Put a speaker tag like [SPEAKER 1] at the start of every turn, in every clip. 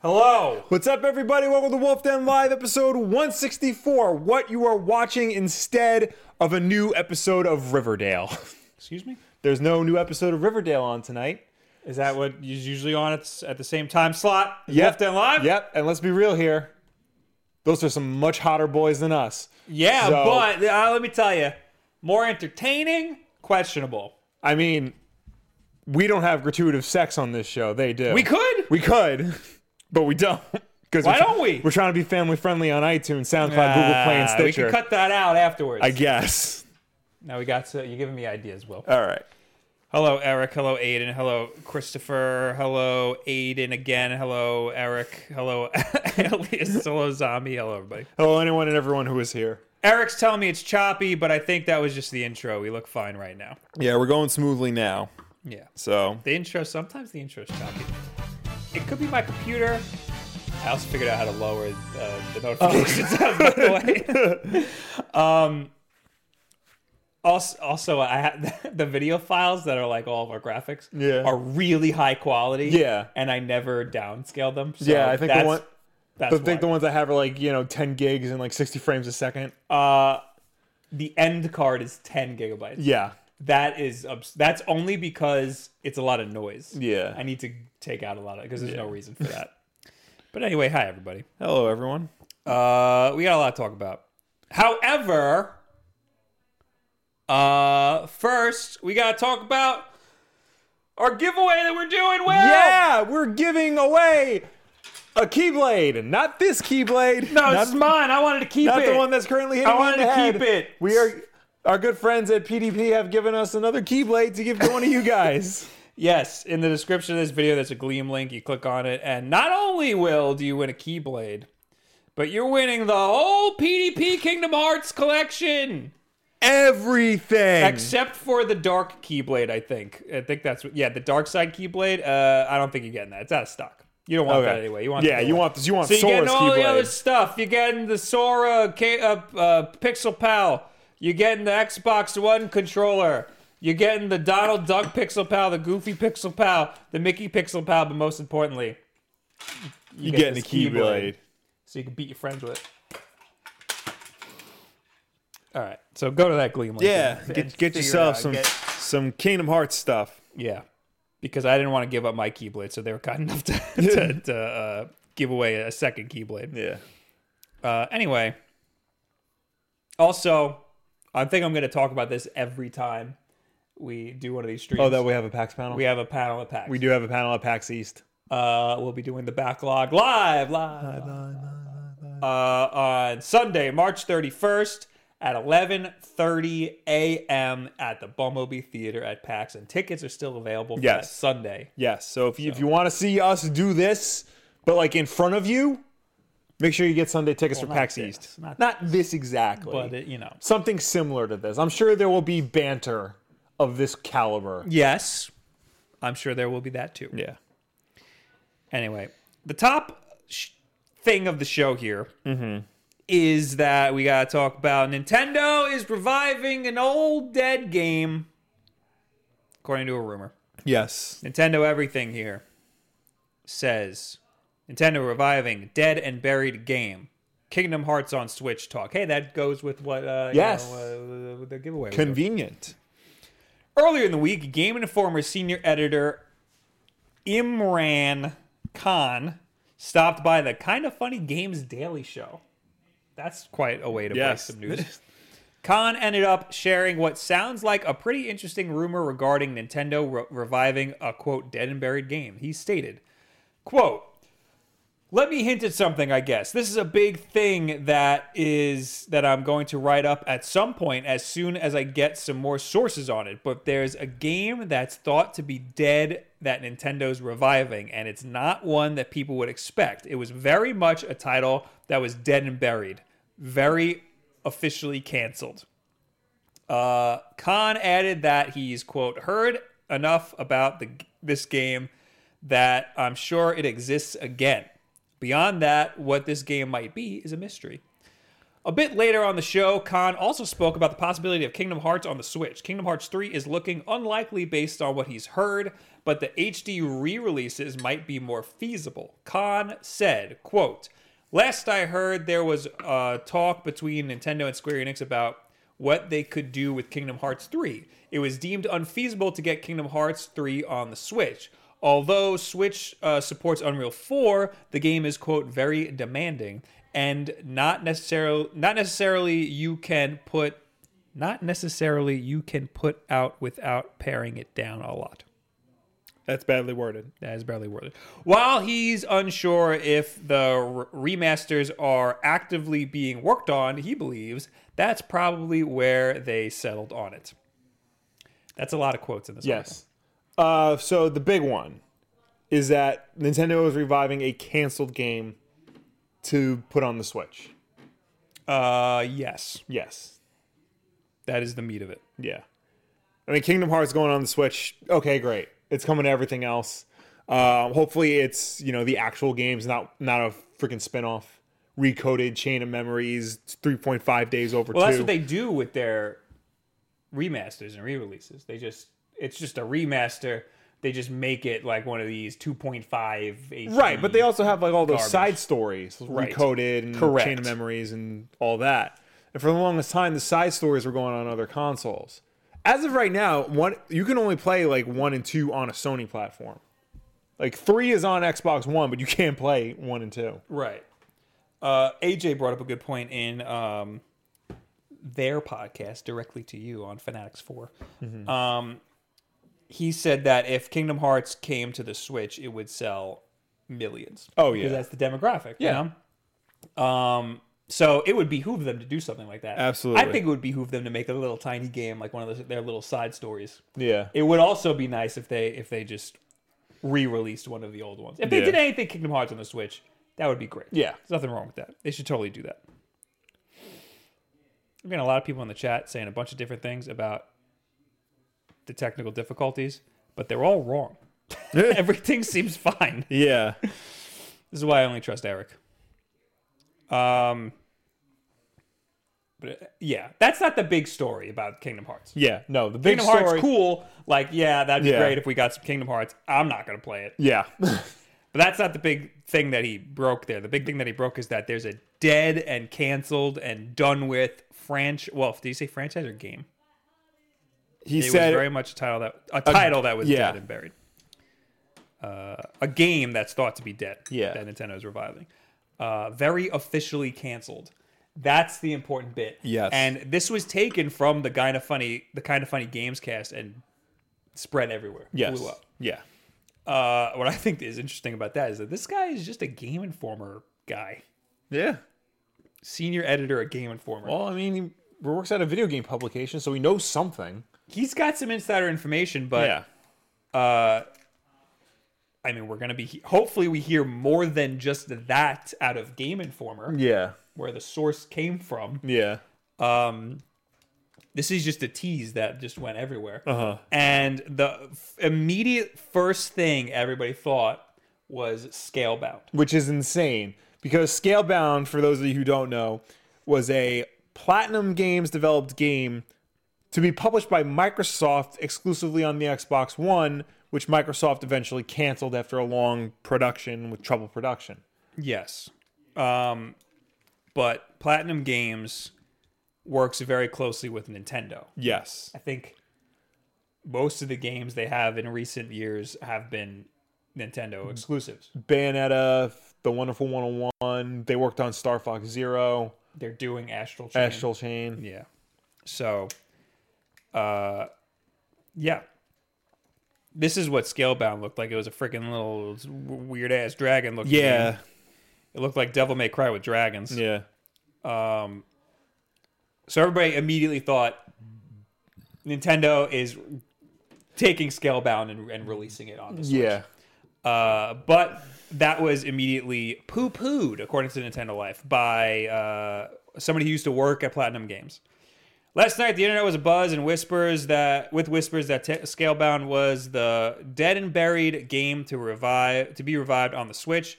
[SPEAKER 1] Hello.
[SPEAKER 2] What's up, everybody? Welcome to Wolf Den Live, episode 164. What you are watching instead of a new episode of Riverdale.
[SPEAKER 1] Excuse me.
[SPEAKER 2] There's no new episode of Riverdale on tonight.
[SPEAKER 1] Is that what is usually on at s- at the same time slot? as
[SPEAKER 2] Yep.
[SPEAKER 1] Left and live.
[SPEAKER 2] Yep, and let's be real here. Those are some much hotter boys than us.
[SPEAKER 1] Yeah,
[SPEAKER 2] So-
[SPEAKER 1] but uh, let me tell you, more entertaining, questionable.
[SPEAKER 2] I mean, we don't have gratuitous sex on this show. They do.
[SPEAKER 1] We could.
[SPEAKER 2] We could, but we don't. Because
[SPEAKER 1] Why don't we?
[SPEAKER 2] We're trying to be family friendly on iTunes, SoundCloud, Google Play, and
[SPEAKER 1] Ah,
[SPEAKER 2] Stitcher.
[SPEAKER 1] We can cut that out afterwards.
[SPEAKER 2] I guess.
[SPEAKER 1] now we got to. You're giving me ideas, Will.
[SPEAKER 2] All right.
[SPEAKER 1] Hello, Eric. Hello, Aiden. Hello, Christopher. Hello, Aiden again. Hello, Eric. Hello, Elias. Hello, Zombie. Hello, everybody.
[SPEAKER 2] Hello, anyone and everyone who is here.
[SPEAKER 1] Eric's telling me it's choppy, but I think that was just the intro. We look fine right now.
[SPEAKER 2] Yeah, we're going smoothly now.
[SPEAKER 1] Yeah.
[SPEAKER 2] So
[SPEAKER 1] The intro, sometimes the intro is choppy. It could be my computer. I also figured out how to lower uh, the notifications
[SPEAKER 2] Oh.
[SPEAKER 1] out of the way. um, also, also, I ha- the video files that are like all of our graphics
[SPEAKER 2] Yeah.
[SPEAKER 1] are really high quality.
[SPEAKER 2] Yeah.
[SPEAKER 1] and I never downscale them. So
[SPEAKER 2] yeah, I think the
[SPEAKER 1] that's,
[SPEAKER 2] one.
[SPEAKER 1] That's
[SPEAKER 2] I think the
[SPEAKER 1] why.
[SPEAKER 2] ones I have are like you know 10 gigs and like 60 frames a second.
[SPEAKER 1] uh, the end card is 10 gigabytes.
[SPEAKER 2] Yeah.
[SPEAKER 1] That is obs- that's only because it's a lot of noise.
[SPEAKER 2] Yeah.
[SPEAKER 1] I need to take out a lot of because there's no reason for that. but anyway, hi everybody.
[SPEAKER 2] Hello, everyone.
[SPEAKER 1] Uh, we got a lot to talk about. However, uh, first we got to talk about our giveaway that we're doing. Will
[SPEAKER 2] Yeah, we're giving away a keyblade, and not this keyblade.
[SPEAKER 1] no,
[SPEAKER 2] not
[SPEAKER 1] it's mine. I wanted to keep
[SPEAKER 2] Not
[SPEAKER 1] it.
[SPEAKER 2] the one that's currently hitting
[SPEAKER 1] I
[SPEAKER 2] me
[SPEAKER 1] wanted
[SPEAKER 2] in the
[SPEAKER 1] to
[SPEAKER 2] head.
[SPEAKER 1] keep it.
[SPEAKER 2] We are our good friends at PDP have given us another Keyblade to give to one of you guys.
[SPEAKER 1] Yes, in the description of this video, there's a Gleam link. You click on it, and not only will do you win a Keyblade, but you're winning the whole PDP Kingdom Hearts collection,
[SPEAKER 2] Everything.
[SPEAKER 1] except for the Dark Keyblade. I think. I think that's what, yeah, the Dark Side Keyblade. Uh, I don't think you're getting that. It's out of stock. You don't want that anyway. You want
[SPEAKER 2] yeah,
[SPEAKER 1] the-
[SPEAKER 2] you want this. You want
[SPEAKER 1] So you're
[SPEAKER 2] Sora's
[SPEAKER 1] getting all the other
[SPEAKER 2] Keyblade.
[SPEAKER 1] stuff. You're getting the Sora K- uh, uh, Pixel Pal. You're getting the Xbox One controller. You're getting the Donald Duck Pixel Pal, the Goofy Pixel Pal, the Mickey Pixel Pal, but most importantly,
[SPEAKER 2] You're
[SPEAKER 1] get
[SPEAKER 2] getting a
[SPEAKER 1] this Keyblade.
[SPEAKER 2] Keyblade.
[SPEAKER 1] so you can beat your friends with it. All right, so go to that Gleam link.
[SPEAKER 2] Yeah,
[SPEAKER 1] and- and
[SPEAKER 2] get, get
[SPEAKER 1] figure it
[SPEAKER 2] yourself
[SPEAKER 1] out.
[SPEAKER 2] some
[SPEAKER 1] Get-
[SPEAKER 2] some Kingdom Hearts stuff.
[SPEAKER 1] yeah, because I didn't want to give up my Keyblade, so they were kind enough to, to, to uh, give away a second Keyblade.
[SPEAKER 2] Yeah.
[SPEAKER 1] Uh, anyway, also, I think I'm going to talk about this every time we do one of these streams.
[SPEAKER 2] Oh, that we have a PAX panel.
[SPEAKER 1] we have a panel at PAX.
[SPEAKER 2] we do have a panel at PAX East.
[SPEAKER 1] Uh, we'll be doing the backlog live, live, uh, on Sunday, March 31st at 11:30 a.m. at the Bumblebee Theater at PAX, and tickets are still available for that
[SPEAKER 2] Yes.
[SPEAKER 1] Sunday.
[SPEAKER 2] Yes. So if you, if you want to see us do this, but like in front of you, make sure you get Sunday tickets for
[SPEAKER 1] not
[SPEAKER 2] PAX
[SPEAKER 1] this,
[SPEAKER 2] East.
[SPEAKER 1] not
[SPEAKER 2] this exactly,
[SPEAKER 1] But it, you know,
[SPEAKER 2] something similar to this. I'm sure there will be banter of this caliber.
[SPEAKER 1] yes, I'm sure there will be that too.
[SPEAKER 2] Yeah.
[SPEAKER 1] Anyway, the top sh- thing of the show here is that we got to talk about Nintendo is reviving an old dead game, according to a rumor.
[SPEAKER 2] Yes.
[SPEAKER 1] Nintendo Everything here says Nintendo reviving dead and buried game. Kingdom Hearts on Switch talk. Hey, that goes with what uh, you
[SPEAKER 2] Yes.
[SPEAKER 1] know, uh, with the giveaway. was.
[SPEAKER 2] Convenient.
[SPEAKER 1] Earlier in the week, Game Informer senior editor Imran Khan stopped by the Kind of Funny Games Daily Show. That's quite a way to
[SPEAKER 2] Yes.
[SPEAKER 1] break some news. Khan ended up sharing what sounds like a pretty interesting rumor regarding Nintendo re- reviving a quote dead and buried game. He stated, quote, let me hint at something, I guess. This is a big thing that is that I'm going to write up at some point as soon as I get some more sources on it. But there's a game that's thought to be dead that Nintendo's reviving, and it's not one that people would expect. It was very much a title that was dead and buried, very officially canceled. Uh, Khan added that he's quote heard enough about the this game that I'm sure it exists again. Beyond that, what this game might be is a mystery. A bit later on the show, Khan also spoke about the possibility of Kingdom Hearts on the Switch. Kingdom Hearts 3 is looking unlikely based on what he's heard, but the HD re-releases might be more feasible. Khan said, quote, Last I heard, there was uh, talk between Nintendo and Square Enix about what they could do with Kingdom Hearts 3. It was deemed unfeasible to get Kingdom Hearts 3 on the Switch. Although Switch uh, supports Unreal 4, the game is quote very demanding and not necessarily not necessarily you can put not necessarily you can put out without paring it down a lot.
[SPEAKER 2] That's badly worded.
[SPEAKER 1] That is barely worth it. While he's unsure if the re- remasters are actively being worked on, he believes that's probably where they settled on it. That's a lot of quotes in this. article.
[SPEAKER 2] Yes. Uh, so the big one is that Nintendo is reviving a canceled game to put on the Switch.
[SPEAKER 1] Uh, yes.
[SPEAKER 2] Yes.
[SPEAKER 1] That is the meat of it.
[SPEAKER 2] Yeah. I mean, Kingdom Hearts going on the Switch. Okay, great. It's coming to everything else. Um, hopefully, it's you know the actual games, not not a freaking spin-off. Recoded chain of memories, three point five days over
[SPEAKER 1] Well,
[SPEAKER 2] two.
[SPEAKER 1] that's what they do with their remasters and re-releases. They just it's just a remaster. They just make it like one of these 2.5 HD.
[SPEAKER 2] Right, but they also have like all those
[SPEAKER 1] Mm. garbage.
[SPEAKER 2] side stories, recoded and
[SPEAKER 1] Correct.
[SPEAKER 2] chain of memories and all that. And for the longest time, the side stories were going on other consoles. As of right now, one you can only play like one and two on a Sony platform. Like three is on Xbox One, but you can't play one and two.
[SPEAKER 1] Right. Uh, AJ brought up a good point in um, their podcast directly to you on Fanatics 4.
[SPEAKER 2] Mm-hmm.
[SPEAKER 1] Um, he said that if Kingdom Hearts came to the Switch, it would sell millions.
[SPEAKER 2] Oh, yeah.
[SPEAKER 1] Because that's the demographic. you
[SPEAKER 2] Yeah.
[SPEAKER 1] know? Um, so it would behoove them to do something like that.
[SPEAKER 2] Absolutely.
[SPEAKER 1] I think it would behoove them to make a little tiny game, like one of those, their little side stories.
[SPEAKER 2] Yeah,
[SPEAKER 1] It would also be nice if they if they just re-released one of the old ones. If they
[SPEAKER 2] Yeah.
[SPEAKER 1] did anything Kingdom Hearts on the Switch, that would be great.
[SPEAKER 2] yeah.
[SPEAKER 1] There's nothing wrong with that. They should totally do that. We're getting a lot of people in the chat saying a bunch of different things about the technical difficulties, but they're all wrong. Everything seems fine.
[SPEAKER 2] Yeah.
[SPEAKER 1] This is why I only trust Eric. Um, but uh, yeah, that's not the big story about Kingdom Hearts.
[SPEAKER 2] Yeah. No, the big
[SPEAKER 1] Kingdom
[SPEAKER 2] story-
[SPEAKER 1] Hearts cool. Like, yeah, that'd be
[SPEAKER 2] Yeah.
[SPEAKER 1] great if we got some Kingdom Hearts. I'm not gonna play it.
[SPEAKER 2] Yeah.
[SPEAKER 1] But that's not the big thing that he broke there. The big thing that he broke is that there's a dead and canceled and done with franchise. Well, did you say franchise or game?
[SPEAKER 2] he
[SPEAKER 1] It
[SPEAKER 2] said
[SPEAKER 1] was very much a title that a title that was
[SPEAKER 2] yeah.
[SPEAKER 1] dead and buried. Uh, a game that's thought to be dead.
[SPEAKER 2] Yeah.
[SPEAKER 1] That Nintendo is reviving. Uh, very officially canceled. That's the important bit.
[SPEAKER 2] Yes.
[SPEAKER 1] And this was taken from the kind of funny the kind of funny games cast and spread everywhere.
[SPEAKER 2] yes.
[SPEAKER 1] Blew up.
[SPEAKER 2] Yeah.
[SPEAKER 1] Uh, what I think is interesting about that is that this guy is just a Game Informer guy,
[SPEAKER 2] Yeah.
[SPEAKER 1] senior editor at Game Informer.
[SPEAKER 2] Well, I mean, he works at a video game publication, so he knows something.
[SPEAKER 1] He's got some insider information, but I mean, we're gonna be hopefully we hear more than just that out of Game Informer,
[SPEAKER 2] Yeah.
[SPEAKER 1] where the source came from.
[SPEAKER 2] Yeah.
[SPEAKER 1] Um, this is just a tease that just went everywhere, uh-huh. and the f- immediate first thing everybody thought was Scalebound.
[SPEAKER 2] which is insane because Scalebound, for those of you who don't know, was a Platinum Games developed game to be published by Microsoft exclusively on the Xbox One, which Microsoft eventually canceled after a long production with trouble production.
[SPEAKER 1] Yes. Um, but Platinum Games works very closely with Nintendo.
[SPEAKER 2] Yes.
[SPEAKER 1] I think most of the games they have in recent years have been Nintendo exclusives.
[SPEAKER 2] Bayonetta, The Wonderful 101, they worked on Star Fox Zero,
[SPEAKER 1] They're doing Astral Chain.
[SPEAKER 2] Astral Chain.
[SPEAKER 1] Yeah. So, uh, yeah. This is what Scalebound looked like. It was a freaking little weird ass dragon looking. game. It looked like Devil May Cry with dragons.
[SPEAKER 2] Yeah.
[SPEAKER 1] So everybody immediately thought Nintendo is taking Scalebound and, and releasing it on the Switch.
[SPEAKER 2] Yeah.
[SPEAKER 1] Uh, but that was immediately poo pooed, according to Nintendo Life, by uh, somebody who used to work at Platinum Games. Last night, the internet was abuzz and whispers that with whispers that Te- Scalebound was the dead and buried game to revive to be revived on the Switch.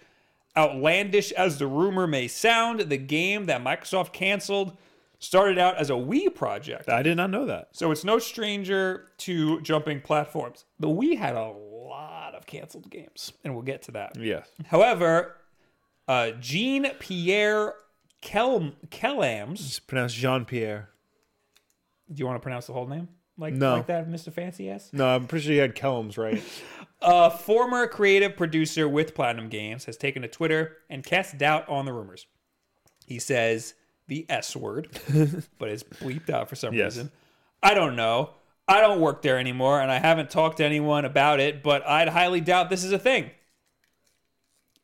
[SPEAKER 1] Outlandish as the rumor may sound, the game that Microsoft canceled started out as a Wii project.
[SPEAKER 2] I did not know that.
[SPEAKER 1] So it's no stranger to jumping platforms. The Wii had a lot of canceled games, and we'll get to that.
[SPEAKER 2] Yes.
[SPEAKER 1] However, uh, Jean Pierre Kel- Kellams,
[SPEAKER 2] It's pronounced Jean Pierre.
[SPEAKER 1] do you want to pronounce the whole name? Like,
[SPEAKER 2] No.
[SPEAKER 1] like that, Mr. Fancy ass?
[SPEAKER 2] No, I'm pretty sure you had Kellums right.
[SPEAKER 1] A former creative producer with Platinum Games has taken to Twitter and cast doubt on the rumors. He says the S word, but it's bleeped out for some
[SPEAKER 2] Yes.
[SPEAKER 1] reason. I don't know. I don't work there anymore, and I haven't talked to anyone about it, but I'd highly doubt this is a thing.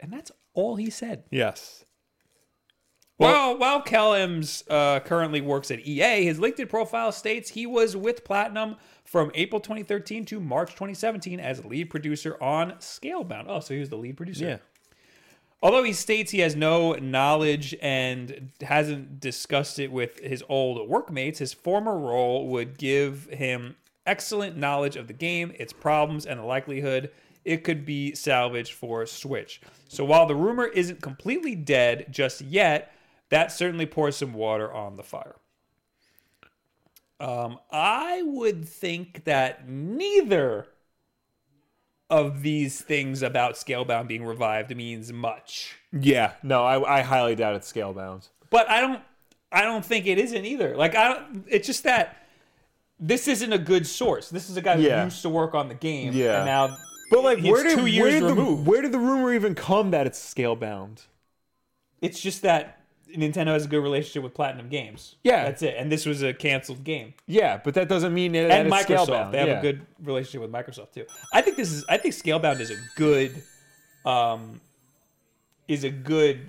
[SPEAKER 1] And that's all he said.
[SPEAKER 2] yes.
[SPEAKER 1] Well, while Kellums uh, currently works at EA, his LinkedIn profile states he was with Platinum from April 2013 to March 2017 as lead producer on Scalebound. Oh, so he was the lead producer.
[SPEAKER 2] Yeah.
[SPEAKER 1] Although he states he has no knowledge and hasn't discussed it with his old workmates, his former role would give him excellent knowledge of the game, its problems, and the likelihood it could be salvaged for Switch. So while the rumor isn't completely dead just yet, that certainly pours some water on the fire. Um, I would think that neither of these things about Scalebound being revived means much.
[SPEAKER 2] Yeah. No, I, I highly doubt it's scale bound.
[SPEAKER 1] But I don't I don't think it isn't either. Like I don't it's just that this isn't a good source. This is a guy
[SPEAKER 2] Yeah.
[SPEAKER 1] who used to work on the game
[SPEAKER 2] Yeah.
[SPEAKER 1] and now
[SPEAKER 2] But like,
[SPEAKER 1] it's
[SPEAKER 2] where did
[SPEAKER 1] two
[SPEAKER 2] where
[SPEAKER 1] years
[SPEAKER 2] did the,
[SPEAKER 1] removed.
[SPEAKER 2] where did the rumor even come that it's scale bound?
[SPEAKER 1] it's just that Nintendo has a good relationship with Platinum Games.
[SPEAKER 2] Yeah.
[SPEAKER 1] That's it. And this was a canceled game.
[SPEAKER 2] Yeah, but that doesn't mean that
[SPEAKER 1] And
[SPEAKER 2] it's
[SPEAKER 1] Microsoft.
[SPEAKER 2] scale-bound.
[SPEAKER 1] They have
[SPEAKER 2] yeah.
[SPEAKER 1] a good relationship with Microsoft too. I think this is I think Scalebound is a good um is a good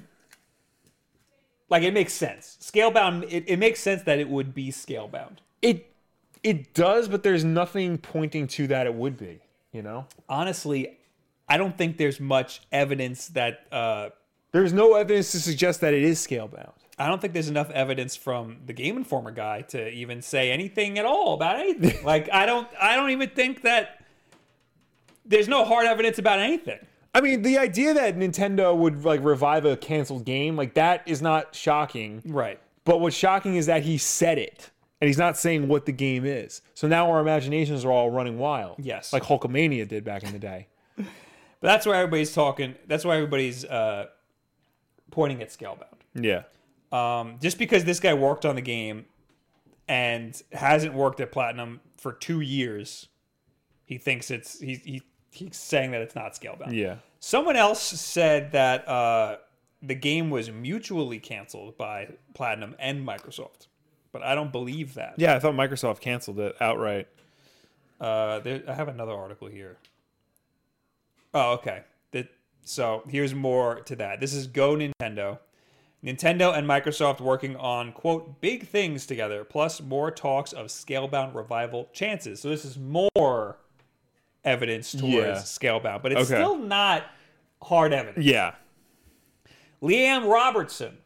[SPEAKER 1] like it makes sense. Scalebound it, it makes sense that it would be scalebound.
[SPEAKER 2] It it does, but there's nothing pointing to that it would be. You know,
[SPEAKER 1] honestly, I don't think there's much evidence that uh,
[SPEAKER 2] there's no evidence to suggest that it is scale bound.
[SPEAKER 1] I don't think there's enough evidence from the Game Informer guy to even say anything at all about anything. like I don't I don't even think that there's no hard evidence about anything.
[SPEAKER 2] I mean, the idea that Nintendo would like revive a canceled game like that is not shocking.
[SPEAKER 1] Right.
[SPEAKER 2] But what's shocking is that he said it, and he's not saying what the game is. So now our imaginations are all running wild.
[SPEAKER 1] Yes.
[SPEAKER 2] like Hulkamania did back in the day.
[SPEAKER 1] But that's why everybody's talking. That's why everybody's uh, pointing at Scalebound.
[SPEAKER 2] yeah,
[SPEAKER 1] Um, just because this guy worked on the game and hasn't worked at Platinum for two years, he thinks it's he, he he's saying that it's not Scalebound.
[SPEAKER 2] yeah.
[SPEAKER 1] Someone else said that uh, the game was mutually canceled by Platinum and Microsoft, but I don't believe that.
[SPEAKER 2] Yeah, I thought Microsoft canceled it outright.
[SPEAKER 1] Uh, there, I have another article here. Oh, okay. That, so here's more to that. This is Go Nintendo. Nintendo and Microsoft working on, quote, big things together, plus more talks of scalebound revival chances. So this is more evidence towards
[SPEAKER 2] Yeah.
[SPEAKER 1] scalebound, but it's
[SPEAKER 2] Okay.
[SPEAKER 1] still not hard evidence.
[SPEAKER 2] Yeah.
[SPEAKER 1] Liam Robertson,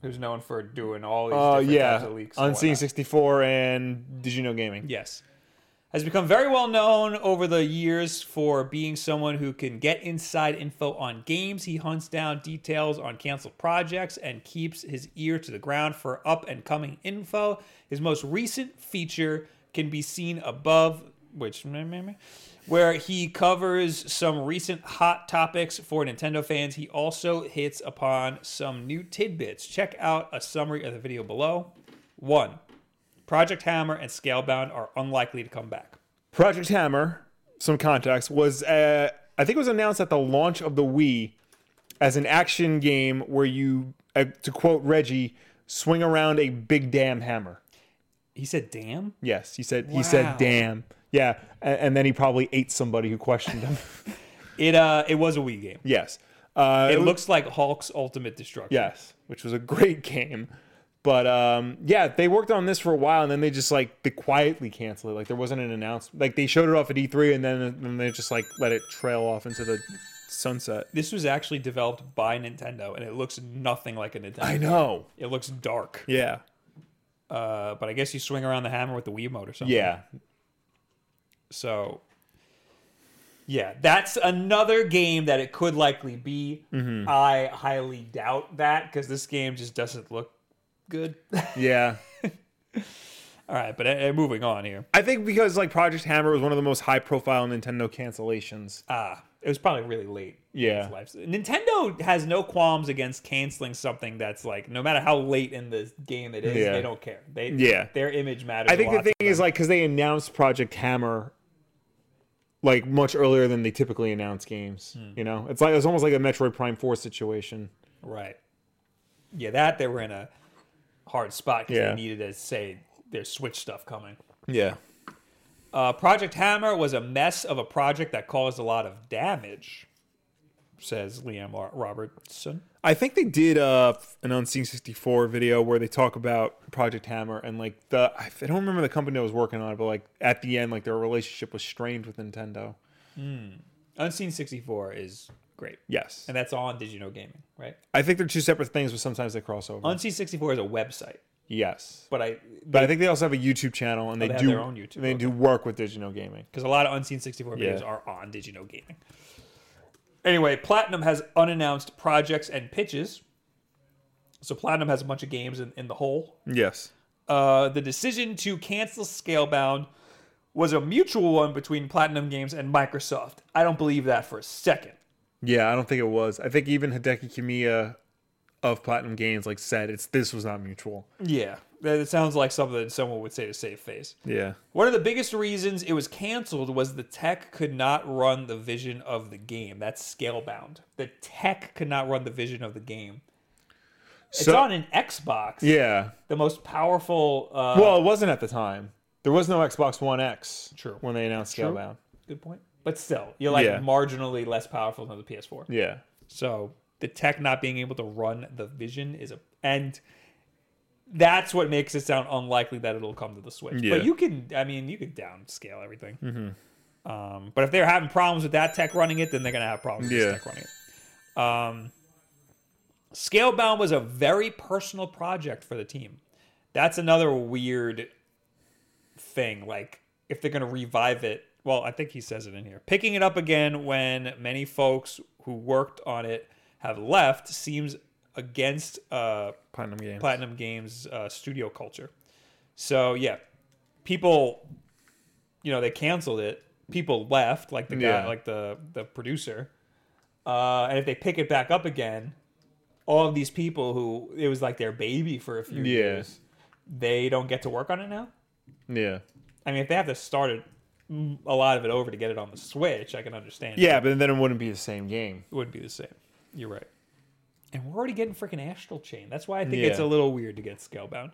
[SPEAKER 1] who's known for doing all these
[SPEAKER 2] Oh
[SPEAKER 1] different
[SPEAKER 2] yeah.
[SPEAKER 1] types of leaks. and
[SPEAKER 2] Unseen
[SPEAKER 1] whatnot.
[SPEAKER 2] sixty four and Did You Know Gaming.
[SPEAKER 1] Yes. Has become very well known over the years for being someone who can get inside info on games. He hunts down details on canceled projects and keeps his ear to the ground for up and coming info. His most recent feature can be seen above, which where he covers some recent hot topics for Nintendo fans. He also hits upon some new tidbits. Check out a summary of the video below. One. Project Hammer and Scalebound are unlikely to come back.
[SPEAKER 2] Project Hammer, some context, was uh, I think it was announced at the launch of the Wii as an action game where you, uh, to quote Reggie, swing around a big damn hammer.
[SPEAKER 1] He said, "Damn."
[SPEAKER 2] Yes, he said. He said,
[SPEAKER 1] Wow.
[SPEAKER 2] "Damn." Yeah, and, and then he probably ate somebody who questioned him.
[SPEAKER 1] It uh, it was a Wii game.
[SPEAKER 2] yes. Uh,
[SPEAKER 1] It
[SPEAKER 2] was-
[SPEAKER 1] looks like Hulk's Ultimate Destruction.
[SPEAKER 2] Yes, which was a great game. But um, yeah, they worked on this for a while, and then they just like they quietly canceled it. Like there wasn't an announcement. Like they showed it off at E3, and then and they just like let it trail off into the sunset.
[SPEAKER 1] This was actually developed by Nintendo, and it looks nothing like a Nintendo.
[SPEAKER 2] I know.
[SPEAKER 1] It looks dark.
[SPEAKER 2] Yeah.
[SPEAKER 1] Uh, but I guess you swing around the hammer with the Wii mode or something.
[SPEAKER 2] Yeah.
[SPEAKER 1] So Yeah, that's another game that it could likely be.
[SPEAKER 2] Mm-hmm.
[SPEAKER 1] I highly doubt that because this game just doesn't look good. All
[SPEAKER 2] Yeah.
[SPEAKER 1] right, but uh, uh, moving on here.
[SPEAKER 2] I think because like Project Hammer was one of the most high profile Nintendo cancellations.
[SPEAKER 1] Ah, it was probably really late. in
[SPEAKER 2] Yeah.
[SPEAKER 1] its life. Nintendo has no qualms against canceling something that's like no matter how late in the game it is,
[SPEAKER 2] Yeah.
[SPEAKER 1] they don't care. They
[SPEAKER 2] Yeah.
[SPEAKER 1] their image matters.
[SPEAKER 2] I think
[SPEAKER 1] a
[SPEAKER 2] the
[SPEAKER 1] lot
[SPEAKER 2] thing
[SPEAKER 1] to them.
[SPEAKER 2] is like because they announced Project Hammer like much earlier than they typically announce games. You know, it's like it's almost like a Metroid Prime Four situation.
[SPEAKER 1] Right. Yeah, that they were in a hard spot because
[SPEAKER 2] Yeah.
[SPEAKER 1] they needed to say there's Switch stuff coming.
[SPEAKER 2] Yeah.
[SPEAKER 1] Uh, project Hammer was a mess of a project that caused a lot of damage, says Liam Ro- Robertson.
[SPEAKER 2] I think they did uh, an Unseen 64 video where they talk about Project Hammer and like the I f- I don't remember the company that was working on it, but like at the end, like their relationship was strained with Nintendo.
[SPEAKER 1] Unseen 64 is great.
[SPEAKER 2] Yes,
[SPEAKER 1] And that's on Did You Know Gaming, right?
[SPEAKER 2] I think they're two separate things, but sometimes they cross over.
[SPEAKER 1] Unseen 64 is a website,
[SPEAKER 2] yes,
[SPEAKER 1] but I
[SPEAKER 2] but I think they also have a YouTube channel and they,
[SPEAKER 1] Oh, they have
[SPEAKER 2] do
[SPEAKER 1] their own YouTube,
[SPEAKER 2] and they do work with Digino Gaming.
[SPEAKER 1] because a lot of Unseen 64 videos
[SPEAKER 2] Yeah.
[SPEAKER 1] are on Did You Know Gaming. Anyway, Platinum has unannounced projects and pitches. So Platinum has a bunch of games in, in the hole,
[SPEAKER 2] Yes.
[SPEAKER 1] Uh, the decision to cancel Scalebound was a mutual one between Platinum Games and Microsoft. I don't believe that for a second.
[SPEAKER 2] Yeah, I don't think it was. I think even Hideki Kamiya of Platinum Games like said it's this was not mutual.
[SPEAKER 1] Yeah, that it sounds like something someone would say to save face.
[SPEAKER 2] Yeah.
[SPEAKER 1] One of the biggest reasons it was canceled was the tech could not run the vision of the game. That's Scalebound. The tech could not run the vision of the game. it's
[SPEAKER 2] So-
[SPEAKER 1] on an Xbox,
[SPEAKER 2] Yeah.
[SPEAKER 1] the most powerful. Uh,
[SPEAKER 2] Well, it wasn't at the time. There was no Xbox One X
[SPEAKER 1] True.
[SPEAKER 2] when they announced Scalebound.
[SPEAKER 1] good point. But still, you're like
[SPEAKER 2] Yeah.
[SPEAKER 1] marginally less powerful than the PS4.
[SPEAKER 2] Yeah.
[SPEAKER 1] So the tech not being able to run the vision is a and that's what makes it sound unlikely that it'll come to the Switch.
[SPEAKER 2] Yeah.
[SPEAKER 1] But you can, I mean, you can downscale everything. Um, but if they're having problems with that tech running it, then they're gonna have problems with
[SPEAKER 2] Yeah.
[SPEAKER 1] this tech running it. Um, Scalebound was a very personal project for the team. That's another weird thing. Like, if they're going to revive it, well, I think he says it in here. Picking it up again when many folks who worked on it have left seems against uh,
[SPEAKER 2] Platinum Games.
[SPEAKER 1] Platinum Games uh, studio culture. So, yeah, people, you know, they canceled it. People left, like the guy,
[SPEAKER 2] Yeah.
[SPEAKER 1] like the the producer. Uh, and if they pick it back up again, all of these people who it was like their baby for a few
[SPEAKER 2] Yeah.
[SPEAKER 1] years, they don't get to work on it now.
[SPEAKER 2] yeah.
[SPEAKER 1] I mean, if they have to start it, mm, a lot of it over to get it on the Switch, I can understand.
[SPEAKER 2] Yeah, but then it wouldn't be the same game.
[SPEAKER 1] it wouldn't be the same. You're right. And we're already getting freaking Astral Chain. That's why I think it's a
[SPEAKER 2] Yeah.
[SPEAKER 1] little weird to get Scalebound.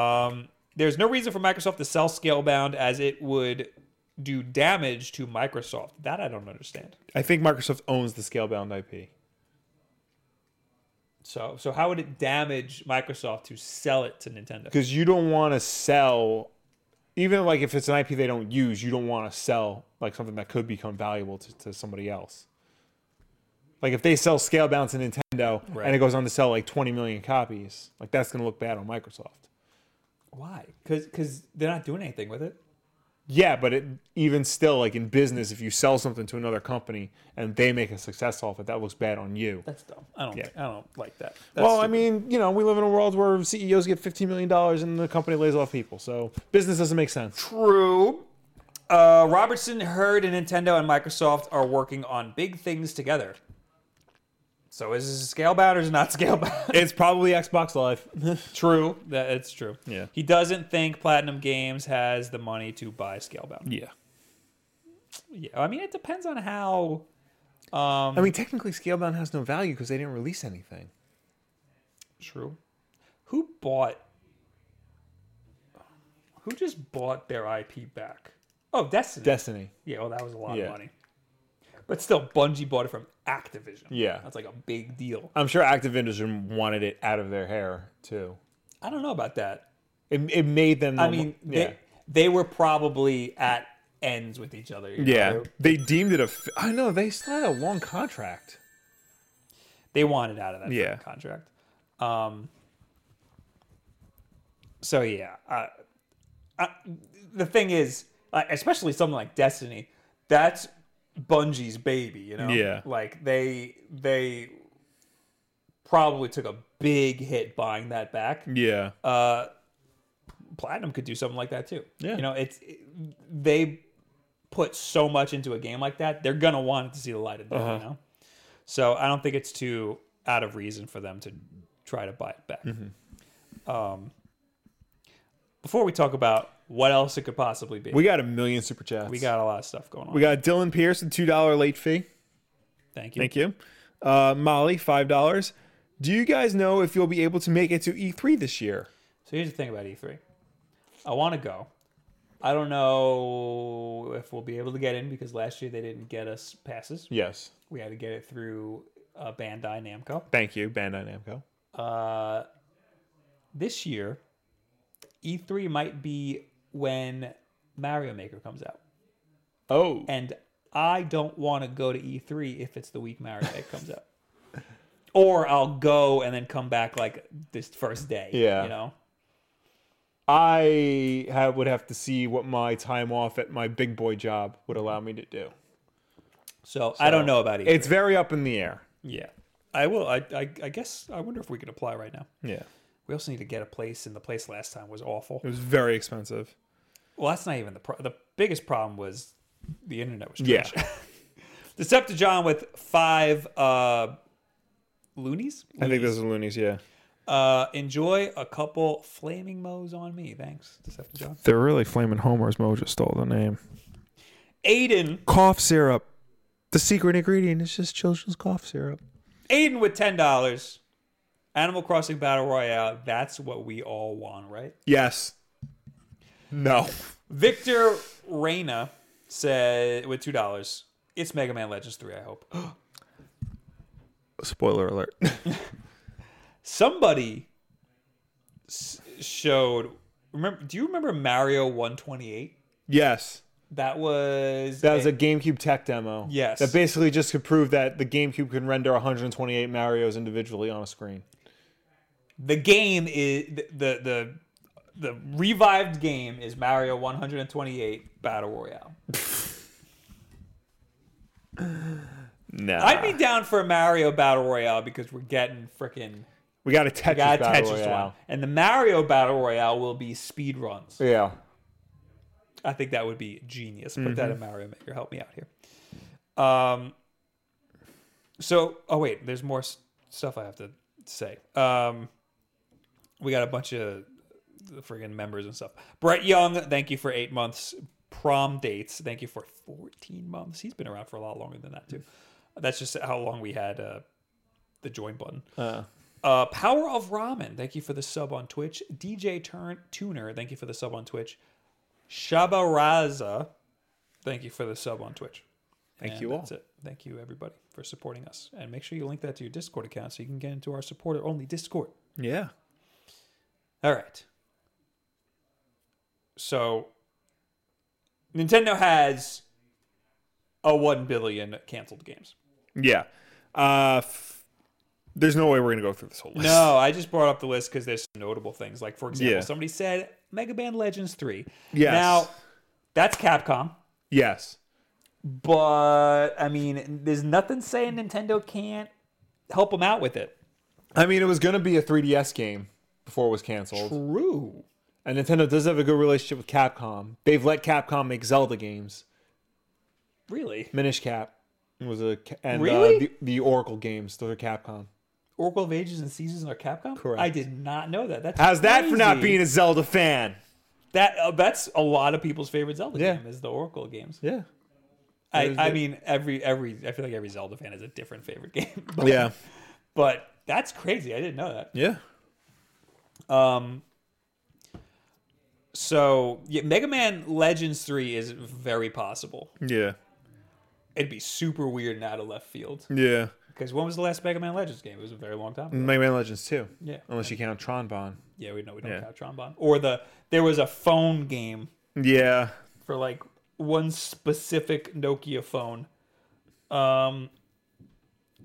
[SPEAKER 1] Um, there's no reason for Microsoft to sell Scalebound as it would do damage to Microsoft. That I don't understand.
[SPEAKER 2] I think Microsoft owns the Scalebound IP.
[SPEAKER 1] So, so how would it damage Microsoft to sell it to Nintendo?
[SPEAKER 2] Because you don't want to sell even like if it's an IP they don't use, you don't want to sell like something that could become valuable to, to somebody else. Like if they sell Scalebound to Nintendo
[SPEAKER 1] Right.
[SPEAKER 2] and it goes on to sell like 20 million copies, like that's going to look bad on Microsoft.
[SPEAKER 1] Why? Because because they're not doing anything with it.
[SPEAKER 2] Yeah, but it, even still, like in business, if you sell something to another company and they make a success off it, that looks bad on you.
[SPEAKER 1] That's dumb. I don't.
[SPEAKER 2] Yeah.
[SPEAKER 1] I don't like that. That's
[SPEAKER 2] well, I
[SPEAKER 1] stupid.
[SPEAKER 2] mean, you know, we live in a world where CEOs get $15 million and the company lays off people. So business doesn't make sense.
[SPEAKER 1] True. Uh, Robertson heard and Nintendo and Microsoft are working on big things together. So is this scalebound or is it not scalebound?
[SPEAKER 2] It's probably Xbox Live.
[SPEAKER 1] true. That it's true.
[SPEAKER 2] Yeah.
[SPEAKER 1] He doesn't think Platinum Games has the money to buy Scalebound.
[SPEAKER 2] yeah.
[SPEAKER 1] Yeah. I mean, it depends on how. Um,
[SPEAKER 2] I mean, technically, Scalebound has no value because they didn't release anything.
[SPEAKER 1] true. Who bought? Who just bought their IP back? Oh, Destiny.
[SPEAKER 2] Destiny.
[SPEAKER 1] Yeah, well, that was a lot
[SPEAKER 2] Yeah.
[SPEAKER 1] of money. But still, Bungie bought it from Activision.
[SPEAKER 2] Yeah.
[SPEAKER 1] That's like a big deal.
[SPEAKER 2] I'm sure Active Industry wanted it out of their hair, too.
[SPEAKER 1] I don't know about that.
[SPEAKER 2] It, it made them.
[SPEAKER 1] I
[SPEAKER 2] the-
[SPEAKER 1] mean,
[SPEAKER 2] yeah.
[SPEAKER 1] they, they were probably at ends with each other. you know?
[SPEAKER 2] yeah.
[SPEAKER 1] They,
[SPEAKER 2] They deemed it a. F- I know, they still had a long contract.
[SPEAKER 1] they wanted out of that
[SPEAKER 2] Yeah.
[SPEAKER 1] fucking contract. Um, so, yeah. Uh, I, the thing is, uh, especially something like Destiny, that's Bungie's baby, you know?
[SPEAKER 2] Yeah.
[SPEAKER 1] Like they they probably took a big hit buying that back.
[SPEAKER 2] Yeah.
[SPEAKER 1] Uh Platinum could do something like that too.
[SPEAKER 2] Yeah.
[SPEAKER 1] You know, it's they put so much into a game like that, they're gonna want it to see the light of day,
[SPEAKER 2] Uh-huh.
[SPEAKER 1] you know? So I don't think it's too out of reason for them to try to buy it back.
[SPEAKER 2] Mm-hmm.
[SPEAKER 1] Um before we talk about what else it could possibly be,
[SPEAKER 2] we got a million super chats.
[SPEAKER 1] we got a lot of stuff going on.
[SPEAKER 2] we got Dylan Pierce a two dollar late fee.
[SPEAKER 1] Thank you.
[SPEAKER 2] Thank you. Uh, Molly five dollars. Do you guys know if you'll be able to make it to E3 this year?
[SPEAKER 1] So here's the thing about E3. I want to go. I don't know if we'll be able to get in because last year they didn't get us passes.
[SPEAKER 2] Yes.
[SPEAKER 1] We had to get it through uh, Bandai Namco.
[SPEAKER 2] Thank you, Bandai Namco.
[SPEAKER 1] Uh, this year, E3 might be when Mario Maker comes out,
[SPEAKER 2] Oh,
[SPEAKER 1] and I don't want to go to E3 if it's the week Mario Maker comes out. Or I'll go and then come back like this first day.
[SPEAKER 2] Yeah.
[SPEAKER 1] you know.
[SPEAKER 2] I have, would have to see what my time off at my big boy job would allow me to do.
[SPEAKER 1] So, I don't know about E3.
[SPEAKER 2] It's very up in the air.
[SPEAKER 1] Yeah, I will. I, I I guess I wonder if we could apply right now.
[SPEAKER 2] Yeah,
[SPEAKER 1] We also need to get a place, and the place last time was awful.
[SPEAKER 2] it was very expensive.
[SPEAKER 1] Well, that's not even the pro- the biggest problem was the internet was
[SPEAKER 2] Yeah.
[SPEAKER 1] trash. Decepticon with five uh, loonies.
[SPEAKER 2] I think this is loonies. Yeah,
[SPEAKER 1] Uh, enjoy a couple flaming mows on me. Thanks, Decepticon.
[SPEAKER 2] they're really flaming homers. Mo just stole the name.
[SPEAKER 1] Aiden,
[SPEAKER 2] Cough syrup. The secret ingredient is just children's cough syrup.
[SPEAKER 1] Aiden with ten dollars. Animal Crossing Battle Royale. That's what we all want, right?
[SPEAKER 2] Yes. No.
[SPEAKER 1] Victor Reyna said with two dollars, "It's Mega Man Legends three. I hope
[SPEAKER 2] Spoiler alert.
[SPEAKER 1] somebody s- showed. Remember? Do you remember Mario one twenty eight?
[SPEAKER 2] yes.
[SPEAKER 1] That was
[SPEAKER 2] That was a GameCube tech demo.
[SPEAKER 1] Yes.
[SPEAKER 2] That basically just could prove that the GameCube can render 128 Marios individually on a screen.
[SPEAKER 1] the game is the the. the the revived game is Mario 128 Battle Royale.
[SPEAKER 2] No.
[SPEAKER 1] I'd be down for a Mario Battle Royale because we're getting freaking
[SPEAKER 2] we got a Tetris
[SPEAKER 1] got a
[SPEAKER 2] battle
[SPEAKER 1] Tetris
[SPEAKER 2] royale.
[SPEAKER 1] one, and the Mario Battle Royale will be speed runs.
[SPEAKER 2] Yeah.
[SPEAKER 1] I think that would be genius. Put that in Mario Maker. Help me out here. Um. So, oh wait, there's more s- stuff I have to say. Um, we got a bunch of friggin' members and stuff. Brett Young, thank you for eight months. Prom dates, thank you for fourteen months. He's been around for a lot longer than that too. That's just how long we had uh, the join button.
[SPEAKER 2] Uh,
[SPEAKER 1] Uh, Power of Ramen, thank you for the sub on Twitch. DJ Turn Tuner, thank you for the sub on Twitch. Shabaraza, thank you for the sub on Twitch.
[SPEAKER 2] Thank
[SPEAKER 1] And
[SPEAKER 2] you all.
[SPEAKER 1] That's it. Thank you everybody for supporting us, and make sure you link that to your Discord account so you can get into our supporter only Discord.
[SPEAKER 2] yeah.
[SPEAKER 1] All right. So, Nintendo has a one billion canceled games.
[SPEAKER 2] Yeah. Uh, f- there's no way we're gonna go through this whole list.
[SPEAKER 1] No, I just brought up the list because there's some notable things. Like for example,
[SPEAKER 2] Yeah.
[SPEAKER 1] somebody said Mega Man Legends Three.
[SPEAKER 2] Yes.
[SPEAKER 1] Now, that's Capcom,
[SPEAKER 2] Yes.
[SPEAKER 1] but I mean, there's nothing saying Nintendo can't help them out with it.
[SPEAKER 2] I mean, it was gonna be a 3DS game before it was canceled,
[SPEAKER 1] True.
[SPEAKER 2] and Nintendo does have a good relationship with Capcom. They've let Capcom make Zelda games.
[SPEAKER 1] Really?
[SPEAKER 2] Minish Cap was a ca- and
[SPEAKER 1] Really?
[SPEAKER 2] uh, the, the Oracle games. Those are Capcom.
[SPEAKER 1] Oracle of Ages and Seasons are Capcom.
[SPEAKER 2] Correct.
[SPEAKER 1] I did not know that. That's
[SPEAKER 2] How's that for not
[SPEAKER 1] crazy.
[SPEAKER 2] being a Zelda fan?
[SPEAKER 1] that? Uh, that's a lot of people's favorite Zelda
[SPEAKER 2] Yeah.
[SPEAKER 1] game is the Oracle games.
[SPEAKER 2] Yeah.
[SPEAKER 1] I,
[SPEAKER 2] There's
[SPEAKER 1] I
[SPEAKER 2] the-
[SPEAKER 1] mean, every every I feel like every Zelda fan has a different favorite game. But,
[SPEAKER 2] Yeah.
[SPEAKER 1] But that's crazy. I didn't know that.
[SPEAKER 2] Yeah.
[SPEAKER 1] Um. So yeah, Mega Man Legends Three is very possible.
[SPEAKER 2] Yeah.
[SPEAKER 1] It'd be super weird and out of left field
[SPEAKER 2] Yeah.
[SPEAKER 1] because when was the last Mega Man Legends game? It was a very long time. ago.
[SPEAKER 2] Mega Man Legends too.
[SPEAKER 1] Yeah,
[SPEAKER 2] Unless you count Tron Bon.
[SPEAKER 1] yeah, we know we don't
[SPEAKER 2] Yeah.
[SPEAKER 1] count Trombone or the there was a phone game
[SPEAKER 2] Yeah.
[SPEAKER 1] for like one specific Nokia phone. Um,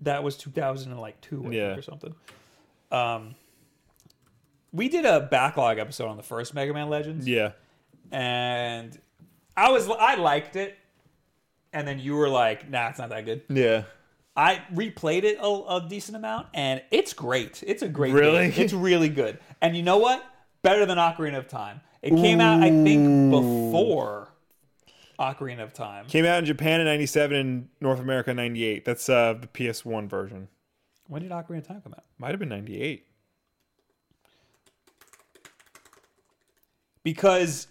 [SPEAKER 1] that was 2002 I
[SPEAKER 2] Yeah.
[SPEAKER 1] think, or something. Um, we did a backlog episode on the first Mega Man Legends.
[SPEAKER 2] Yeah.
[SPEAKER 1] and I was I liked it. and then you were like, "Nah, it's not that good."
[SPEAKER 2] Yeah.
[SPEAKER 1] I replayed it a, a decent amount, and it's great. It's a great
[SPEAKER 2] Really?
[SPEAKER 1] game. It's really good. And you know what? Better than Ocarina of Time. It came out, I think, before Ocarina of Time.
[SPEAKER 2] Came out in Japan in 97 and North America in 98. That's uh, the PS1 version.
[SPEAKER 1] When did Ocarina of Time come out?
[SPEAKER 2] Might have been 98.
[SPEAKER 1] Because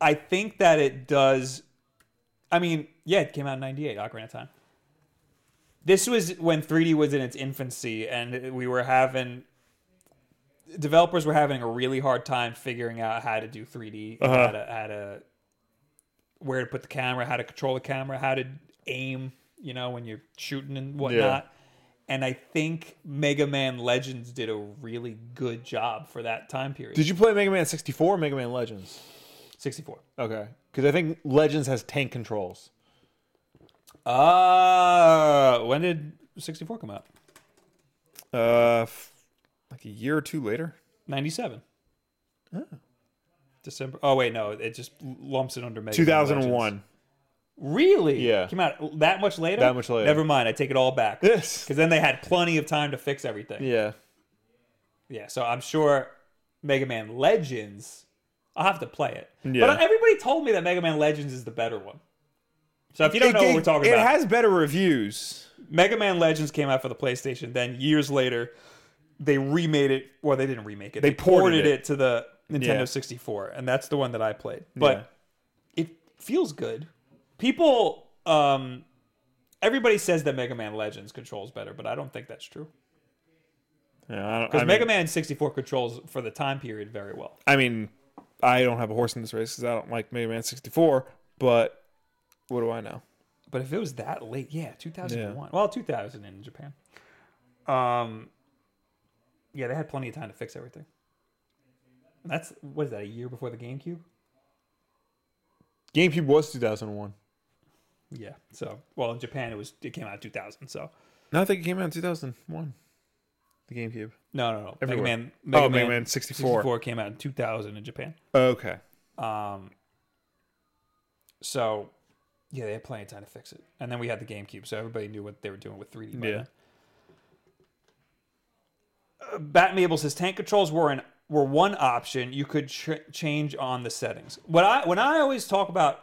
[SPEAKER 1] I think that it does. I mean, yeah, it came out in '98, Ocarina of Time. This was when 3D was in its infancy, and we were having developers were having a really hard time figuring out how to do 3D, and how to how to where to put the camera, how to control the camera, how to aim, you know, when you're shooting and whatnot. And I think Mega Man Legends did a really good job for that time period.
[SPEAKER 2] Did you play Mega Man 64 or Mega Man Legends?
[SPEAKER 1] 64.
[SPEAKER 2] Okay. Because I think Legends has tank controls.
[SPEAKER 1] Uh, when did 64 come out?
[SPEAKER 2] Uh, f- like a year or two later?
[SPEAKER 1] 97.
[SPEAKER 2] Oh.
[SPEAKER 1] December. Oh, wait, no. It just lumps it under Mega Man
[SPEAKER 2] 2001.
[SPEAKER 1] Legends. Really?
[SPEAKER 2] Yeah.
[SPEAKER 1] Came out that much later?
[SPEAKER 2] That much later.
[SPEAKER 1] Never mind. I take it all back. Because
[SPEAKER 2] Yes.
[SPEAKER 1] then they had plenty of time to fix everything. Yeah.
[SPEAKER 2] Yeah.
[SPEAKER 1] so I'm sure Mega Man Legends, I'll have to play it.
[SPEAKER 2] Yeah.
[SPEAKER 1] But everybody told me that Mega Man Legends is the better one. So if you don't know what we're talking
[SPEAKER 2] it
[SPEAKER 1] about.
[SPEAKER 2] has better reviews.
[SPEAKER 1] Mega Man Legends came out for the PlayStation. Then years later, they remade it. Well, they didn't remake it.
[SPEAKER 2] They ported it.
[SPEAKER 1] to the Nintendo
[SPEAKER 2] Yeah.
[SPEAKER 1] 64, and that's the one that I played. But it feels good. People, um, everybody says that Mega Man Legends controls better, but I don't think that's true
[SPEAKER 2] Yeah, I, don't, I,
[SPEAKER 1] because
[SPEAKER 2] mean,
[SPEAKER 1] Mega Man 64 controls for the time period very well.
[SPEAKER 2] I mean, I don't have a horse in this race because I don't like Mega Man 64, but what do I know?
[SPEAKER 1] But if it was that late, yeah, 2001. Well, 2000 in Japan. Um, yeah, they had plenty of time to fix everything. And that's what is that a year before the GameCube?
[SPEAKER 2] GameCube was 2001.
[SPEAKER 1] Yeah. So, well, in Japan it was it came out in 2000. So,
[SPEAKER 2] No, I think it came out in 2001. The GameCube.
[SPEAKER 1] no, no, no.
[SPEAKER 2] Everywhere.
[SPEAKER 1] Mega Man.
[SPEAKER 2] Oh, Mega Man 64.
[SPEAKER 1] came out in 2000 in Japan.
[SPEAKER 2] Okay.
[SPEAKER 1] Um. So, yeah, they had plenty of time to fix it, and then we had the GameCube, so everybody knew what they were doing with 3D. by
[SPEAKER 2] Yeah.
[SPEAKER 1] then. Uh, Bat Mabel says tank controls were an were one option you could ch- change on the settings. What I when I always talk about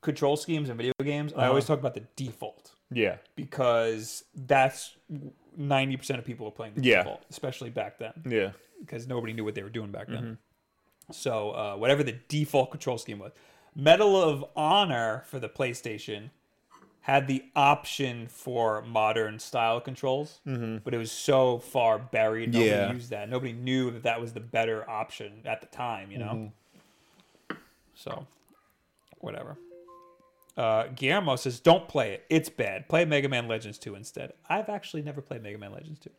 [SPEAKER 1] control schemes in video games,
[SPEAKER 2] Uh-huh.
[SPEAKER 1] I always talk about the default
[SPEAKER 2] Yeah.
[SPEAKER 1] because that's ninety percent of people are playing the
[SPEAKER 2] Yeah.
[SPEAKER 1] default, especially back then
[SPEAKER 2] Yeah.
[SPEAKER 1] because nobody knew what they were doing back then. So uh, whatever the default control scheme was, Medal of Honor for the PlayStation had the option for modern style controls, but it was so far buried. Nobody
[SPEAKER 2] Yeah.
[SPEAKER 1] used that. Nobody knew that that was the better option at the time. You know, so whatever. Uh, Guillermo says, "Don't play it. It's bad. Play Mega Man Legends 2 instead." I've actually never played Mega Man Legends 2,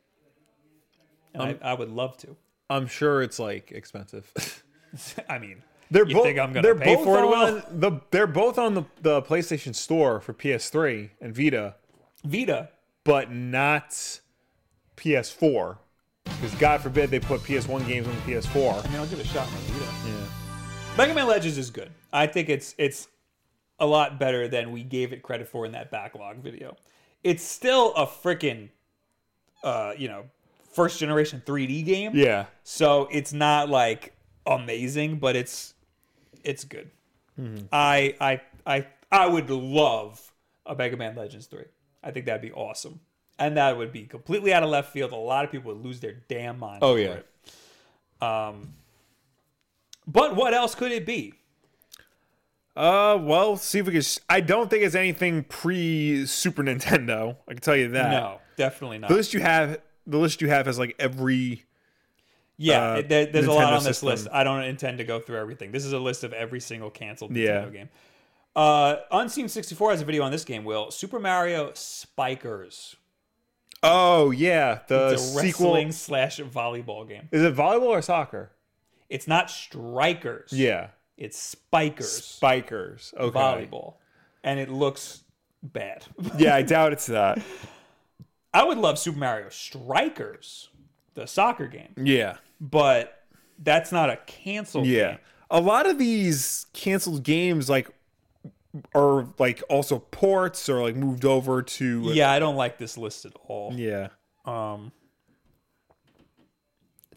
[SPEAKER 1] and I, I would love to.
[SPEAKER 2] I'm sure it's like expensive.
[SPEAKER 1] I mean,
[SPEAKER 2] they're
[SPEAKER 1] You
[SPEAKER 2] both.
[SPEAKER 1] think I'm gonna
[SPEAKER 2] they're
[SPEAKER 1] pay
[SPEAKER 2] both
[SPEAKER 1] for it,
[SPEAKER 2] on
[SPEAKER 1] Will?
[SPEAKER 2] the. They're both on the, the PlayStation Store for PS3 and Vita,
[SPEAKER 1] Vita.
[SPEAKER 2] but not PS4. Because God forbid they put PS1 games on the PS4.
[SPEAKER 1] I mean, I'll give it a shot on Vita.
[SPEAKER 2] Yeah.
[SPEAKER 1] Mega Man Legends is good. I think it's it's a lot better than we gave it credit for in that backlog video. It's still a freaking, uh, you know, first generation 3D game.
[SPEAKER 2] Yeah.
[SPEAKER 1] So it's not like amazing, but it's it's good.
[SPEAKER 2] Mm-hmm.
[SPEAKER 1] I I I I would love a Mega Man Legends 3. I think that'd be awesome. And that would be completely out of left field. A lot of people would lose their damn mind.
[SPEAKER 2] Oh,
[SPEAKER 1] over
[SPEAKER 2] yeah.
[SPEAKER 1] it. Um But what else could it be?
[SPEAKER 2] Uh, well, see if we can. s I don't think it's anything pre Super Nintendo. I can tell you that.
[SPEAKER 1] No, definitely not.
[SPEAKER 2] The list you have, the list you have has like every.
[SPEAKER 1] Yeah,
[SPEAKER 2] uh,
[SPEAKER 1] it- there, there's a lot
[SPEAKER 2] Nintendo
[SPEAKER 1] on this
[SPEAKER 2] system.
[SPEAKER 1] list. I don't intend to go through everything. This is a list of every single canceled Nintendo
[SPEAKER 2] Yeah.
[SPEAKER 1] game. Uh, Unseen 64 has a video on this game, Will. Super Mario Spikers.
[SPEAKER 2] Oh yeah, the
[SPEAKER 1] It's a
[SPEAKER 2] sequel.
[SPEAKER 1] wrestling slash volleyball game.
[SPEAKER 2] Is it volleyball or soccer?
[SPEAKER 1] It's not Strikers.
[SPEAKER 2] Yeah,
[SPEAKER 1] It's Spikers.
[SPEAKER 2] spikers. Okay.
[SPEAKER 1] volleyball. And it looks bad.
[SPEAKER 2] Yeah, I doubt it's that.
[SPEAKER 1] I would love Super Mario Strikers, the soccer game,
[SPEAKER 2] Yeah,
[SPEAKER 1] but that's not a canceled
[SPEAKER 2] yeah.
[SPEAKER 1] game.
[SPEAKER 2] A lot of these canceled games like are like also ports or like moved over to
[SPEAKER 1] Yeah, I don't like this list at all.
[SPEAKER 2] yeah.
[SPEAKER 1] Um,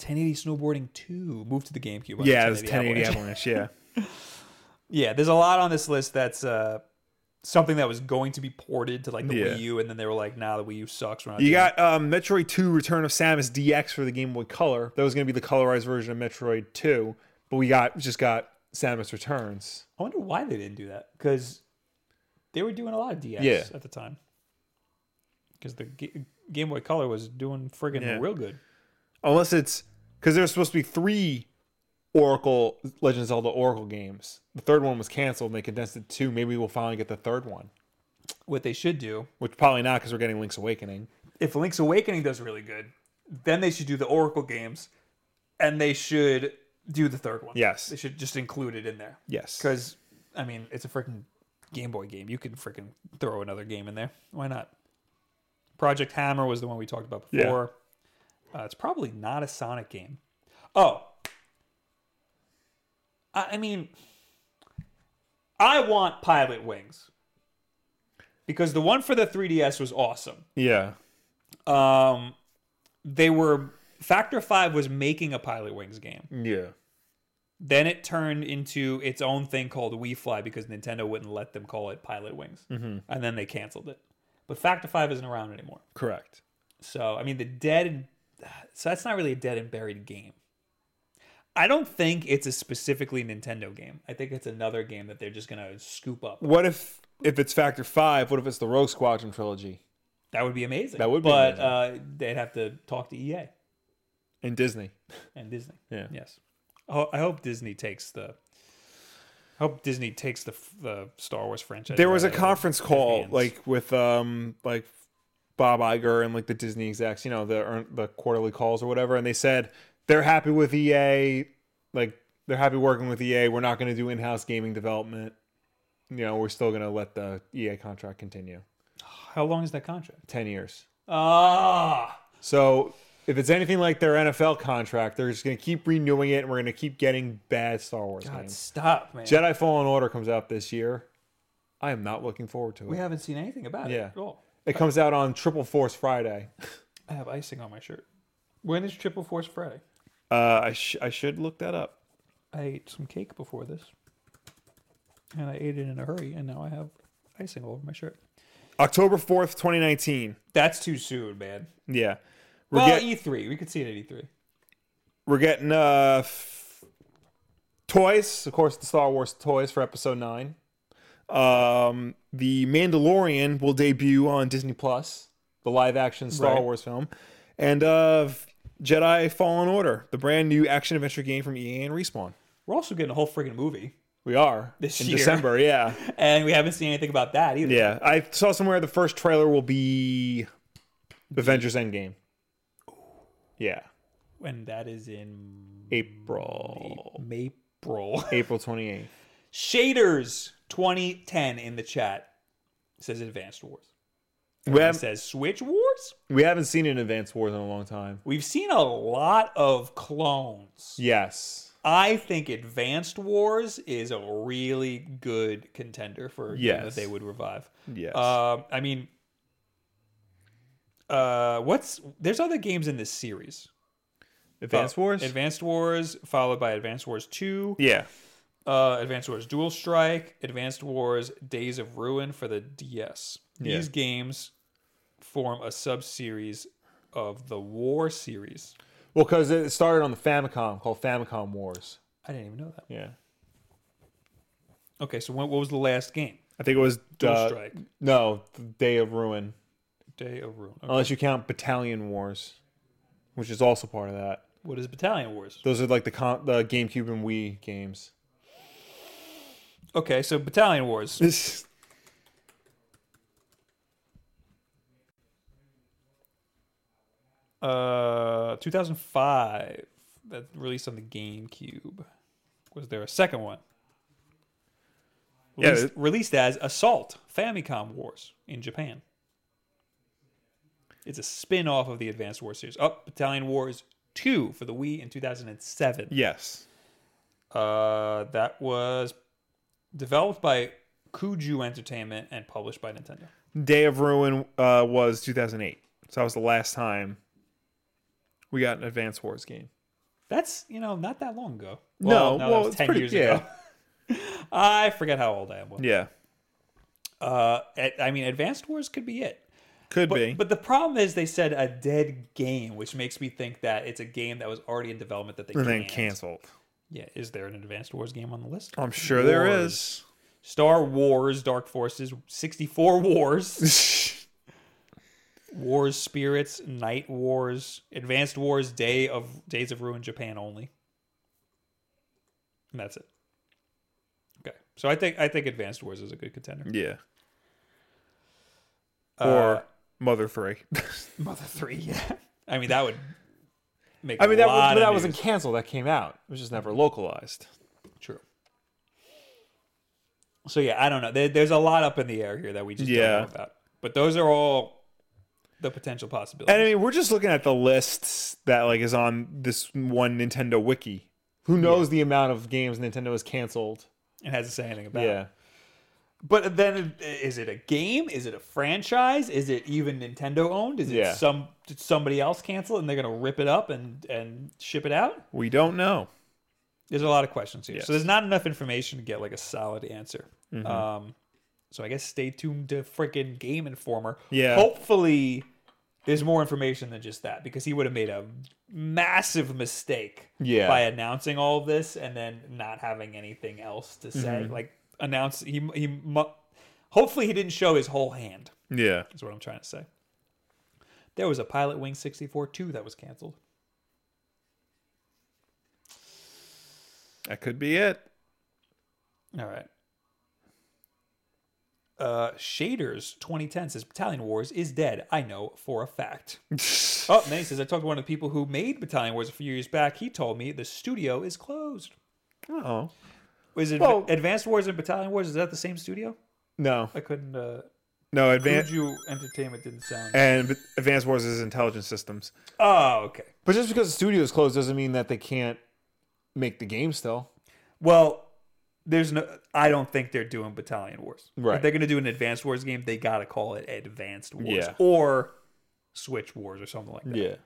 [SPEAKER 1] 1080 Snowboarding 2 moved to the GameCube. on
[SPEAKER 2] Yeah, it was
[SPEAKER 1] 1080
[SPEAKER 2] 1080 Avalanche. Yeah,
[SPEAKER 1] Yeah, there's a lot on this list that's uh, something that was going to be ported to like the
[SPEAKER 2] Yeah.
[SPEAKER 1] Wii U, and then they were like, "Nah, the Wii U sucks." We're not
[SPEAKER 2] you
[SPEAKER 1] doing
[SPEAKER 2] got um, Metroid Two: Return of Samus DX for the Game Boy Color. That was going to be the colorized version of Metroid Two, but we got just got Samus Returns.
[SPEAKER 1] I wonder why they didn't do that because they were doing a lot of DX
[SPEAKER 2] Yeah.
[SPEAKER 1] at the time. Because the Ga- Game Boy Color was doing friggin'
[SPEAKER 2] Yeah.
[SPEAKER 1] real good.
[SPEAKER 2] Unless it's because there's supposed to be three Oracle Legend of Zelda Oracle games. The third one was canceled, and they condensed it to two. Maybe we'll finally get the third one,
[SPEAKER 1] What they should do,
[SPEAKER 2] which probably not because we're getting Link's Awakening.
[SPEAKER 1] if Link's Awakening does really good, then they should do the Oracle games, and they should do the third one.
[SPEAKER 2] Yes.
[SPEAKER 1] they should just include it in there.
[SPEAKER 2] Yes,
[SPEAKER 1] Because I mean, it's a freaking Game Boy game. You can freaking throw another game in there. Why not? Project Hammer was the one we talked about
[SPEAKER 2] Yeah.
[SPEAKER 1] before. Uh, it's probably not a Sonic game. Oh, I, I mean, I want Pilot Wings because the one for the 3DS was awesome.
[SPEAKER 2] yeah,
[SPEAKER 1] Um, they were Factor Five was making a Pilot Wings game.
[SPEAKER 2] yeah.
[SPEAKER 1] Then it turned into its own thing called WeFly because Nintendo wouldn't let them call it Pilot Wings, mm-hmm. and then they canceled it. But Factor Five isn't around anymore,
[SPEAKER 2] Correct.
[SPEAKER 1] so I mean the dead and so that's not really a dead and buried game. I don't think it's a specifically Nintendo game. I think it's another game that they're just gonna scoop up.
[SPEAKER 2] What if if it's Factor Five? What if it's the Rogue Squadron trilogy
[SPEAKER 1] That would be amazing.
[SPEAKER 2] That would be
[SPEAKER 1] but Uh, they'd have to talk to EA
[SPEAKER 2] in Disney?
[SPEAKER 1] and Disney.
[SPEAKER 2] Yeah.
[SPEAKER 1] Yes. Oh, I hope Disney takes the. I hope Disney takes the the Star Wars franchise.
[SPEAKER 2] There was a
[SPEAKER 1] rather than
[SPEAKER 2] conference call
[SPEAKER 1] Disney and-
[SPEAKER 2] like with um like Bob Iger and like the Disney execs, you know, the the quarterly calls or whatever, and they said they're happy with EA, like they're happy working with EA. We're not going to do in-house gaming development. You know, we're still going to let the EA contract continue.
[SPEAKER 1] How long is that contract?
[SPEAKER 2] 10 years.
[SPEAKER 1] Ah,
[SPEAKER 2] So, if it's anything like their NFL contract, they're just going to keep renewing it and we're going to keep getting bad Star Wars
[SPEAKER 1] God,
[SPEAKER 2] games.
[SPEAKER 1] stop, man.
[SPEAKER 2] Jedi Fallen Order comes out this year. I am not looking forward to it.
[SPEAKER 1] we haven't seen anything about it
[SPEAKER 2] Yeah.
[SPEAKER 1] at all.
[SPEAKER 2] It comes out on Triple Force Friday.
[SPEAKER 1] I have icing on my shirt. When is Triple Force Friday?
[SPEAKER 2] Uh, I, sh- I should look that up.
[SPEAKER 1] I ate some cake before this, and I ate it in a hurry, and now I have icing all over my shirt.
[SPEAKER 2] October 4th, 2019.
[SPEAKER 1] That's too soon, man.
[SPEAKER 2] Yeah. We're,
[SPEAKER 1] Well,
[SPEAKER 2] get-
[SPEAKER 1] E3, we could see it at E E3.
[SPEAKER 2] we're getting uh, f- toys, of course, the Star Wars toys for episode 9. Um, the Mandalorian will debut on Disney Plus, the live action Star
[SPEAKER 1] Right.
[SPEAKER 2] Wars film. And uh, Jedi Fallen Order, the brand new action adventure game from EA and Respawn.
[SPEAKER 1] We're also getting a whole friggin' movie,
[SPEAKER 2] We are
[SPEAKER 1] This
[SPEAKER 2] in
[SPEAKER 1] year.
[SPEAKER 2] December, yeah.
[SPEAKER 1] and we haven't seen anything about that either.
[SPEAKER 2] Yeah, I saw somewhere the first trailer will be Avengers Endgame. Yeah,
[SPEAKER 1] And that is in
[SPEAKER 2] April
[SPEAKER 1] April.
[SPEAKER 2] April 28th.
[SPEAKER 1] Shaders 2010 in the chat says Advanced Wars.
[SPEAKER 2] We,
[SPEAKER 1] It
[SPEAKER 2] have,
[SPEAKER 1] says Switch Wars.
[SPEAKER 2] we haven't seen an Advance Wars in a long time.
[SPEAKER 1] We've seen a lot of clones.
[SPEAKER 2] Yes.
[SPEAKER 1] I think Advanced Wars is a really good contender for a game
[SPEAKER 2] Yes.
[SPEAKER 1] that they would revive.
[SPEAKER 2] Yes.
[SPEAKER 1] Um, I mean, uh, what's there's other games in this series. Uh,
[SPEAKER 2] Advance Wars?
[SPEAKER 1] Advanced Wars, followed by Advanced Wars Two.
[SPEAKER 2] yeah.
[SPEAKER 1] uh, Advanced Wars Dual Strike, Advanced Wars Days of Ruin for the DS.
[SPEAKER 2] Yeah.
[SPEAKER 1] These games form a sub-series of the War series.
[SPEAKER 2] Well, because it started on the Famicom called Famicom Wars.
[SPEAKER 1] I didn't even know that.
[SPEAKER 2] Yeah.
[SPEAKER 1] Okay, so when, what was the last game?
[SPEAKER 2] I think it was
[SPEAKER 1] Dual
[SPEAKER 2] uh,
[SPEAKER 1] Strike,
[SPEAKER 2] No, Day of Ruin.
[SPEAKER 1] Day of Ruin. Okay.
[SPEAKER 2] Unless you count Battalion Wars, which is also part of that.
[SPEAKER 1] what is Battalion Wars?
[SPEAKER 2] Those are like the con- the GameCube and Wii games.
[SPEAKER 1] Okay, so Battalion Wars.
[SPEAKER 2] This
[SPEAKER 1] Uh, 2005. That released on the GameCube. Was there a second one?
[SPEAKER 2] Yeah,
[SPEAKER 1] Released,
[SPEAKER 2] it-
[SPEAKER 1] released as Assault Famicom Wars in Japan. It's a spin off of the Advanced War series. Up Battalion Wars 2 for the Wii in 2007.
[SPEAKER 2] yes.
[SPEAKER 1] Uh, that was developed by Kuju Entertainment and published by Nintendo.
[SPEAKER 2] Day of Ruin uh, was 2008. So that was the last time we got an Advance Wars game.
[SPEAKER 1] That's you know not that long ago.
[SPEAKER 2] No,
[SPEAKER 1] that
[SPEAKER 2] well,
[SPEAKER 1] was
[SPEAKER 2] it's pretty- yeah.
[SPEAKER 1] I forget how old I am.
[SPEAKER 2] Yeah.
[SPEAKER 1] Uh, at- I mean, Advanced Wars could be it.
[SPEAKER 2] Could
[SPEAKER 1] But,
[SPEAKER 2] be.
[SPEAKER 1] but the problem is they said a dead game, which makes me think that it's a game that was already in development that they
[SPEAKER 2] and then
[SPEAKER 1] canned.
[SPEAKER 2] canceled.
[SPEAKER 1] Yeah, is there an Advanced Wars game on the list?
[SPEAKER 2] I'm sure there
[SPEAKER 1] Wars. Star Wars, Dark Forces, 64 Wars,
[SPEAKER 2] is.
[SPEAKER 1] Wars Spirits, Night Wars, Advanced Wars, Day of Days of Ruin, Japan only. And that's it. Okay. So I think I think Advanced Wars is a good contender.
[SPEAKER 2] yeah.
[SPEAKER 1] Uh,
[SPEAKER 2] or Mother 3.
[SPEAKER 1] Mother 3, yeah. I mean that would make
[SPEAKER 2] I mean, that, was,
[SPEAKER 1] lot
[SPEAKER 2] but that
[SPEAKER 1] of
[SPEAKER 2] wasn't
[SPEAKER 1] news.
[SPEAKER 2] canceled. That came out. It was just never localized.
[SPEAKER 1] True. So yeah, I don't know. There, there's a lot up in the air here that we just
[SPEAKER 2] Yeah.
[SPEAKER 1] don't know about. But those are all the potential possibilities.
[SPEAKER 2] And I mean, we're just looking at the lists that like is on this one Nintendo wiki. Who knows the amount of games Nintendo has canceled?
[SPEAKER 1] it hasn't said anything about.
[SPEAKER 2] Yeah.
[SPEAKER 1] But then, is it a game? Is it a franchise? Is it even Nintendo owned? Is it
[SPEAKER 2] Yeah.
[SPEAKER 1] some did somebody else cancel it and they're gonna rip it up and and ship it out?
[SPEAKER 2] We don't know.
[SPEAKER 1] There's a lot of questions here,
[SPEAKER 2] Yes. Mm-hmm.
[SPEAKER 1] so there's not enough information to get like a solid answer. Um, so I guess stay tuned to freaking Game Informer.
[SPEAKER 2] Yeah.
[SPEAKER 1] Hopefully, there's more information than just that because he would have made a massive mistake.
[SPEAKER 2] Yeah.
[SPEAKER 1] By announcing all of this and then not having anything else to say,
[SPEAKER 2] Mm-hmm.
[SPEAKER 1] like announce he he. Mu- Hopefully, he didn't show his whole hand.
[SPEAKER 2] Yeah.
[SPEAKER 1] Is what I'm trying to say. There was a Pilot Wing 64 too that was canceled.
[SPEAKER 2] That could be it.
[SPEAKER 1] All right. Uh, Shaders 2010 says Battalion Wars is dead. I know for a fact. oh, Manny says I talked to one of the people who made Battalion Wars a few years back. He told me the studio is closed.
[SPEAKER 2] Oh.
[SPEAKER 1] Was it
[SPEAKER 2] Well-
[SPEAKER 1] Advanced Wars and Battalion Wars? Is that the same studio?
[SPEAKER 2] No.
[SPEAKER 1] I couldn't. Uh,
[SPEAKER 2] No, advanced
[SPEAKER 1] Kuju Entertainment didn't sound.
[SPEAKER 2] and advanced wars is intelligence systems.
[SPEAKER 1] Oh, okay.
[SPEAKER 2] But just because the studio is closed doesn't mean that they can't make the game still.
[SPEAKER 1] Well, there's no. I don't think they're doing Battalion Wars. If
[SPEAKER 2] Right.
[SPEAKER 1] they're going to do an Advanced Wars game, they got to call it Advanced Wars
[SPEAKER 2] Yeah.
[SPEAKER 1] or Switch Wars or something like that.
[SPEAKER 2] Yeah.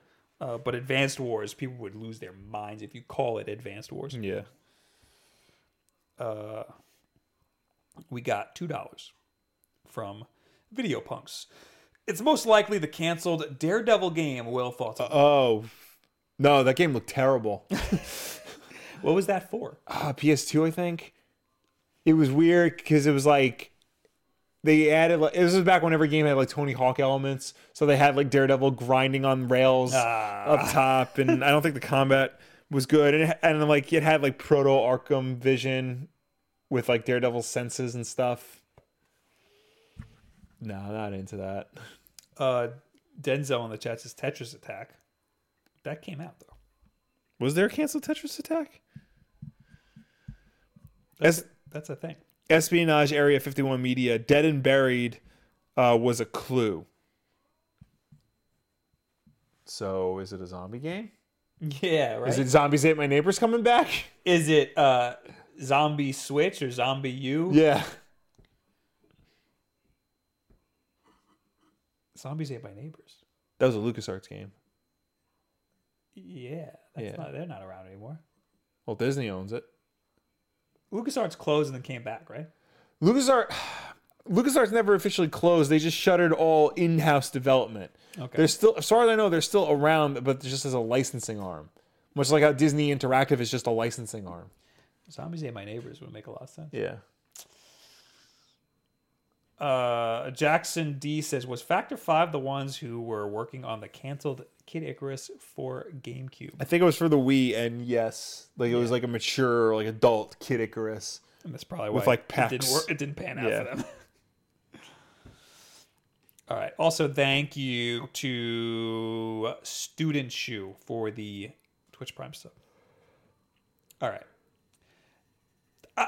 [SPEAKER 1] Uh, but Advanced Wars, people would lose their minds if you call it Advanced Wars.
[SPEAKER 2] Yeah.
[SPEAKER 1] Uh, we got two dollars from Video Punks. It's most likely the canceled Daredevil game. Will thoughts? on
[SPEAKER 2] Oh. No, that game looked terrible.
[SPEAKER 1] what was that for?
[SPEAKER 2] uh, PS2, I think. It was weird because it was like they added like this was back when every game had like Tony Hawk elements, so they had like Daredevil grinding on rails up top, and I don't think the combat was good, and it, and like it had like proto Arkham vision with like Daredevil senses and stuff. No, not into that.
[SPEAKER 1] Uh, Denzel in the chat says Tetris Attack. That came out though.
[SPEAKER 2] Was there a canceled Tetris attack? As
[SPEAKER 1] That's a thing.
[SPEAKER 2] Espionage Area 51 Media, Dead and Buried uh, was a clue. So is it a zombie game?
[SPEAKER 1] Yeah, right.
[SPEAKER 2] Is it Zombies Ate My Neighbors coming back?
[SPEAKER 1] is it uh zombie switch or zombie you
[SPEAKER 2] Yeah.
[SPEAKER 1] zombies ate by neighbors
[SPEAKER 2] That was a LucasArts game.
[SPEAKER 1] yeah that's
[SPEAKER 2] Yeah.
[SPEAKER 1] not they're not around anymore
[SPEAKER 2] Well, Disney owns it.
[SPEAKER 1] lucasarts closed and then came back right
[SPEAKER 2] LucasArts, LucasArts never officially closed. They just shuttered all in house development.
[SPEAKER 1] okay
[SPEAKER 2] They're still, as far as I know, they're still around, but just as a licensing arm. Much like how Disney Interactive is just a licensing arm.
[SPEAKER 1] zombies ate my neighbors would make a lot of sense
[SPEAKER 2] Yeah.
[SPEAKER 1] uh jackson d says was factor five the ones who were working on the canceled kid icarus for gamecube
[SPEAKER 2] I think it was for the Wii, and yes, like it was like a mature, like adult Kid Icarus.
[SPEAKER 1] and that's probably why
[SPEAKER 2] With, like,
[SPEAKER 1] it didn't
[SPEAKER 2] packs.
[SPEAKER 1] work it didn't pan out
[SPEAKER 2] Yeah.
[SPEAKER 1] for them all right also thank you to student shoe for the twitch prime sub all right uh,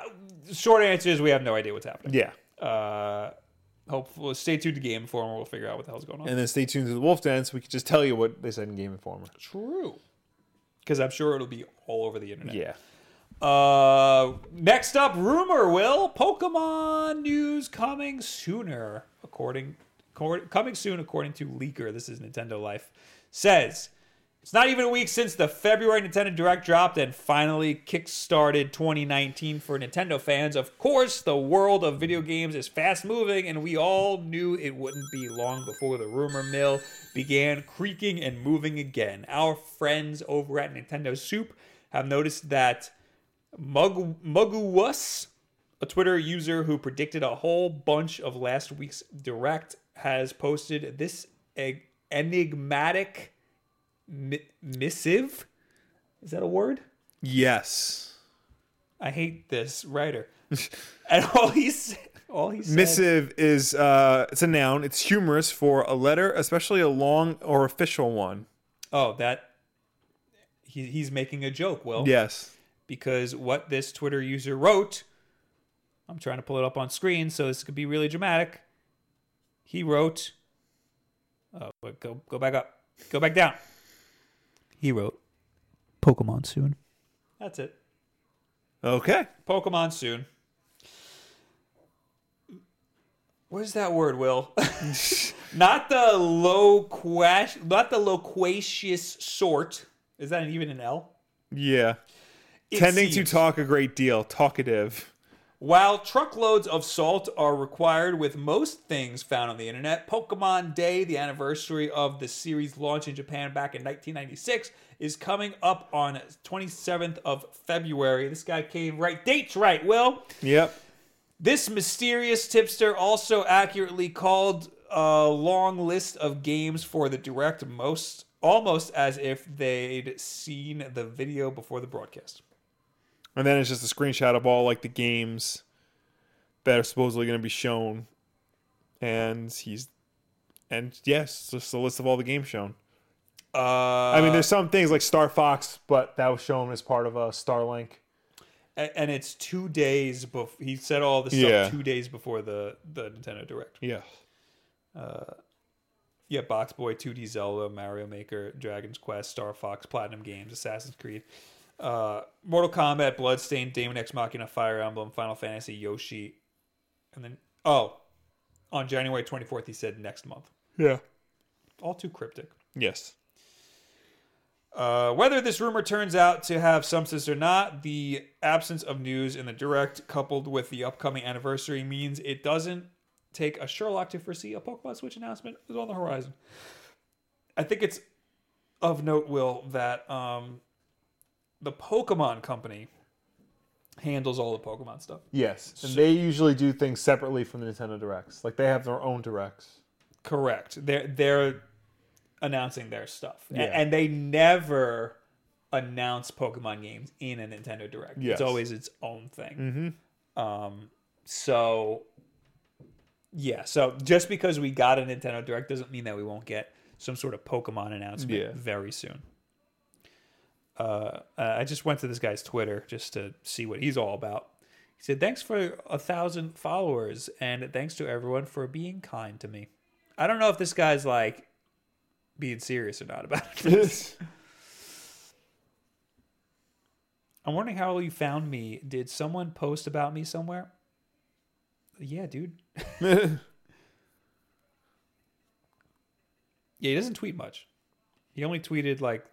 [SPEAKER 1] short answer is we have no idea what's happening
[SPEAKER 2] Yeah,
[SPEAKER 1] uh hopefully stay tuned to game informer we'll figure out what the hell's going on
[SPEAKER 2] and then stay tuned to the Wolf Dance. We could just tell you what they said in Game Informer.
[SPEAKER 1] true because i'm sure it'll be all over the internet
[SPEAKER 2] Yeah,
[SPEAKER 1] Uh, next up, rumor will Pokemon news coming sooner, according cor- coming soon according to leaker. This is Nintendo Life says it's not even a week since the February Nintendo Direct dropped and finally kickstarted 2019 for Nintendo fans. Of course, the world of video games is fast moving, and we all knew it wouldn't be long before the rumor mill began creaking and moving again. Our friends over at Nintendo Soup have noticed that. Mug Muguwus, a Twitter user who predicted a whole bunch of last week's direct, has posted this eg- enigmatic mi- missive. Is that a word?
[SPEAKER 2] Yes.
[SPEAKER 1] I hate this writer. and all he said, all he said,
[SPEAKER 2] Missive is uh, it's a noun. It's humorous for a letter, especially a long or official one.
[SPEAKER 1] oh, that he, he's making a joke. Well,
[SPEAKER 2] Yes.
[SPEAKER 1] because what this Twitter user wrote, I'm trying to pull it up on screen so this could be really dramatic. He wrote, oh, but go go back up, go back down. He wrote, Pokemon soon. That's it.
[SPEAKER 2] Okay.
[SPEAKER 1] Pokemon soon. Where's that word, Will? not the loquacious, not the loquacious sort. Is that even an L?
[SPEAKER 2] Yeah.
[SPEAKER 1] It
[SPEAKER 2] Tending to
[SPEAKER 1] seems.
[SPEAKER 2] talk a great deal. Talkative.
[SPEAKER 1] While truckloads of salt are required with most things found on the internet, Pokemon Day, the anniversary of the series' launch in Japan back in 1996, is coming up on 27th of February. This guy came right dates right, Will.
[SPEAKER 2] Yep.
[SPEAKER 1] This mysterious tipster also accurately called a long list of games for the direct most almost as if they'd seen the video before the broadcast.
[SPEAKER 2] And then it's just a screenshot of all like the games that are supposedly going to be shown. And he's and yes, just a list of all the games shown.
[SPEAKER 1] Uh,
[SPEAKER 2] I mean, there's some things like Star Fox, but that was shown as part of a Starlink.
[SPEAKER 1] A- and it's two days before he said all this stuff
[SPEAKER 2] Yeah.
[SPEAKER 1] two days before the the Nintendo Direct.
[SPEAKER 2] Yeah.
[SPEAKER 1] Yeah, Box Boy, 2D Zelda, Mario Maker, Dragon's Quest, Star Fox, Platinum Games, Assassin's Creed, uh, Mortal Kombat, Bloodstained, Demon X Machina, Fire Emblem, Final Fantasy, Yoshi, and then oh, on January 24th he said next month.
[SPEAKER 2] Yeah.
[SPEAKER 1] All too cryptic.
[SPEAKER 2] Yes.
[SPEAKER 1] Uh, whether this rumor turns out to have substance or not, the absence of news in the direct, coupled with the upcoming anniversary, means it doesn't take a Sherlock to foresee a Pokemon Switch announcement is on the horizon. I think it's of note, Will, that um, the Pokemon Company handles all the Pokemon stuff.
[SPEAKER 2] Yes. And they usually do things separately from the Nintendo Directs. Like they have their own directs.
[SPEAKER 1] Correct. They're they're announcing their stuff, A-
[SPEAKER 2] Yeah.
[SPEAKER 1] and, they never announce Pokemon games in a Nintendo Direct.
[SPEAKER 2] Yes. Mm-hmm.
[SPEAKER 1] It's always its own thing. Um. So. Yeah. So just because we got a Nintendo Direct doesn't mean that we won't get some sort of Pokemon announcement
[SPEAKER 2] Yeah.
[SPEAKER 1] very soon. Uh, uh, I just went to this guy's Twitter just to see what he's all about. He said, "Thanks for a thousand followers, and thanks to everyone for being kind to me." I don't know if this guy's like being serious or not about it. I'm wondering how you found me. Did someone post about me somewhere? Yeah, dude. Yeah, he doesn't tweet much. He only tweeted like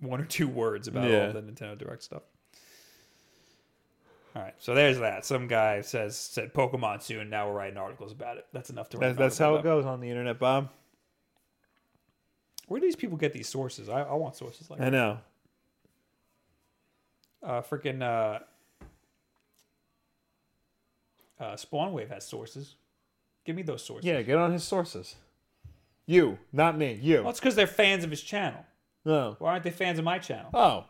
[SPEAKER 1] one or two words about
[SPEAKER 2] Yeah.
[SPEAKER 1] all the Nintendo Direct stuff. All right, so there's that. Some guy says said Pokemon soon. Now we're writing articles about it. That's enough to write.
[SPEAKER 2] that's,
[SPEAKER 1] an
[SPEAKER 2] that's
[SPEAKER 1] article
[SPEAKER 2] how it
[SPEAKER 1] about.
[SPEAKER 2] goes on the internet, Bob.
[SPEAKER 1] Where do these people get these sources? I, I want sources like
[SPEAKER 2] I know.
[SPEAKER 1] uh, freaking uh, uh, Spawnwave has sources. Give me those sources.
[SPEAKER 2] Yeah, get on his sources. You, not me.
[SPEAKER 1] Well,
[SPEAKER 2] You.
[SPEAKER 1] it's because they're fans of his channel.
[SPEAKER 2] No.
[SPEAKER 1] Why aren't they fans of my channel?
[SPEAKER 2] Oh.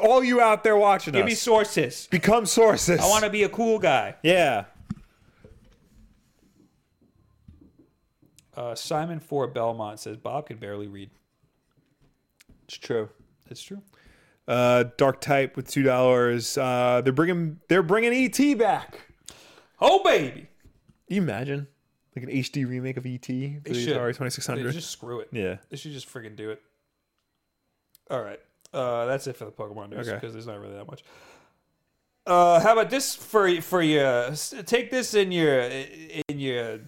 [SPEAKER 2] All you out there watching
[SPEAKER 1] Give
[SPEAKER 2] us,
[SPEAKER 1] me sources.
[SPEAKER 2] become sources.
[SPEAKER 1] I want to be a cool guy.
[SPEAKER 2] Yeah.
[SPEAKER 1] Uh, Simon for Belmont says Bob can barely read.
[SPEAKER 2] It's true.
[SPEAKER 1] That's true.
[SPEAKER 2] Uh, dark type with two dollars. Uh, they're bringing they're bringing ET back.
[SPEAKER 1] Oh baby,
[SPEAKER 2] Can you imagine like an HD remake of ET for the
[SPEAKER 1] should.
[SPEAKER 2] Atari Twenty Six
[SPEAKER 1] They
[SPEAKER 2] Hundred?
[SPEAKER 1] just screw it.
[SPEAKER 2] Yeah.
[SPEAKER 1] They should just freaking do it. All right. Uh, that's it for the Pokemon news
[SPEAKER 2] Okay.
[SPEAKER 1] because there's not really that much. Uh, how about this for for you? S- Take this in your in your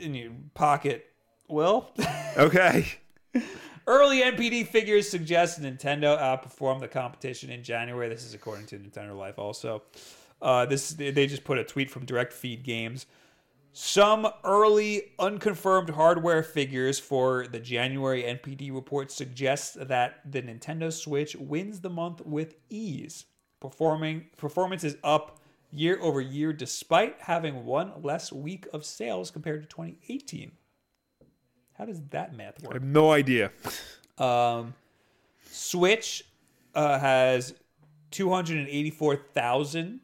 [SPEAKER 1] in your pocket. Well,
[SPEAKER 2] Okay.
[SPEAKER 1] early NPD figures suggest Nintendo outperformed the competition in January. This is according to Nintendo Life. Also, uh, this they they just put a tweet from Direct Feed Games. Some early unconfirmed hardware figures for the January NPD report suggest that the Nintendo Switch wins the month with ease. Performing performance is up year over year despite having one less week of sales compared to 2018. How does that math work?
[SPEAKER 2] I have no idea.
[SPEAKER 1] Um, Switch uh, has 284,000.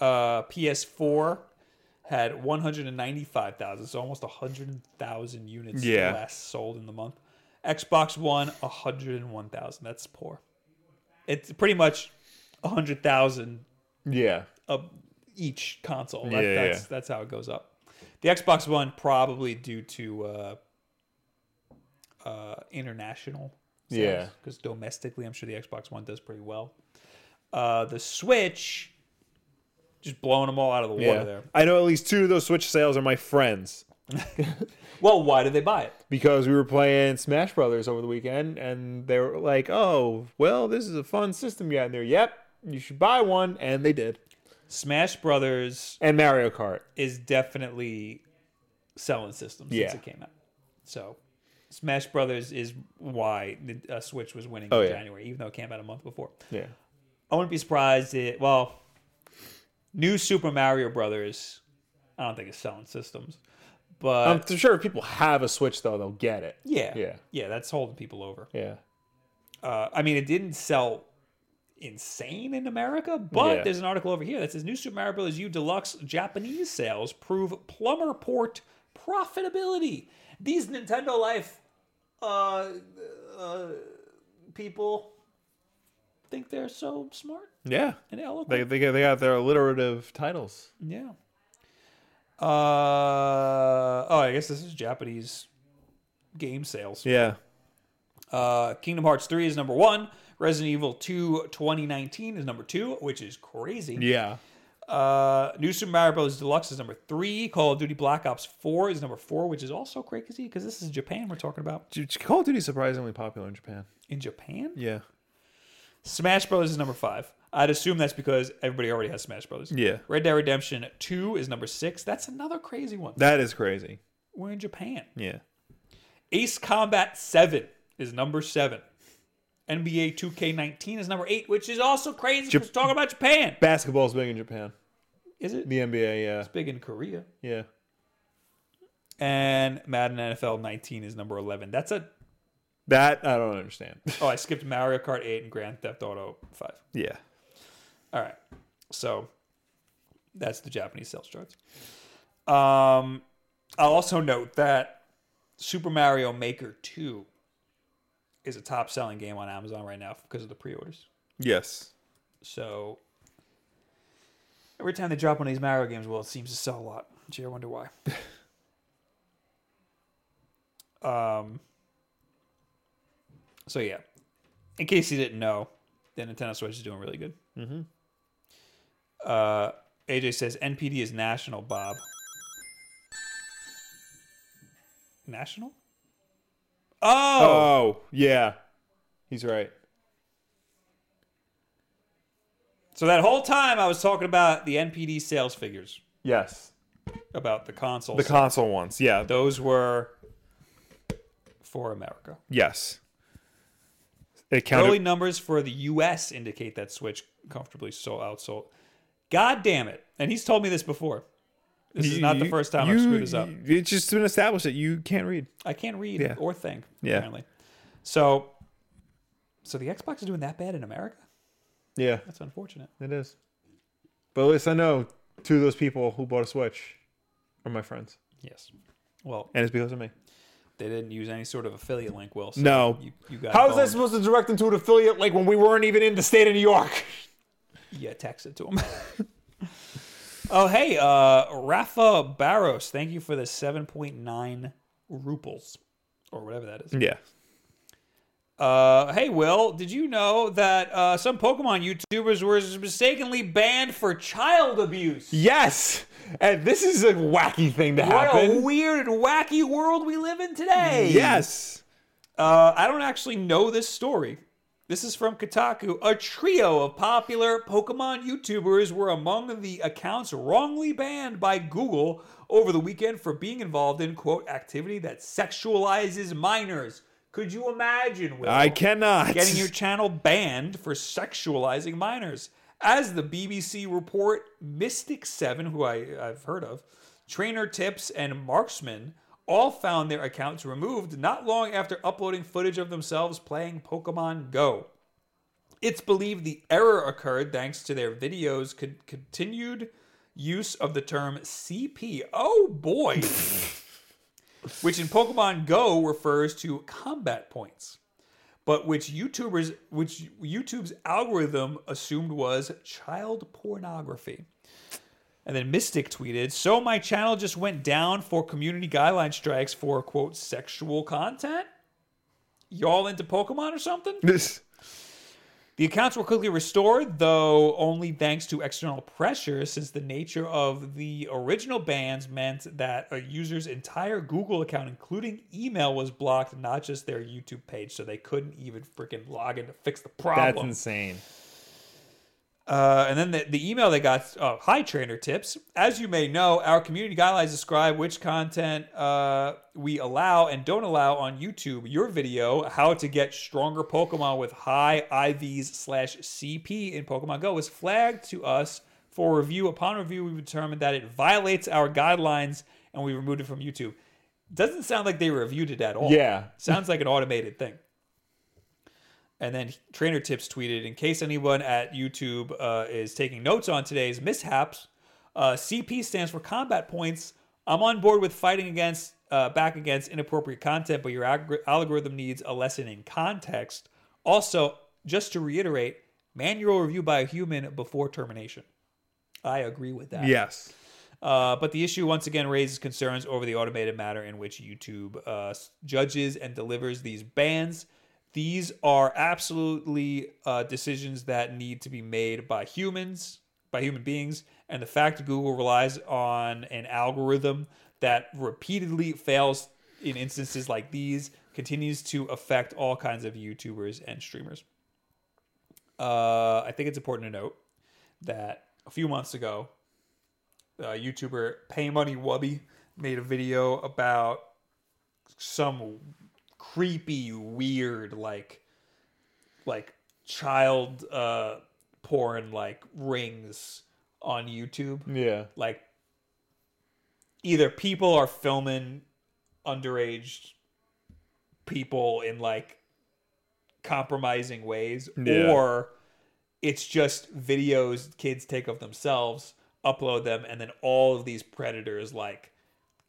[SPEAKER 1] Uh, PS4 had 195,000, so almost 100,000 units
[SPEAKER 2] Yeah.
[SPEAKER 1] less sold in the month. Xbox One, 101,000. That's poor. It's pretty much 100,000
[SPEAKER 2] Yeah.
[SPEAKER 1] of each console. That,
[SPEAKER 2] Yeah, yeah.
[SPEAKER 1] that's, that's how it goes up. The Xbox One probably due to uh, uh, international
[SPEAKER 2] Yeah.
[SPEAKER 1] because domestically, I'm sure the Xbox One does pretty well. Uh, the Switch, just blowing them all out of the water
[SPEAKER 2] Yeah.
[SPEAKER 1] there.
[SPEAKER 2] I know at least two of those Switch sales are my friends
[SPEAKER 1] Well, why did they buy it?
[SPEAKER 2] because we were playing Smash Brothers over the weekend and they were like, "Oh, well, this is a fun system you got in there." Yep, you should buy one, and they did.
[SPEAKER 1] Smash Brothers
[SPEAKER 2] And Mario Kart.
[SPEAKER 1] is definitely selling systems
[SPEAKER 2] Yeah.
[SPEAKER 1] since it came out. So, Smash Brothers is why the uh, Switch was winning
[SPEAKER 2] Oh,
[SPEAKER 1] in
[SPEAKER 2] yeah.
[SPEAKER 1] January, even though it came out a month before.
[SPEAKER 2] Yeah.
[SPEAKER 1] I wouldn't be surprised it well new Super Mario Brothers I don't think it's selling systems. But
[SPEAKER 2] I'm th- sure if people have a Switch though, they'll get it.
[SPEAKER 1] yeah.
[SPEAKER 2] Um, yeah.
[SPEAKER 1] Yeah, that's holding people over.
[SPEAKER 2] Yeah.
[SPEAKER 1] Uh, I mean it didn't sell insane in America, but
[SPEAKER 2] Yeah.
[SPEAKER 1] there's an article over here that says new Super Mario Bros. U Deluxe Japanese sales prove plumber port profitability. These Nintendo Life uh, uh, people think they're so smart
[SPEAKER 2] Yeah.
[SPEAKER 1] and eloquent.
[SPEAKER 2] They they got, they got their alliterative titles.
[SPEAKER 1] Yeah. Uh oh, I guess this is Japanese game sales.
[SPEAKER 2] Yeah.
[SPEAKER 1] Uh Kingdom Hearts 3 is number 1, Resident Evil 2 2019 is number 2, which is crazy.
[SPEAKER 2] Yeah.
[SPEAKER 1] Uh New Super Mario Bros Deluxe is number 3, Call of Duty Black Ops 4 is number 4, which is also crazy cuz this is Japan we're talking about.
[SPEAKER 2] J- Call of Duty surprisingly popular in Japan.
[SPEAKER 1] In Japan?
[SPEAKER 2] Yeah.
[SPEAKER 1] Smash Brothers is number 5. I'd assume that's because everybody already has Smash Brothers.
[SPEAKER 2] Yeah.
[SPEAKER 1] Red Dead Redemption 2 is number 6. That's another crazy one.
[SPEAKER 2] That is crazy.
[SPEAKER 1] We're in Japan.
[SPEAKER 2] Yeah.
[SPEAKER 1] Ace Combat 7 is number 7. NBA 2K19 is number 8, which is also crazy because we're talking about Japan.
[SPEAKER 2] Basketball's big in Japan.
[SPEAKER 1] Is it?
[SPEAKER 2] The NBA, yeah.
[SPEAKER 1] Big in Korea.
[SPEAKER 2] Yeah.
[SPEAKER 1] And Madden NFL 19 is number 11. That's a.
[SPEAKER 2] That I don't understand.
[SPEAKER 1] Oh, I skipped Mario Kart 8 and Grand Theft Auto 5.
[SPEAKER 2] yeah.
[SPEAKER 1] All right. So that's the Japanese sales charts. Um, I'll also note that Super Mario Maker 2 is a top selling game on Amazon right now because of the pre orders.
[SPEAKER 2] Yes.
[SPEAKER 1] So every time they drop one of these Mario games, well, it seems to sell a lot. Gee, I wonder why. um. So yeah, in case you didn't know, the Nintendo Switch is doing really good. Mm-hmm. Uh, AJ says NPD is national, Bob. National? Oh,
[SPEAKER 2] Oh, yeah. He's right.
[SPEAKER 1] so that whole time I was talking about the NPD sales figures
[SPEAKER 2] Yes.
[SPEAKER 1] about the consoles.
[SPEAKER 2] The console ones. Yeah.
[SPEAKER 1] Those were for America.
[SPEAKER 2] yes. It counted.
[SPEAKER 1] Early numbers for the U.S. indicate that Switch comfortably sold outsold. God damn it! And he's told me this before. This is not the
[SPEAKER 2] You-
[SPEAKER 1] first time
[SPEAKER 2] you-
[SPEAKER 1] I've screwed this up.
[SPEAKER 2] It's just been established that you can't read.
[SPEAKER 1] I can't read
[SPEAKER 2] Yeah.
[SPEAKER 1] or think.
[SPEAKER 2] Yeah.
[SPEAKER 1] Apparently. So, so the Xbox is doing that bad in America.
[SPEAKER 2] Yeah,
[SPEAKER 1] That's unfortunate.
[SPEAKER 2] it is. But at least I know two of those people who bought a Switch are my friends,
[SPEAKER 1] Yes. Well,
[SPEAKER 2] and it's because of me.
[SPEAKER 1] they didn't use any sort of affiliate link. Will so
[SPEAKER 2] No.
[SPEAKER 1] You, you got
[SPEAKER 2] How is that
[SPEAKER 1] boned.
[SPEAKER 2] supposed to direct them to an affiliate like when we weren't even in the state of New York?
[SPEAKER 1] Yeah, text it to him. oh, hey, uh, Rafa Barros, thank you for the 7.9 ruples or whatever that is.
[SPEAKER 2] Yeah.
[SPEAKER 1] Uh, hey, Will, did you know that uh, some Pokemon YouTubers were mistakenly banned for child abuse?
[SPEAKER 2] Yes, and this is a wacky thing to
[SPEAKER 1] What a
[SPEAKER 2] happen.
[SPEAKER 1] weird and wacky world we live in today.
[SPEAKER 2] yes,
[SPEAKER 1] Uh, I don't actually know this story. This is from Kotaku. A trio of popular Pokemon YouTubers were among the accounts wrongly banned by Google over the weekend for being involved in, quote, activity that sexualizes minors. Could you imagine, Will?
[SPEAKER 2] I cannot.
[SPEAKER 1] getting your channel banned for sexualizing minors. As the BBC report, Mystic Seven, who I, I've heard of, Trainer Tips, and Marksman all found their accounts removed not long after uploading footage of themselves playing Pokemon Go. It's believed the error occurred thanks to their videos' con- continued use of the term CP. Oh boy! which in Pokemon Go refers to combat points but which YouTubers, which YouTube's algorithm assumed was child pornography. And then Mystic tweeted, "So my channel just went down for community guideline strikes for quote sexual content. Y'all into Pokemon or something?"
[SPEAKER 2] This-
[SPEAKER 1] The accounts were quickly restored, though only thanks to external pressure, since the nature of the original bans meant that a user's entire Google account, including email, was blocked, not just their YouTube page. So they couldn't even freaking log in to fix the
[SPEAKER 2] that's
[SPEAKER 1] problem.
[SPEAKER 2] insane.
[SPEAKER 1] Uh, and then the, the email they got oh, hi trainer tips as you may know our community guidelines describe which content uh, we allow and don't allow on youtube your video how to get stronger pokemon with high ivs slash cp in pokemon go was flagged to us for review upon review we determined that it violates our guidelines and we removed it from youtube doesn't sound like they reviewed it at all
[SPEAKER 2] Yeah.
[SPEAKER 1] Sounds like an automated thing. And then Trainer Tips tweeted In case anyone at YouTube uh, is taking notes on today's mishaps, uh, CP stands for combat points. I'm on board with fighting against, uh, back against inappropriate content, but your algor- algorithm needs a lesson in context. Also, just to reiterate, manual review by a human before termination. I agree with that.
[SPEAKER 2] Yes.
[SPEAKER 1] Uh, but the issue once again raises concerns over the automated manner in which YouTube uh, s- judges and delivers these bans. These are absolutely uh, decisions that need to be made by humans, by human beings, and the fact that Google relies on an algorithm that repeatedly fails in instances like these continues to affect all kinds of YouTubers and streamers. Uh, I think it's important to note that a few months ago, uh, YouTuber Pay Money Wubby made a video about some creepy, weird, like, like child uh, porn, like rings on YouTube.
[SPEAKER 2] Yeah.
[SPEAKER 1] Like, either people are filming underage people in like compromising ways,
[SPEAKER 2] Yeah.
[SPEAKER 1] or it's just videos kids take of themselves, upload them, and then all of these predators like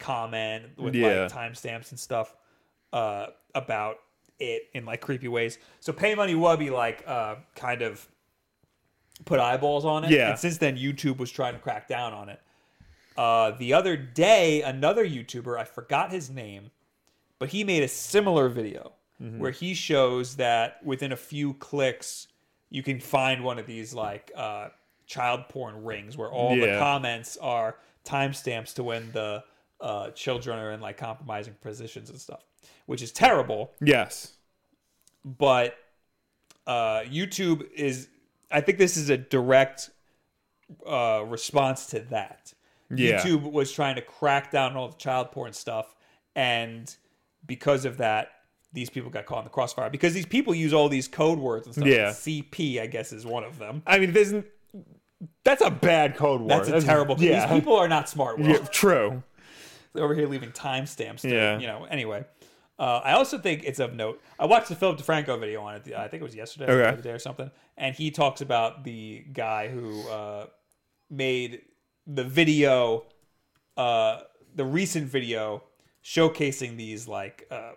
[SPEAKER 1] comment with
[SPEAKER 2] Yeah.
[SPEAKER 1] like timestamps and stuff uh, about it in like creepy ways. So Pay Money Wubby like uh, kind of put eyeballs on it.
[SPEAKER 2] Yeah.
[SPEAKER 1] And since then YouTube was trying to crack down on it. Uh, the other day, another YouTuber, I forgot his name, but he made a similar video
[SPEAKER 2] Mm-hmm.
[SPEAKER 1] where he shows that within a few clicks you can find one of these like uh, child porn rings where all the
[SPEAKER 2] Yeah.
[SPEAKER 1] comments are timestamps to when the uh, children are in like compromising positions and stuff which is terrible
[SPEAKER 2] Yes.
[SPEAKER 1] but uh, youtube is i think this is a direct uh, response to that
[SPEAKER 2] Yeah.
[SPEAKER 1] YouTube was trying to crack down on all the child porn stuff, and because of that, these people got caught in the crossfire because these people use all these code words and stuff.
[SPEAKER 2] Yeah.
[SPEAKER 1] CP, I guess, is one of them.
[SPEAKER 2] I mean, there's n- that's a bad code word.
[SPEAKER 1] That's a terrible.
[SPEAKER 2] Yeah.
[SPEAKER 1] These people are not smart. Will.
[SPEAKER 2] Yeah, True.
[SPEAKER 1] They're over here leaving timestamps. to,
[SPEAKER 2] Yeah.
[SPEAKER 1] You know. Anyway, uh, I also think it's of note. I watched the Philip DeFranco video on it. I think it was yesterday, or
[SPEAKER 2] Okay.
[SPEAKER 1] the other day, or something. And he talks about the guy who uh, made the video, uh, the recent video showcasing these like uh,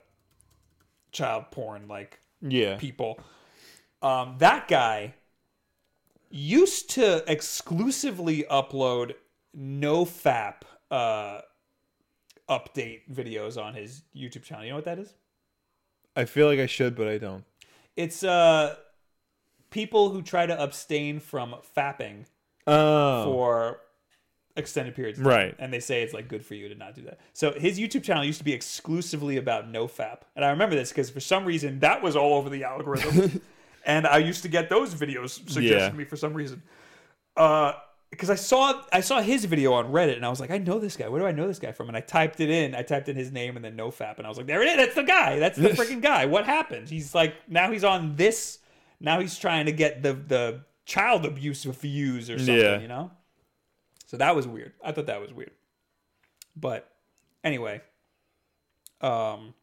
[SPEAKER 1] child porn like
[SPEAKER 2] Yeah.
[SPEAKER 1] people. Um, that guy used to exclusively upload no fap uh, update videos on his YouTube channel. You know what that is?
[SPEAKER 2] I feel like I should, but I don't.
[SPEAKER 1] It's uh, people who try to abstain from fapping
[SPEAKER 2] Oh.
[SPEAKER 1] for extended periods, of time.
[SPEAKER 2] Right.
[SPEAKER 1] And they say it's like good for you to not do that. So his YouTube channel used to be exclusively about no fap, and I remember this because for some reason that was all over the algorithm, and I used to get those videos suggested
[SPEAKER 2] Yeah.
[SPEAKER 1] to me for some reason. Uh, because I saw I saw his video on Reddit, and I was like, I know this guy. Where do I know this guy from? And I typed it in. I typed in his name and then no fap, and I was like, there it is. That's the guy. That's the freaking guy. What happened? He's like now he's on this. Now he's trying to get the the child abuse views or something.
[SPEAKER 2] Yeah.
[SPEAKER 1] You know. So that was weird. I thought that was weird. But anyway, um,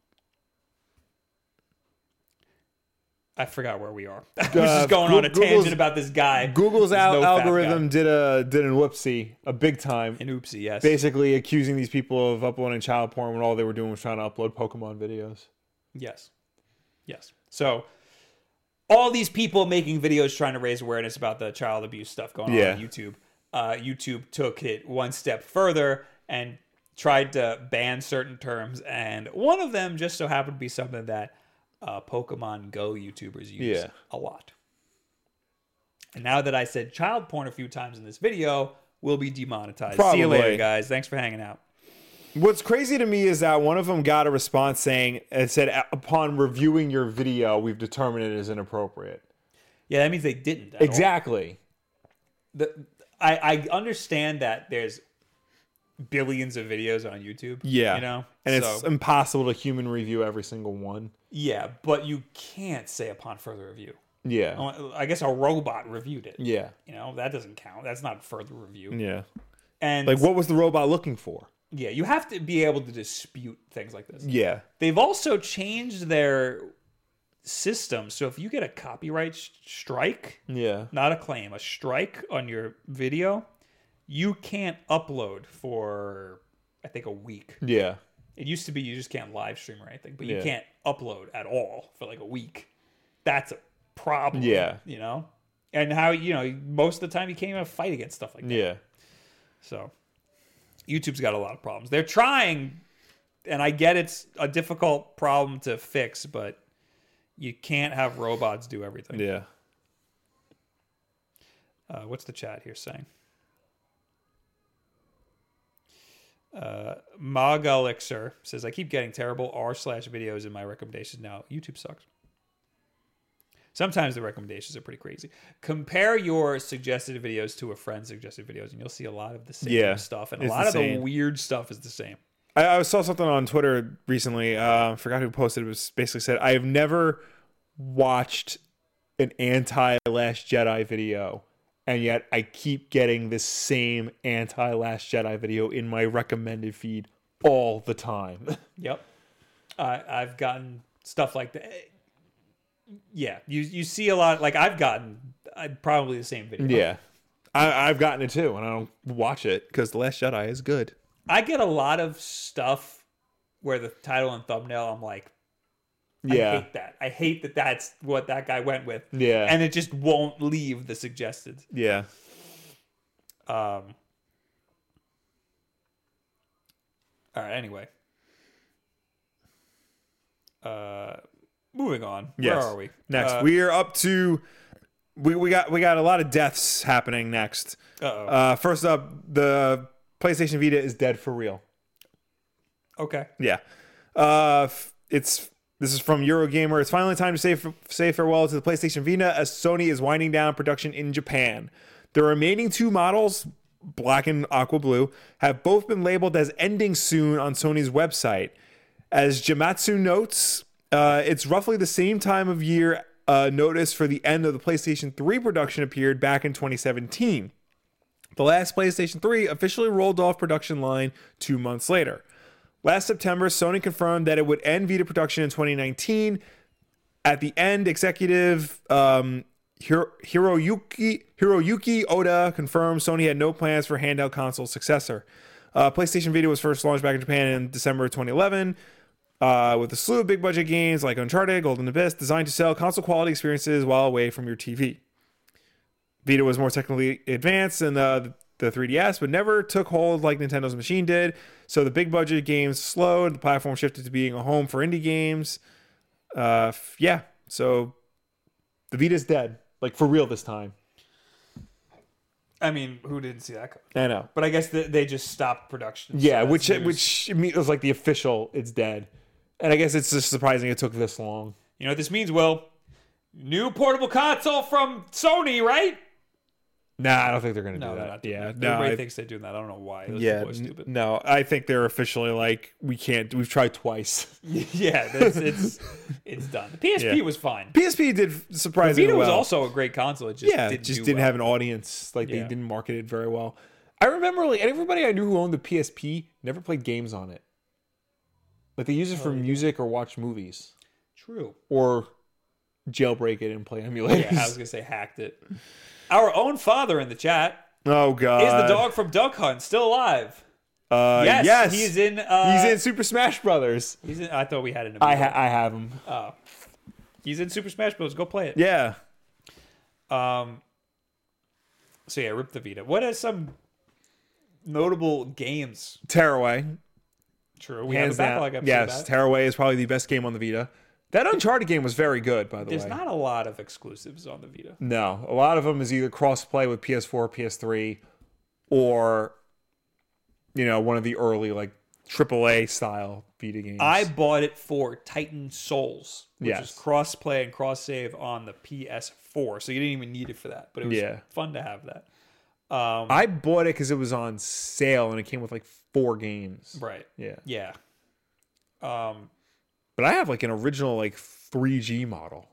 [SPEAKER 1] I forgot where we are. I was
[SPEAKER 2] Uh,
[SPEAKER 1] just going on a
[SPEAKER 2] Google's-
[SPEAKER 1] tangent about this guy.
[SPEAKER 2] Google's
[SPEAKER 1] This
[SPEAKER 2] al-
[SPEAKER 1] no-fap
[SPEAKER 2] algorithm
[SPEAKER 1] guy.
[SPEAKER 2] did a did an whoopsie, a big time,
[SPEAKER 1] And oopsie, yes.
[SPEAKER 2] basically accusing these people of uploading child porn when all they were doing was trying to upload Pokemon videos.
[SPEAKER 1] Yes. Yes. So all these people making videos trying to raise awareness about the child abuse stuff going
[SPEAKER 2] Yeah.
[SPEAKER 1] on on YouTube. Uh, YouTube took it one step further and tried to ban certain terms, and one of them just so happened to be something that uh, Pokemon Go YouTubers use
[SPEAKER 2] Yeah.
[SPEAKER 1] a lot. And now that I said child porn a few times in this video, we'll be demonetized. See you later,
[SPEAKER 2] Probably.
[SPEAKER 1] guys. Thanks for hanging out.
[SPEAKER 2] What's crazy to me is that one of them got a response saying it said upon reviewing your video, we've determined it is inappropriate.
[SPEAKER 1] Yeah, that means they didn't. at all.
[SPEAKER 2] Exactly.
[SPEAKER 1] the I, I understand that there's billions of videos on YouTube.
[SPEAKER 2] Yeah.
[SPEAKER 1] You know?
[SPEAKER 2] And
[SPEAKER 1] So,
[SPEAKER 2] it's impossible to human review every single one.
[SPEAKER 1] yeah, but you can't say upon further review.
[SPEAKER 2] Yeah.
[SPEAKER 1] I guess a robot reviewed it.
[SPEAKER 2] yeah.
[SPEAKER 1] You know, that doesn't count. That's not further review.
[SPEAKER 2] Yeah.
[SPEAKER 1] And
[SPEAKER 2] Like what was the robot looking for?
[SPEAKER 1] yeah, you have to be able to dispute things like this.
[SPEAKER 2] Yeah.
[SPEAKER 1] They've also changed their system. So if you get a copyright sh- strike,
[SPEAKER 2] Yeah.
[SPEAKER 1] not a claim, a strike on your video, you can't upload for I think a week.
[SPEAKER 2] Yeah.
[SPEAKER 1] It used to be you just can't live stream or anything, but you
[SPEAKER 2] Yeah.
[SPEAKER 1] can't upload at all for like a week. That's a problem.
[SPEAKER 2] Yeah.
[SPEAKER 1] You know? And how, you know, most of the time you can't even fight against stuff like that.
[SPEAKER 2] Yeah.
[SPEAKER 1] So YouTube's got a lot of problems. They're trying, and I get it's a difficult problem to fix, but you can't have robots do everything.
[SPEAKER 2] Yeah.
[SPEAKER 1] Uh, what's the chat here saying? Uh, Mog Elixir says, I keep getting terrible R slash videos in my recommendations now. YouTube sucks. Sometimes the recommendations are pretty crazy. Compare your suggested videos to a friend's suggested videos, and you'll see a lot of the same
[SPEAKER 2] Yeah,
[SPEAKER 1] stuff. And a
[SPEAKER 2] it's
[SPEAKER 1] lot
[SPEAKER 2] the
[SPEAKER 1] of the
[SPEAKER 2] same.
[SPEAKER 1] weird stuff is the same.
[SPEAKER 2] I, I saw something on Twitter recently. Uh, I forgot who posted it. It was basically said, I have never watched an anti Last Jedi video, and yet I keep getting this same anti Last Jedi video in my recommended feed all the time.
[SPEAKER 1] Yep. I I've gotten stuff like that. Yeah, you you see a lot. Like I've gotten uh, probably the same video.
[SPEAKER 2] yeah. I, I've gotten it too, and I don't watch it because The Last Jedi is good.
[SPEAKER 1] I get a lot of stuff where the title and thumbnail, I'm like, I
[SPEAKER 2] Yeah.
[SPEAKER 1] hate that. I hate that that's what that guy went with.
[SPEAKER 2] Yeah.
[SPEAKER 1] And it just won't leave the suggested.
[SPEAKER 2] yeah.
[SPEAKER 1] Um, all right, anyway. Uh, moving on.
[SPEAKER 2] Yes.
[SPEAKER 1] Where are we?
[SPEAKER 2] Next.
[SPEAKER 1] Uh,
[SPEAKER 2] we are up to. We, we got we got a lot of deaths happening next.
[SPEAKER 1] uh-oh.
[SPEAKER 2] Uh, first up, the PlayStation Vita is dead for real.
[SPEAKER 1] okay.
[SPEAKER 2] Yeah. Uh, f- it's this is from Eurogamer. It's finally time to say say farewell to the PlayStation Vita as Sony is winding down production in Japan. The remaining two models, black and aqua blue, have both been labeled as ending soon on Sony's website. As Jamatsu notes, uh, it's roughly the same time of year uh, notice for the end of the PlayStation 3 production appeared back in 2017. The last PlayStation 3 officially rolled off production line two months later. Last September, Sony confirmed that it would end Vita production in 2019. At the end, executive um, Hiro- Hiroyuki, Hiroyuki Oda confirmed Sony had no plans for handheld console successor. Uh, PlayStation Vita was first launched back in Japan in December of 2011 uh, with a slew of big budget games like Uncharted, Golden Abyss, designed to sell console quality experiences while away from your TV. Vita was more technically advanced than the, the 3DS, but never took hold like Nintendo's machine did. So the big budget games slowed. The platform shifted to being a home for indie games. Uh, f- yeah, so The Vita's dead, like for real this time.
[SPEAKER 1] I mean, who didn't see that coming?
[SPEAKER 2] I know.
[SPEAKER 1] But I guess that they just stopped production. so
[SPEAKER 2] Yeah,
[SPEAKER 1] that's
[SPEAKER 2] which
[SPEAKER 1] news.
[SPEAKER 2] which me- it was like the official it's dead. And I guess it's just surprising it took this long.
[SPEAKER 1] you know what this means, Will? New portable console from Sony, right?
[SPEAKER 2] Nah, I don't think they're gonna
[SPEAKER 1] No,
[SPEAKER 2] do
[SPEAKER 1] they're
[SPEAKER 2] that.
[SPEAKER 1] not doing
[SPEAKER 2] yeah,
[SPEAKER 1] that.
[SPEAKER 2] no,
[SPEAKER 1] Everybody
[SPEAKER 2] I-
[SPEAKER 1] thinks they're doing that. I don't know why. Those
[SPEAKER 2] yeah,
[SPEAKER 1] people are
[SPEAKER 2] n-
[SPEAKER 1] stupid.
[SPEAKER 2] no. I think they're officially like we can't. We've tried twice.
[SPEAKER 1] yeah, that's, it's it's done. The PSP
[SPEAKER 2] Yeah.
[SPEAKER 1] was fine.
[SPEAKER 2] PSP did surprisingly
[SPEAKER 1] Vita was
[SPEAKER 2] well.
[SPEAKER 1] also a great console. It just
[SPEAKER 2] yeah,
[SPEAKER 1] didn't
[SPEAKER 2] just
[SPEAKER 1] do
[SPEAKER 2] didn't
[SPEAKER 1] well.
[SPEAKER 2] have an audience. Like
[SPEAKER 1] Yeah.
[SPEAKER 2] they didn't market it very well. I remember like everybody I knew who owned the PSP never played games on it. Like they used
[SPEAKER 1] Oh,
[SPEAKER 2] it for music or watch movies
[SPEAKER 1] True.
[SPEAKER 2] or jailbreak it and play emulators.
[SPEAKER 1] Yeah, I was gonna say hacked it. Our own father in the chat
[SPEAKER 2] oh god,
[SPEAKER 1] is the dog from Duck Hunt still alive?
[SPEAKER 2] Uh,
[SPEAKER 1] Yes,
[SPEAKER 2] yes,
[SPEAKER 1] he's in. Uh,
[SPEAKER 2] He's in Super Smash Brothers.
[SPEAKER 1] He's in. I thought we had an.
[SPEAKER 2] I ha- I have him.
[SPEAKER 1] Oh. He's in Super Smash Bros. Go play it.
[SPEAKER 2] Yeah.
[SPEAKER 1] Um. So yeah, rip the Vita. What are some notable games?
[SPEAKER 2] Tearaway,
[SPEAKER 1] True, we
[SPEAKER 2] hands
[SPEAKER 1] have a backlog
[SPEAKER 2] down.
[SPEAKER 1] episode.
[SPEAKER 2] Yes,
[SPEAKER 1] about it.
[SPEAKER 2] Tearaway is probably the best game on the Vita. That Uncharted game was very good, by the
[SPEAKER 1] there's
[SPEAKER 2] way.
[SPEAKER 1] not a lot of exclusives on the Vita.
[SPEAKER 2] no, a lot of them is either cross-play with PS4, or PS3, or you know one of the early like AAA style Vita games.
[SPEAKER 1] I bought it for Titan Souls, which
[SPEAKER 2] Yes.
[SPEAKER 1] is cross-play and cross-save on the PS4, so you didn't even need it for that. But it was
[SPEAKER 2] Yeah.
[SPEAKER 1] fun to have that. Um,
[SPEAKER 2] I bought it because it was on sale and it came with like four games.
[SPEAKER 1] right.
[SPEAKER 2] Yeah,
[SPEAKER 1] Yeah. Um,
[SPEAKER 2] but I have like an original like 3G model.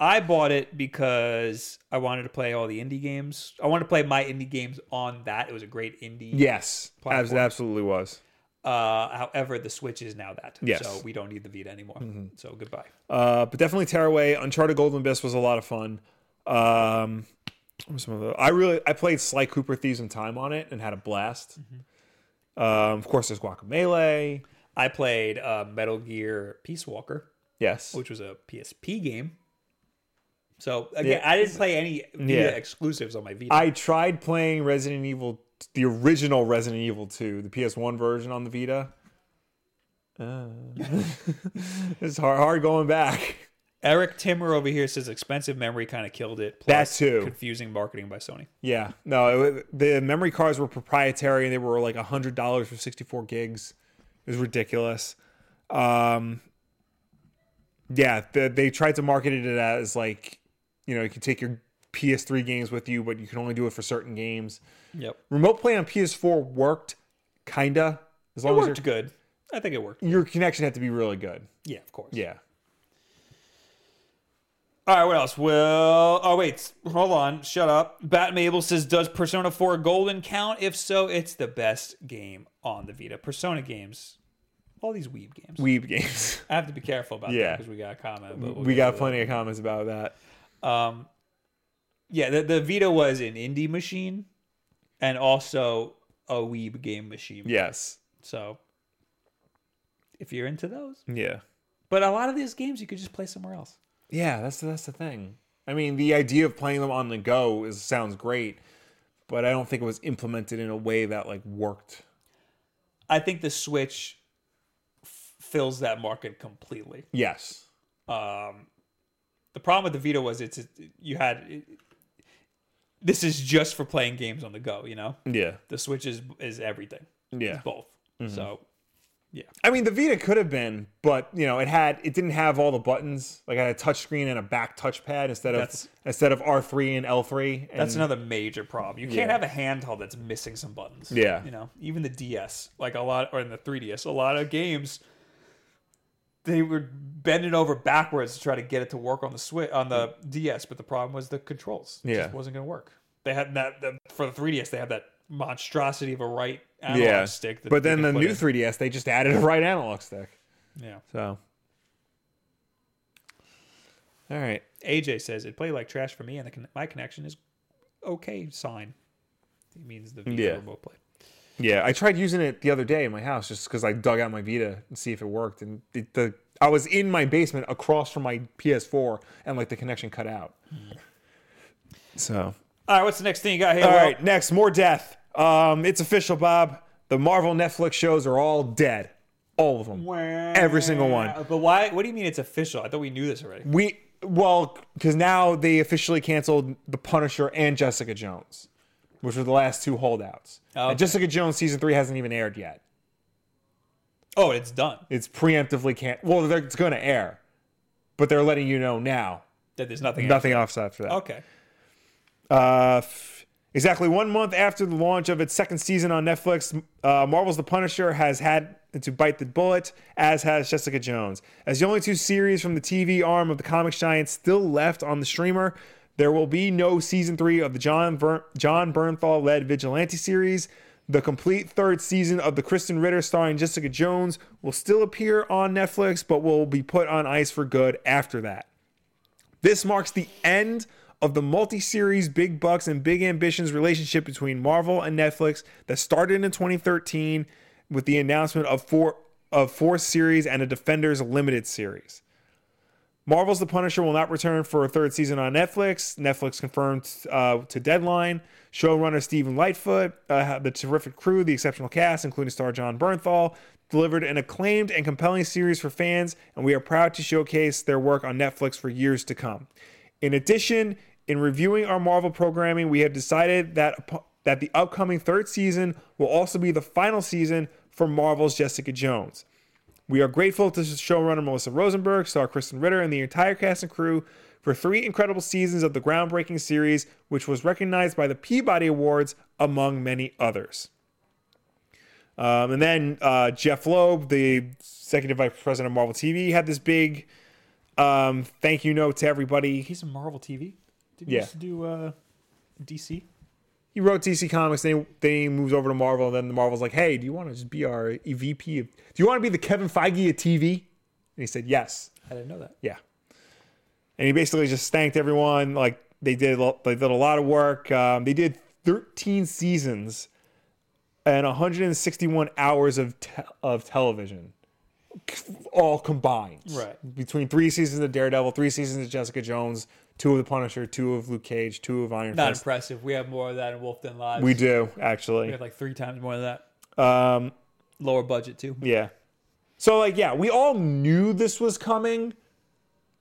[SPEAKER 1] I bought it because I wanted to play all the indie games. I wanted to play my indie games on that. It was a great indie.
[SPEAKER 2] yes, abs-
[SPEAKER 1] Platform.
[SPEAKER 2] absolutely was.
[SPEAKER 1] Uh, however, the Switch is now that.
[SPEAKER 2] Yes. Mm-hmm.
[SPEAKER 1] So we don't need the Vita anymore. So goodbye.
[SPEAKER 2] Uh, but definitely Tearaway. Uncharted Golden Abyss was a lot of fun. Um, what was some of the, I really I played Sly Cooper Thieves in Time on it and had a blast. Um, of course, there's Guacamelee.
[SPEAKER 1] I played uh, Metal Gear Peace Walker,
[SPEAKER 2] Yes,
[SPEAKER 1] which was a PSP game. So again, I didn't play any Vita
[SPEAKER 2] Yeah.
[SPEAKER 1] exclusives on my Vita.
[SPEAKER 2] I tried playing Resident Evil, the original Resident Evil 2, the PS1 version on the Vita. Uh, it's hard, hard going back.
[SPEAKER 1] Eric Timmer over here says expensive memory kind of killed it. Plus
[SPEAKER 2] That too.
[SPEAKER 1] Confusing marketing by Sony.
[SPEAKER 2] Yeah, no, it, wa- the memory cards were proprietary and they were like hundred dollars for sixty four gigs. It was ridiculous. Um, yeah, the, they tried to market it as like, you know, you can take your PS3 games with you, but you can only do it for certain games.
[SPEAKER 1] Yep.
[SPEAKER 2] Remote play on PS4 worked, kinda, as
[SPEAKER 1] It
[SPEAKER 2] long as
[SPEAKER 1] worked good. I think it worked.
[SPEAKER 2] your, your connection had to be really good.
[SPEAKER 1] Yeah, of course.
[SPEAKER 2] Yeah,
[SPEAKER 1] All right, what else? Well, oh wait, hold on, shut up. Bat Mabel says, "Does Persona 4 Golden count? If so, it's the best game on the Vita. Persona games, all these weeb games.
[SPEAKER 2] weeb games.
[SPEAKER 1] I have to be careful about
[SPEAKER 2] Yeah.
[SPEAKER 1] because we got a comment, but we'll
[SPEAKER 2] we
[SPEAKER 1] get
[SPEAKER 2] got
[SPEAKER 1] to
[SPEAKER 2] plenty of comments about that.
[SPEAKER 1] that. Um, yeah, the, the Vita was an indie machine, and also a weeb game machine.
[SPEAKER 2] Yes.
[SPEAKER 1] So, if you're into those,
[SPEAKER 2] Yeah.
[SPEAKER 1] but a lot of these games you could just play somewhere else.
[SPEAKER 2] Yeah, that's that's the thing. I mean, the idea of playing them on the go is sounds great, but I don't think it was implemented in a way that like worked.
[SPEAKER 1] I think the Switch f- fills that market completely.
[SPEAKER 2] Yes.
[SPEAKER 1] um, the problem with the Vita was it's you had this is just for playing games on the go. You know,
[SPEAKER 2] Yeah.
[SPEAKER 1] the Switch is is everything,
[SPEAKER 2] Yeah.
[SPEAKER 1] both. So
[SPEAKER 2] I mean, the Vita could have been, but you know, it had it didn't have all the buttons. Like I had a touchscreen and a back touchpad instead of
[SPEAKER 1] That's-
[SPEAKER 2] instead of R three and L three.
[SPEAKER 1] that's another major problem. You can't
[SPEAKER 2] Mm. Yeah.
[SPEAKER 1] have a handheld that's missing some buttons.
[SPEAKER 2] Yeah.
[SPEAKER 1] you know, even the DS, like a lot, or in the 3DS, a lot of games. They were bending over backwards to try to get it to work on the Switch on the DS, but the problem was the controls. It
[SPEAKER 2] Yeah.
[SPEAKER 1] just wasn't going to work. They had that the, for the 3DS. They have that monstrosity of a right analog
[SPEAKER 2] yeah.
[SPEAKER 1] stick. that
[SPEAKER 2] but
[SPEAKER 1] they
[SPEAKER 2] then
[SPEAKER 1] can
[SPEAKER 2] the
[SPEAKER 1] put
[SPEAKER 2] new
[SPEAKER 1] in.
[SPEAKER 2] 3DS, they just added a right analog stick.
[SPEAKER 1] Yeah.
[SPEAKER 2] So. All right.
[SPEAKER 1] AJ says it played like trash for me, and the con- my connection is okay. Sign. He means the Vita
[SPEAKER 2] Yeah.
[SPEAKER 1] remote play.
[SPEAKER 2] Yeah, I tried using it the other day in my house just because I dug out my Vita and see if it worked. And it, the I was in my basement across from my PS4, and like the connection cut out. So,
[SPEAKER 1] All right, what's the next thing you got here?
[SPEAKER 2] all
[SPEAKER 1] Will?
[SPEAKER 2] right, next more death. Um, it's official, Bob. The Marvel Netflix shows are all dead, all of them, every single one.
[SPEAKER 1] But why? What do you mean it's official? I thought we knew this already.
[SPEAKER 2] We well, because now they officially canceled The Punisher and Jessica Jones, which were the last two holdouts.
[SPEAKER 1] Okay.
[SPEAKER 2] And Jessica Jones season three hasn't even aired yet.
[SPEAKER 1] Oh, it's done.
[SPEAKER 2] It's preemptively can't. Well, they're, it's going to air, but they're letting you know now.
[SPEAKER 1] That there's nothing.
[SPEAKER 2] Nothing else after that.
[SPEAKER 1] Okay.
[SPEAKER 2] Uh, f- exactly one month after the launch of its second season on Netflix, uh, Marvel's The Punisher has had to bite the bullet, as has Jessica Jones. As the only two series from the TV arm of the comic giant still left on the streamer, there will be no season three of the John Ver- John Bernthal led Vigilante series. The complete third season of the Kristen Ritter starring Jessica Jones will still appear on Netflix, but will be put on ice for good after that. This marks the end of the multi series Big Bucks and Big Ambitions relationship between Marvel and Netflix that started in 2013 with the announcement of four of four series and a Defenders limited series. Marvel's The Punisher will not return for a third season on Netflix. Netflix confirmed uh, to Deadline. Showrunner Stephen Lightfoot, uh, the terrific crew, the exceptional cast, including star John Bernthal, delivered an acclaimed and compelling series for fans, and we are proud to showcase their work on Netflix for years to come. In addition, in reviewing our Marvel programming, we have decided that upo- that the upcoming third season will also be the final season for Marvel's Jessica Jones. We are grateful to showrunner Melissa Rosenberg, star Kristen Ritter, and the entire cast and crew for three incredible seasons of the groundbreaking series, which was recognized by the Peabody Awards, among many others. Um, and then uh, Jeff Loeb, the executive vice president of Marvel TV, had this big um, thank you note to everybody.
[SPEAKER 1] He's in Marvel TV. Did
[SPEAKER 2] Yeah.
[SPEAKER 1] he used to do uh, DC?
[SPEAKER 2] He wrote DC Comics, then then he moves over to Marvel, and then Marvel's like, hey, do you want to just be our EVP? Of, do you want to be the Kevin Feige of TV? And he said, yes.
[SPEAKER 1] I didn't know that.
[SPEAKER 2] Yeah. And he basically just thanked everyone. Like they did, they did a lot of work. Um, they did 13 seasons and 161 hours of te- of television, c- all combined.
[SPEAKER 1] Right.
[SPEAKER 2] Between three seasons of Daredevil, three seasons of Jessica Jones, two of the Punisher, two of Luke Cage, two of Iron
[SPEAKER 1] Not
[SPEAKER 2] Fist.
[SPEAKER 1] impressive. We have more of that in Wolf Than Lives.
[SPEAKER 2] We do
[SPEAKER 1] We
[SPEAKER 2] actually.
[SPEAKER 1] have like three times more of that.
[SPEAKER 2] Um,
[SPEAKER 1] Lower budget too.
[SPEAKER 2] Yeah. So like yeah, we all knew this was coming,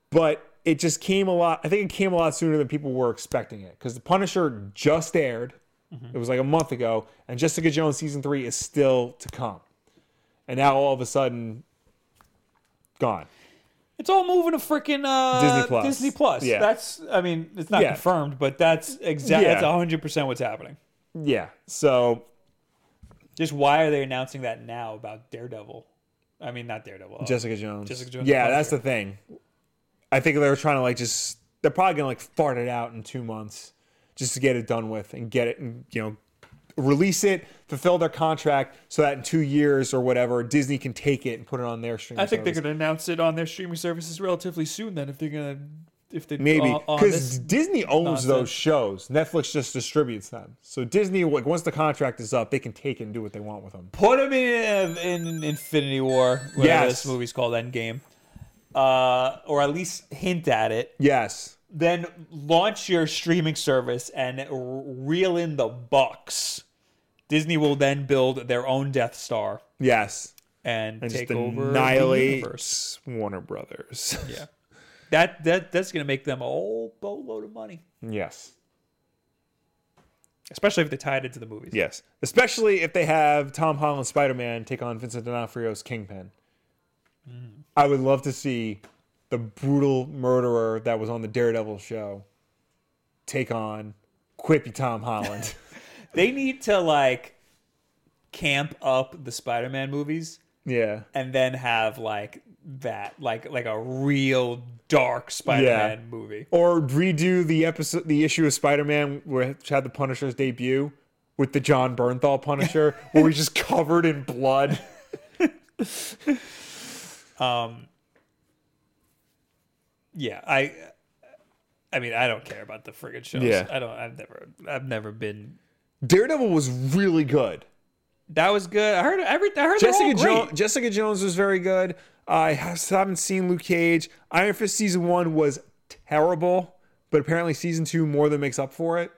[SPEAKER 2] but it just came a lot. I think it came a lot sooner than people were expecting it because The Punisher just aired. It was like a month ago, and Jessica Jones season three is still to come. And now all of a sudden, gone.
[SPEAKER 1] It's all moving to freaking uh,
[SPEAKER 2] Disney Plus.
[SPEAKER 1] Disney Plus.
[SPEAKER 2] Yeah.
[SPEAKER 1] That's. I mean, it's not
[SPEAKER 2] Yeah.
[SPEAKER 1] confirmed, but that's exactly.
[SPEAKER 2] Yeah.
[SPEAKER 1] That's hundred percent what's happening.
[SPEAKER 2] Yeah. So
[SPEAKER 1] Just why are they announcing that now about Daredevil? I mean, not Daredevil. uh,
[SPEAKER 2] Jessica Jones.
[SPEAKER 1] Jessica Jones,
[SPEAKER 2] Yeah,
[SPEAKER 1] The
[SPEAKER 2] that's the thing. I think they're trying to like just they're probably gonna like fart it out in two months just to get it done with and get it and you know release it, fulfill their contract so that in two years or whatever Disney can take it and put it on their streaming.
[SPEAKER 1] I think they're
[SPEAKER 2] service.
[SPEAKER 1] going to announce it on their streaming services relatively soon. Then, if they're going to, if they uh,
[SPEAKER 2] maybe
[SPEAKER 1] on- on this-
[SPEAKER 2] because Disney owns
[SPEAKER 1] nonsense.
[SPEAKER 2] those shows. Netflix just distributes them. So Disney like once the contract is up, they can take it and do what they want with them.
[SPEAKER 1] put him in, uh, in Infinity War. Whatever
[SPEAKER 2] Yes.
[SPEAKER 1] this movie's called Endgame, uh, or at least hint at it.
[SPEAKER 2] Yes.
[SPEAKER 1] Then launch your streaming service and r- reel in the bucks. Disney will then build their own Death Star
[SPEAKER 2] Yes.
[SPEAKER 1] and,
[SPEAKER 2] And
[SPEAKER 1] take
[SPEAKER 2] just
[SPEAKER 1] over the
[SPEAKER 2] annihilate
[SPEAKER 1] universe.
[SPEAKER 2] Warner Brothers.
[SPEAKER 1] Yeah. That that that's gonna make them a whole boatload of money,
[SPEAKER 2] yes.
[SPEAKER 1] especially if they tie it into the movies.
[SPEAKER 2] Yes, especially if they have Tom Holland Spider Man take on Vincent D'Onofrio's Kingpin. I would love to see the brutal murderer that was on the Daredevil show take on quippy Tom Holland.
[SPEAKER 1] They need to like camp up the Spider-Man movies
[SPEAKER 2] yeah,
[SPEAKER 1] and then have like that, like like a real dark Spider-Man movie.
[SPEAKER 2] or redo the episode, the issue of Spider Man which had the Punisher's debut with the John Bernthal Punisher, where he's just covered in blood.
[SPEAKER 1] Um, yeah, I. I mean, I don't care about the friggin' shows.
[SPEAKER 2] Yeah.
[SPEAKER 1] I don't. I've never. I've never been.
[SPEAKER 2] Daredevil was really good.
[SPEAKER 1] That was good. I heard. Every, I heard.
[SPEAKER 2] Jessica
[SPEAKER 1] they're all great.
[SPEAKER 2] Jones. Jessica Jones was very good. I has- haven't seen Luke Cage. Iron Fist season one was terrible, but apparently season two more than makes up for it.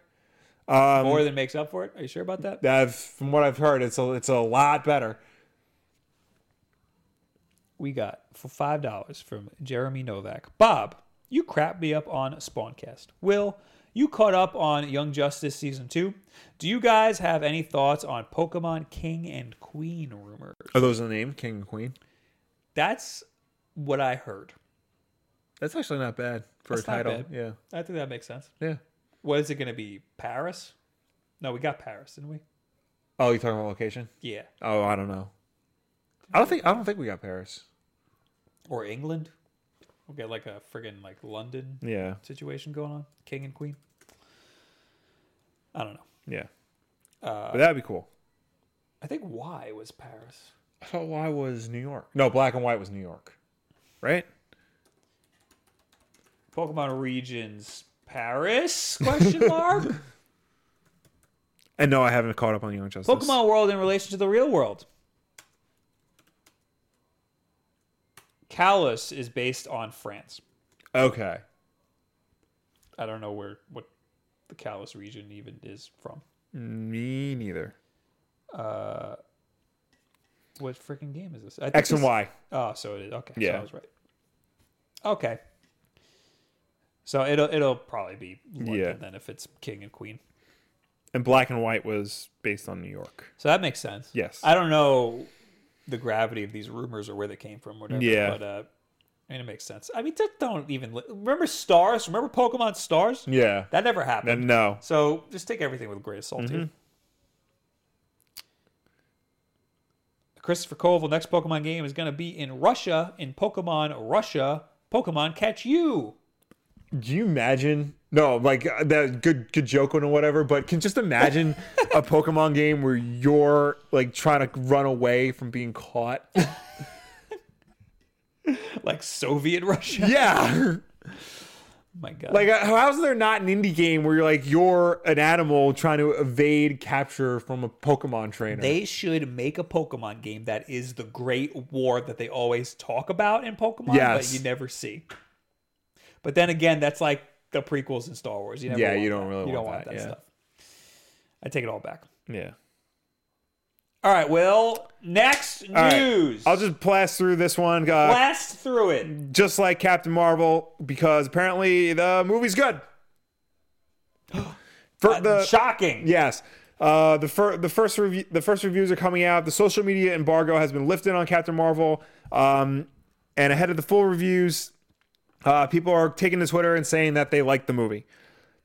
[SPEAKER 2] um,
[SPEAKER 1] more than makes up for it. Are you sure about that?
[SPEAKER 2] I've, from what I've heard, it's a it's a lot better.
[SPEAKER 1] we got for five dollars from Jeremy Novak. Bob, You crap me up on Spawncast. Will, you caught up on Young Justice Season 2. Do you guys have any thoughts on Pokemon King and Queen rumors?
[SPEAKER 2] Are those the name King and Queen?
[SPEAKER 1] That's what I heard.
[SPEAKER 2] That's actually not bad for
[SPEAKER 1] That's
[SPEAKER 2] a
[SPEAKER 1] not
[SPEAKER 2] title.
[SPEAKER 1] bad.
[SPEAKER 2] Yeah,
[SPEAKER 1] I think that makes sense.
[SPEAKER 2] yeah.
[SPEAKER 1] What is it going to be? Paris? No, we got Paris, didn't we?
[SPEAKER 2] Oh, you talking about location?
[SPEAKER 1] Yeah.
[SPEAKER 2] Oh, I don't know. I don't think I don't think we got Paris.
[SPEAKER 1] Or England? We'll get like a friggin' like London
[SPEAKER 2] Yeah,
[SPEAKER 1] situation going on. King and Queen. I don't know.
[SPEAKER 2] yeah.
[SPEAKER 1] Uh,
[SPEAKER 2] but that'd be cool.
[SPEAKER 1] I think Y was Paris.
[SPEAKER 2] I thought why was New York? No, black and white was New York, right?
[SPEAKER 1] Pokemon regions Paris? Question mark.
[SPEAKER 2] And no, I haven't caught up on Young Justice.
[SPEAKER 1] Pokemon world in relation to the real world. Kalos is based on France.
[SPEAKER 2] Okay.
[SPEAKER 1] I don't know where what the Kalos region even is from.
[SPEAKER 2] Me neither.
[SPEAKER 1] Uh, what freaking game is this? I think
[SPEAKER 2] X and
[SPEAKER 1] this-
[SPEAKER 2] Y.
[SPEAKER 1] Oh, so it is. Okay, so
[SPEAKER 2] Yeah.
[SPEAKER 1] I was right. Okay. So it'll it'll probably be London
[SPEAKER 2] Yeah.
[SPEAKER 1] then if it's king and queen.
[SPEAKER 2] And black and white was based on New York.
[SPEAKER 1] So that makes sense.
[SPEAKER 2] Yes.
[SPEAKER 1] I don't know the gravity of these rumors or where they came from, whatever.
[SPEAKER 2] Yeah.
[SPEAKER 1] But uh, I mean, it makes sense. I mean, just don't even li- remember stars. Remember Pokemon Stars?
[SPEAKER 2] yeah.
[SPEAKER 1] That never happened.
[SPEAKER 2] And no.
[SPEAKER 1] So just take everything with a grain of salt
[SPEAKER 2] Mm-hmm.
[SPEAKER 1] here. Christopher Colville, next Pokemon game is going to be in Russia in Pokemon Russia. Pokemon Catch You.
[SPEAKER 2] Do you imagine? No, like uh, that good good joke and whatever, but can just imagine a Pokemon game where you're like trying to run away from being caught.
[SPEAKER 1] Like Soviet Russia.
[SPEAKER 2] Yeah.
[SPEAKER 1] My God.
[SPEAKER 2] Like uh, how's there not an indie game where you're like you're an animal trying to evade capture from a Pokemon trainer?
[SPEAKER 1] They should make a Pokemon game that is the Great War that they always talk about in Pokemon,
[SPEAKER 2] Yes.
[SPEAKER 1] but you never see. But then again, that's like the prequels in Star Wars. You never
[SPEAKER 2] Yeah,
[SPEAKER 1] want
[SPEAKER 2] you don't
[SPEAKER 1] that.
[SPEAKER 2] really
[SPEAKER 1] you
[SPEAKER 2] want
[SPEAKER 1] don't want
[SPEAKER 2] that,
[SPEAKER 1] that
[SPEAKER 2] yeah.
[SPEAKER 1] stuff. I take it all back.
[SPEAKER 2] yeah.
[SPEAKER 1] All right, Will. Next
[SPEAKER 2] right.
[SPEAKER 1] news.
[SPEAKER 2] I'll just blast through this one, uh,
[SPEAKER 1] blast through it.
[SPEAKER 2] just like Captain Marvel, because apparently the movie's good. For the
[SPEAKER 1] Uh, Shocking.
[SPEAKER 2] yes, uh, the fir- the first review the first reviews are coming out. The social media embargo has been lifted on Captain Marvel, um, and ahead of the full reviews, uh, people are taking to Twitter and saying that they like the movie.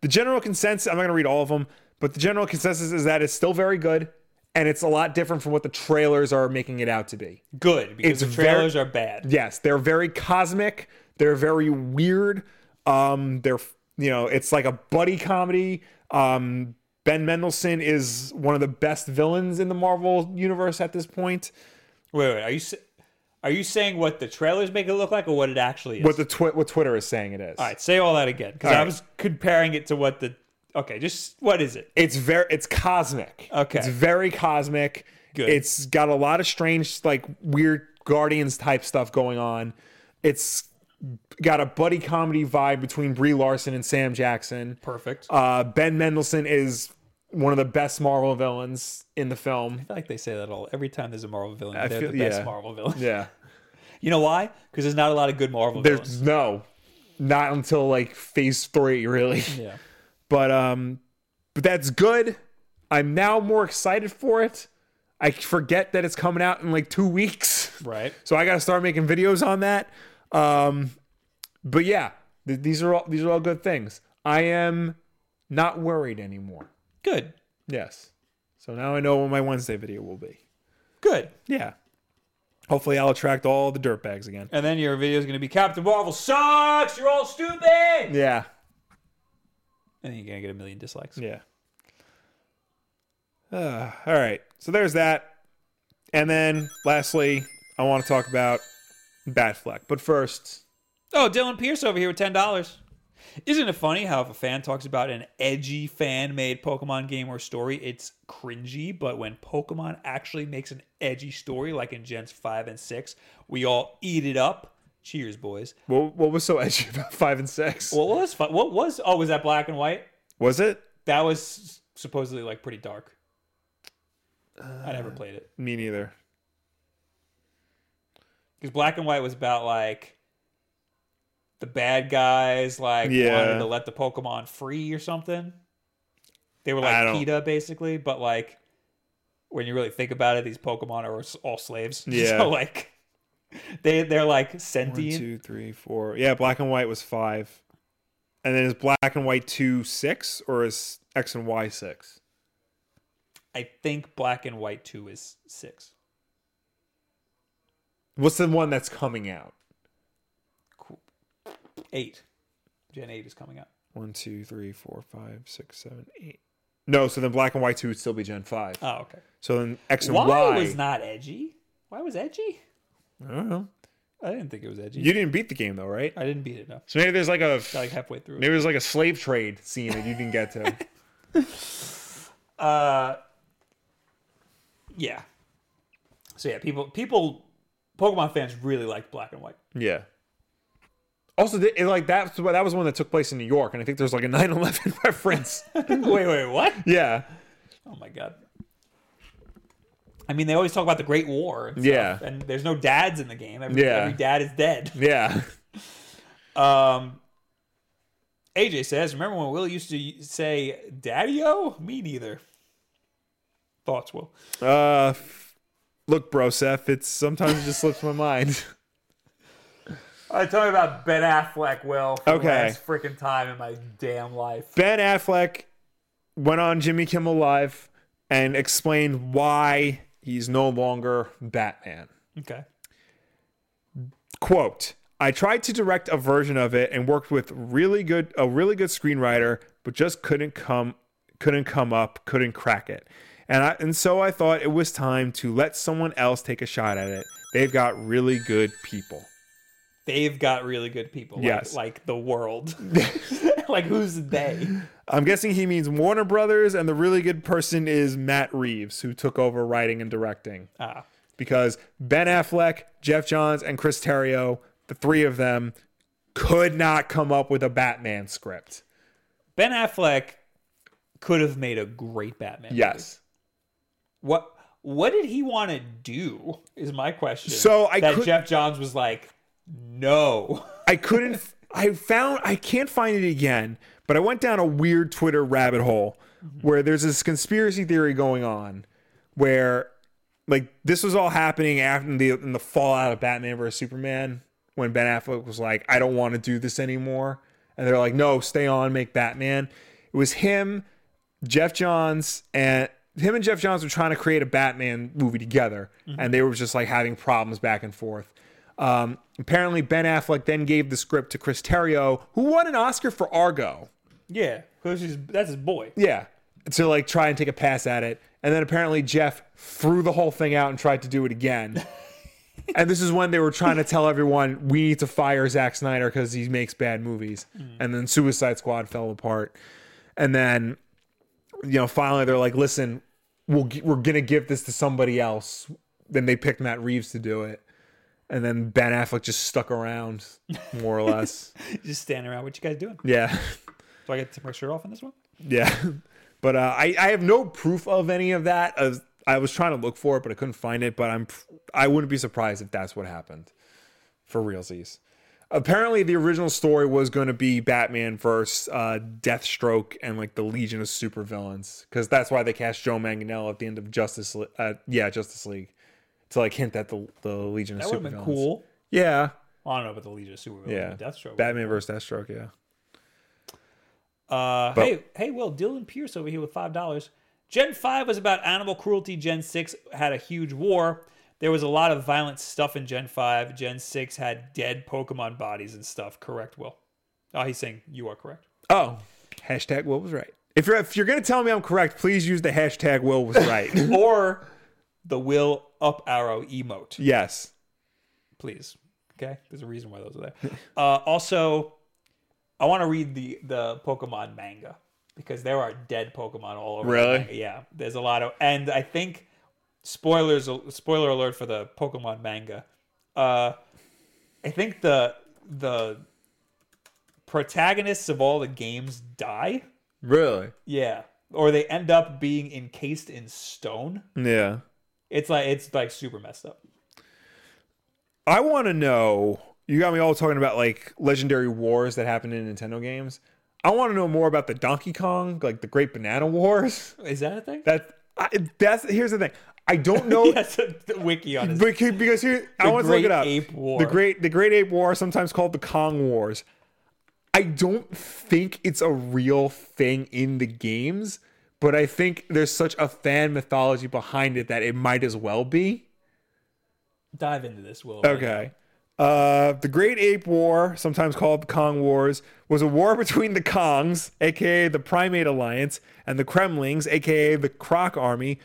[SPEAKER 2] The general consensus I'm not going to read all of them, but the general consensus is that it's still very good, and it's a lot different from what the trailers are making it out to be.
[SPEAKER 1] Good because
[SPEAKER 2] It's
[SPEAKER 1] the trailers are bad.
[SPEAKER 2] Yes, they're very cosmic. They're very weird. Um, they're you know, it's like a buddy comedy. Um, ben Mendelsohn is one of the best villains in the Marvel universe at this point.
[SPEAKER 1] Wait, wait. Are you s- are you saying what the trailers make it look like or what it actually is?
[SPEAKER 2] What the twi- what Twitter is saying it is.
[SPEAKER 1] all right, say all that again because
[SPEAKER 2] All
[SPEAKER 1] I
[SPEAKER 2] right.
[SPEAKER 1] was comparing it to what the. Okay, just what is it?
[SPEAKER 2] It's very it's cosmic.
[SPEAKER 1] Okay.
[SPEAKER 2] It's very cosmic.
[SPEAKER 1] Good.
[SPEAKER 2] It's got a lot of strange like weird Guardians type stuff going on. It's got a buddy comedy vibe between Brie Larson and Sam Jackson.
[SPEAKER 1] Perfect.
[SPEAKER 2] Uh, ben Mendelsohn is one of the best Marvel villains in the film.
[SPEAKER 1] I feel like they say that all every time there's a Marvel villain. they're
[SPEAKER 2] feel-
[SPEAKER 1] the best
[SPEAKER 2] yeah.
[SPEAKER 1] Marvel villain.
[SPEAKER 2] Yeah.
[SPEAKER 1] You know why? Because there's not a lot of good Marvel villains.
[SPEAKER 2] There's no, not until like phase three, really.
[SPEAKER 1] Yeah.
[SPEAKER 2] But um, but that's good. I'm now more excited for it. I forget that it's coming out in like two weeks,
[SPEAKER 1] Right.
[SPEAKER 2] so I got to start making videos on that. Um, but yeah, th- these are all these are all good things. I am not worried anymore.
[SPEAKER 1] Good.
[SPEAKER 2] Yes. So now I know what my Wednesday video will be.
[SPEAKER 1] Good.
[SPEAKER 2] Yeah. Hopefully, I'll attract all the dirtbags again.
[SPEAKER 1] And then your video is going to be Captain Marvel sucks. You're all stupid. And
[SPEAKER 2] Yeah.
[SPEAKER 1] then you're going to get a million dislikes.
[SPEAKER 2] Yeah. Uh, all right. So there's that. And then lastly, I want to talk about Batfleck. But first,
[SPEAKER 1] Oh, Dylan Pierce over here with ten dollars. Isn't it funny how if a fan talks about an edgy fan-made Pokemon game or story, it's cringy, but when Pokemon actually makes an edgy story, like in Gens five and six, we all eat it up. Cheers, boys.
[SPEAKER 2] what, what was so edgy about five and six?
[SPEAKER 1] What was fu- what was oh was that black and white?
[SPEAKER 2] was it?
[SPEAKER 1] That was supposedly like pretty dark. I never
[SPEAKER 2] Uh.
[SPEAKER 1] played it
[SPEAKER 2] Me neither.
[SPEAKER 1] because black and white was about like the bad guys like wanted
[SPEAKER 2] Yeah.
[SPEAKER 1] to let the Pokemon free or something. They were
[SPEAKER 2] I
[SPEAKER 1] like
[SPEAKER 2] don't-
[SPEAKER 1] PETA basically, but like when you really think about it, these Pokemon are all slaves.
[SPEAKER 2] Yeah.
[SPEAKER 1] so like they they're like
[SPEAKER 2] One,
[SPEAKER 1] sentient.
[SPEAKER 2] two, three, four. Yeah, black and white was five. And then is black and white two six or is X and Y six?
[SPEAKER 1] I think Black and White Two is six.
[SPEAKER 2] What's the one that's coming out?
[SPEAKER 1] Cool. Eight. Gen eight is coming out.
[SPEAKER 2] One, two, three, four, five, six, seven, eight. No, so then black and white two would still be Gen five.
[SPEAKER 1] Oh, okay.
[SPEAKER 2] So then X and
[SPEAKER 1] Why
[SPEAKER 2] Y.
[SPEAKER 1] was not edgy? Why was edgy?
[SPEAKER 2] I don't know.
[SPEAKER 1] I didn't think it was edgy.
[SPEAKER 2] You didn't beat the game though, right?
[SPEAKER 1] I didn't beat it enough.
[SPEAKER 2] So maybe there's like a
[SPEAKER 1] Got like halfway through.
[SPEAKER 2] maybe there's like a slave trade scene that you didn't get to.
[SPEAKER 1] Uh, yeah. So yeah, people, people, Pokemon fans really liked Black and White.
[SPEAKER 2] yeah. Also, th- it, like that's what that was one that took place in New York, and I think there's like a 9/11 reference.
[SPEAKER 1] wait, wait, what?
[SPEAKER 2] yeah,
[SPEAKER 1] Oh my god. I mean, they always talk about the Great War. And stuff,
[SPEAKER 2] Yeah.
[SPEAKER 1] And there's no dads in the game. Every,
[SPEAKER 2] Yeah.
[SPEAKER 1] every dad is dead.
[SPEAKER 2] yeah.
[SPEAKER 1] Um, AJ says, "Remember when Will used to say daddy-o? Me neither." Thoughts, Will.
[SPEAKER 2] Uh, f- look, bro, Seth, it's sometimes it just slips my mind.
[SPEAKER 1] I Uh, tell me about Ben Affleck, Will. For
[SPEAKER 2] Okay.
[SPEAKER 1] The last freaking time in my damn life.
[SPEAKER 2] Ben Affleck went on Jimmy Kimmel Live and explained why he's no longer Batman.
[SPEAKER 1] Okay.
[SPEAKER 2] quote i tried to direct a version of it and worked with really good a really good screenwriter but just couldn't come couldn't come up couldn't crack it and i and so i thought it was time to let someone else take a shot at it they've got really good people
[SPEAKER 1] they've got really good people. Like,
[SPEAKER 2] Yes.
[SPEAKER 1] like the world. like who's they?
[SPEAKER 2] i'm guessing he means warner brothers and the really good person is matt reeves who took over writing and directing
[SPEAKER 1] Ah,
[SPEAKER 2] because ben affleck jeff johns and chris terrio the three of them could not come up with a batman script
[SPEAKER 1] ben Affleck could have made a great Batman. movie.
[SPEAKER 2] yes
[SPEAKER 1] What What did he want to do? Is my question.
[SPEAKER 2] So I
[SPEAKER 1] that
[SPEAKER 2] could-
[SPEAKER 1] Jeff Johns was like, no.
[SPEAKER 2] I couldn't. I found. I can't find it again. But I went down a weird Twitter rabbit hole where there's this conspiracy theory going on, where like this was all happening after in the in the fallout of Batman vs Superman when Ben Affleck was like, I don't want to do this anymore, and they're like, No, stay on, make Batman. It was him, Jeff Johns, and him and Jeff Johns were trying to create a Batman movie together, and they were just like having problems back and forth. Um, apparently, Ben Affleck then gave the script to Chris Terrio, who won an Oscar for Argo.
[SPEAKER 1] Yeah, because he's that's his boy.
[SPEAKER 2] Yeah, to like try and take a pass at it. And then apparently Jeff threw the whole thing out and tried to do it again. and this is when they were trying to tell everyone we need to fire Zack Snyder because he makes bad movies. And then Suicide Squad fell apart. And then you know finally they're like, listen, we'll g- we're gonna give this to somebody else. Then they picked Matt Reeves to do it. And then Ben Affleck just stuck around, more or less.
[SPEAKER 1] Just standing around. What you guys doing?
[SPEAKER 2] yeah.
[SPEAKER 1] Do I get to take my shirt off on this one?
[SPEAKER 2] Yeah. But uh, I, I have no proof of any of that. As I was trying to look for it, but I couldn't find it. But I'm pr- I wouldn't be surprised if that's what happened, for realsies. Apparently, the original story was going to be Batman versus uh, Deathstroke and like the Legion of Supervillains, because that's why they cast Joe Manganiello at the end of Justice. Le- uh, yeah, Justice League to like hint at the the Legion
[SPEAKER 1] That
[SPEAKER 2] of
[SPEAKER 1] would
[SPEAKER 2] Supervillains.
[SPEAKER 1] have been cool.
[SPEAKER 2] Yeah,
[SPEAKER 1] I don't know about the Legion of Supervillains.
[SPEAKER 2] yeah.
[SPEAKER 1] and Deathstroke.
[SPEAKER 2] Batman versus Deathstroke. Yeah.
[SPEAKER 1] Uh, hey, hey, Will, Dylan Pierce over here with five dollars. Gen five was about animal cruelty. Gen six had a huge war. There was a lot of violent stuff in Gen five. Gen six had dead Pokemon bodies and stuff. Correct, Will. Oh, he's saying you are correct.
[SPEAKER 2] Oh, hashtag Will was right. If you're if you're gonna tell me I'm correct, please use the hashtag Will was right.
[SPEAKER 1] or the Will up arrow emote,
[SPEAKER 2] yes.
[SPEAKER 1] please. Okay, there's a reason why those are there. Uh, also, I want to read the the Pokemon manga because there are dead Pokemon all over. the
[SPEAKER 2] Really?
[SPEAKER 1] manga. yeah. There's a lot of, and I think spoilers spoiler alert for the Pokemon manga. Uh, I think the the protagonists of all the games die.
[SPEAKER 2] Really?
[SPEAKER 1] Yeah, or they end up being encased in stone.
[SPEAKER 2] Yeah.
[SPEAKER 1] It's like it's like super messed up.
[SPEAKER 2] I want to know You got me all talking about like legendary wars that happened in Nintendo games. I want to know more about the Donkey Kong, like the Great Banana Wars.
[SPEAKER 1] Is that a thing?
[SPEAKER 2] That I, that's here's the thing. I don't know
[SPEAKER 1] That's a the wiki on it.
[SPEAKER 2] because, because here I want to look
[SPEAKER 1] Great
[SPEAKER 2] it up.
[SPEAKER 1] Ape War.
[SPEAKER 2] The Great the Great Ape War, sometimes called the Kong Wars. I don't think it's a real thing in the games, but I think there's such a fan mythology behind it that it might as well be.
[SPEAKER 1] Dive into this, Will.
[SPEAKER 2] Okay. Uh, the Great Ape War, sometimes called the Kong Wars, was a war between the Kongs, aka the Primate Alliance, and the Kremlings, aka the Croc Army,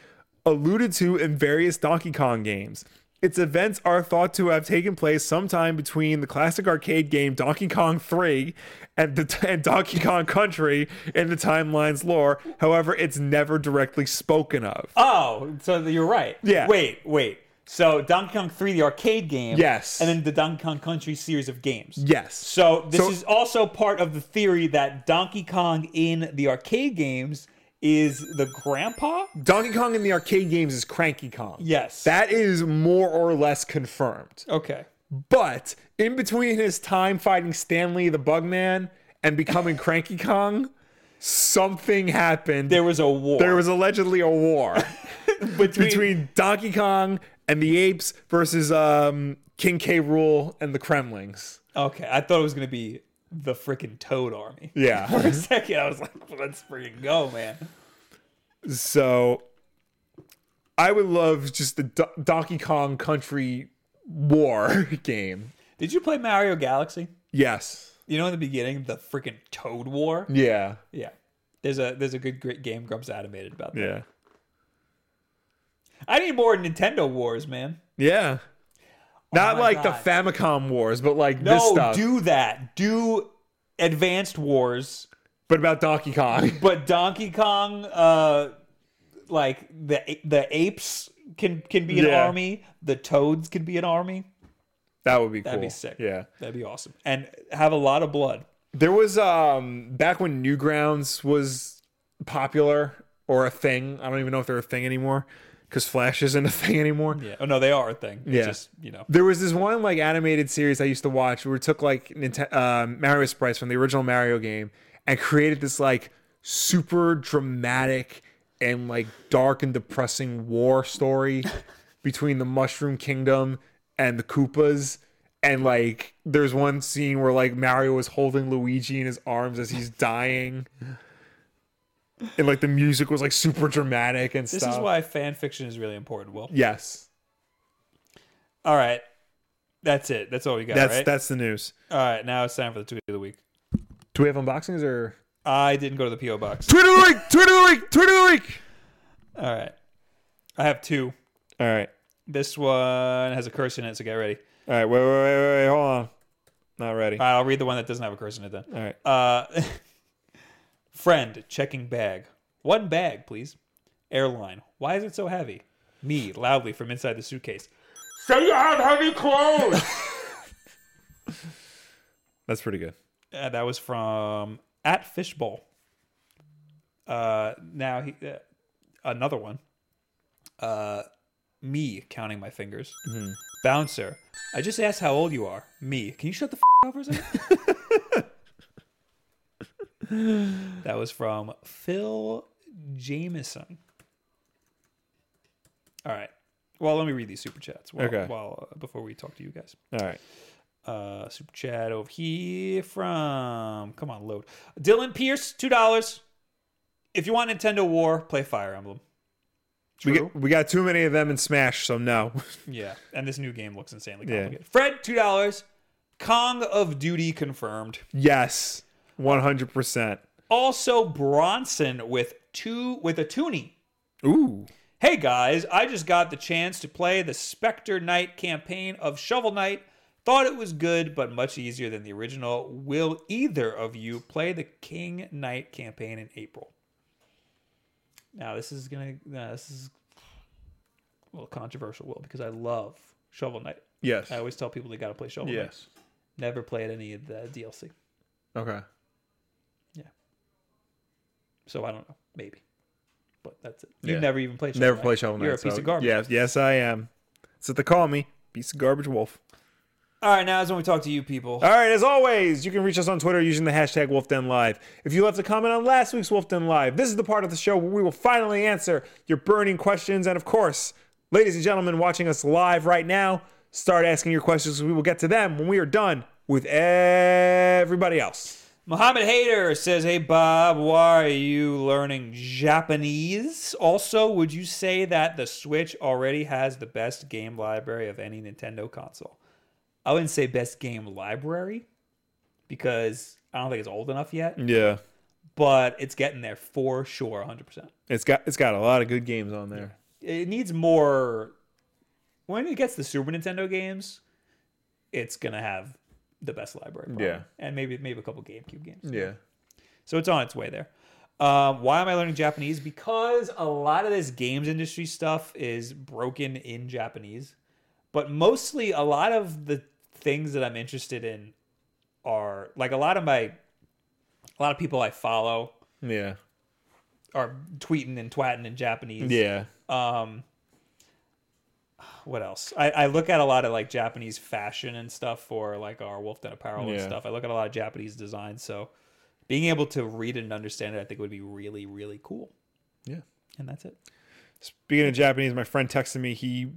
[SPEAKER 2] alluded to in various Donkey Kong games. Its events are thought to have taken place sometime between the classic arcade game Donkey Kong 3 and, the, and Donkey Kong Country in the timeline's lore. However, it's never directly spoken of.
[SPEAKER 1] Oh, so you're right.
[SPEAKER 2] Yeah.
[SPEAKER 1] Wait, wait. So Donkey Kong 3, the arcade game.
[SPEAKER 2] Yes.
[SPEAKER 1] And then the Donkey Kong Country series of games.
[SPEAKER 2] Yes.
[SPEAKER 1] So this
[SPEAKER 2] So-
[SPEAKER 1] is also part of the theory that Donkey Kong in the arcade games is the grandpa.
[SPEAKER 2] Donkey Kong in the arcade games is Cranky Kong.
[SPEAKER 1] Yes.
[SPEAKER 2] That is more or less confirmed.
[SPEAKER 1] Okay.
[SPEAKER 2] But in between his time fighting Stanley the Bugman and becoming Cranky Kong, something happened.
[SPEAKER 1] There was a war.
[SPEAKER 2] There was allegedly a war
[SPEAKER 1] between,
[SPEAKER 2] between Donkey Kong and the apes versus um, King K. Rule and the Kremlings.
[SPEAKER 1] Okay, I thought it was gonna be the freaking Toad Army. For
[SPEAKER 2] Yeah.
[SPEAKER 1] a second, I was like, "Let's freaking go, man!"
[SPEAKER 2] so I would love just the Do- Donkey Kong Country War game.
[SPEAKER 1] Did you play Mario Galaxy?
[SPEAKER 2] Yes.
[SPEAKER 1] You know, in the beginning, the freaking Toad War.
[SPEAKER 2] Yeah.
[SPEAKER 1] Yeah, there's a there's a good great game Grumps animated about that.
[SPEAKER 2] Yeah.
[SPEAKER 1] I need more Nintendo Wars, man.
[SPEAKER 2] Yeah. Not
[SPEAKER 1] Oh my God.
[SPEAKER 2] like the Famicom wars, but like this
[SPEAKER 1] No,
[SPEAKER 2] stuff.
[SPEAKER 1] do that. Do Advanced Wars,
[SPEAKER 2] but about Donkey Kong.
[SPEAKER 1] but Donkey Kong, uh, like the the apes can can be an
[SPEAKER 2] Yeah.
[SPEAKER 1] army. The toads can be an army.
[SPEAKER 2] That would be cool.
[SPEAKER 1] That'd be sick.
[SPEAKER 2] Yeah.
[SPEAKER 1] that'd be awesome. And have a lot of blood.
[SPEAKER 2] There was um back when Newgrounds was popular or a thing. I don't even know if they're a thing anymore cuz Flash isn't a thing anymore.
[SPEAKER 1] Yeah. Oh no, they are a thing. It's
[SPEAKER 2] Yeah.
[SPEAKER 1] Just you know.
[SPEAKER 2] There was this one like animated series I used to watch where it took like Nintendo um, Mario sprites from the original Mario game and created this like super dramatic and like dark and depressing war story between the Mushroom Kingdom and the Koopas. And like, there's one scene where like Mario is holding Luigi in his arms as he's dying, and like the music was like super dramatic and
[SPEAKER 1] This
[SPEAKER 2] stuff.
[SPEAKER 1] is why fan fiction is really important. Well,
[SPEAKER 2] yes,
[SPEAKER 1] all right, that's it. That's all we got.
[SPEAKER 2] that's
[SPEAKER 1] right?
[SPEAKER 2] that's the news.
[SPEAKER 1] all right. Now it's time for the tweet of the week.
[SPEAKER 2] Do we have unboxings or?
[SPEAKER 1] I didn't go to the PO box.
[SPEAKER 2] Tweet of the week! Tweet of the week! Tweet of the week!
[SPEAKER 1] All right, I have two.
[SPEAKER 2] All right.
[SPEAKER 1] This one has a curse in it, so get ready.
[SPEAKER 2] All right. Wait, wait, wait, wait. Hold on. Not ready.
[SPEAKER 1] All right, I'll read the one that doesn't have a curse in it then.
[SPEAKER 2] All right.
[SPEAKER 1] Uh, friend checking bag. One bag, please. Airline. Why is it so heavy? Me loudly from inside the suitcase. Say you have heavy clothes.
[SPEAKER 2] That's pretty good.
[SPEAKER 1] Uh, that was from at Fishbowl. Uh, now he, uh, another one. Uh, me counting my fingers. Bouncer, I just asked how old you are. Me, can you shut the f- up for a second? that was from Phil Jameson. All right. Well, let me read these super chats while,
[SPEAKER 2] Okay.
[SPEAKER 1] while uh, before we talk to you guys
[SPEAKER 2] All right.
[SPEAKER 1] uh super chat over here from come on load dylan pierce two dollars if you want nintendo war play fire emblem
[SPEAKER 2] We,
[SPEAKER 1] True.
[SPEAKER 2] get, we got too many of them in Smash, so no.
[SPEAKER 1] yeah and this new game looks insanely
[SPEAKER 2] Yeah.
[SPEAKER 1] complicated fred two dollars kong of duty confirmed
[SPEAKER 2] yes. 100%.
[SPEAKER 1] also bronson with two with a toonie
[SPEAKER 2] Ooh.
[SPEAKER 1] Hey guys, I just got the chance to play the Spectre Knight campaign of Shovel Knight. Thought it was good, but much easier than the original. Will either of you play the King Knight campaign in April? Now this is gonna now, this is a little controversial, Will, because I love Shovel Knight.
[SPEAKER 2] Yes.
[SPEAKER 1] I always tell people they gotta play Shovel Knight.
[SPEAKER 2] Yes.
[SPEAKER 1] Never played any of the DLC,
[SPEAKER 2] Okay.
[SPEAKER 1] so I don't know. Maybe, but that's it. You
[SPEAKER 2] Yeah.
[SPEAKER 1] have never even played. Shovel
[SPEAKER 2] Never
[SPEAKER 1] Knight.
[SPEAKER 2] play Shovel Knight.
[SPEAKER 1] You're a piece
[SPEAKER 2] so
[SPEAKER 1] of garbage.
[SPEAKER 2] Yes, yes, I am. So they call me. Piece of garbage wolf.
[SPEAKER 1] All right, now is when we talk to you people.
[SPEAKER 2] All right, as always, you can reach us on Twitter using the hashtag WolfDenLive. If you left a comment on last week's Wolf Den Live, this is the part of the show where we will finally answer your burning questions. And of course, ladies and gentlemen watching us live right now, start asking your questions. We will get to them when we are done with everybody else.
[SPEAKER 1] Mohammed Hader says, Hey, Bob, why are you learning Japanese? Also, would you say that the Switch already has the best game library of any Nintendo console? I wouldn't say best game library because I don't think it's old enough yet,
[SPEAKER 2] Yeah.
[SPEAKER 1] but it's getting there for sure, 100%.
[SPEAKER 2] It's got it's got a lot of good games on there.
[SPEAKER 1] It needs more. When it gets the Super Nintendo games, it's going to have the best library. probably.
[SPEAKER 2] Yeah.
[SPEAKER 1] And maybe, maybe a couple GameCube games.
[SPEAKER 2] Yeah.
[SPEAKER 1] So it's on its way there. Um, why am I learning Japanese? Because a lot of this games industry stuff is broken in Japanese, but mostly a lot of the things that I'm interested in are like a lot of my, a lot of people I follow
[SPEAKER 2] Yeah.
[SPEAKER 1] are tweeting and twatting in Japanese.
[SPEAKER 2] Yeah.
[SPEAKER 1] Um, what else? I, I look at a lot of like Japanese fashion and stuff for like our Wolf Den apparel and
[SPEAKER 2] Yeah.
[SPEAKER 1] stuff. I look at a lot of Japanese design. So being able to read it and understand it, I think would be really, really cool.
[SPEAKER 2] Yeah.
[SPEAKER 1] And that's it.
[SPEAKER 2] Speaking of Japanese, my friend texted me. He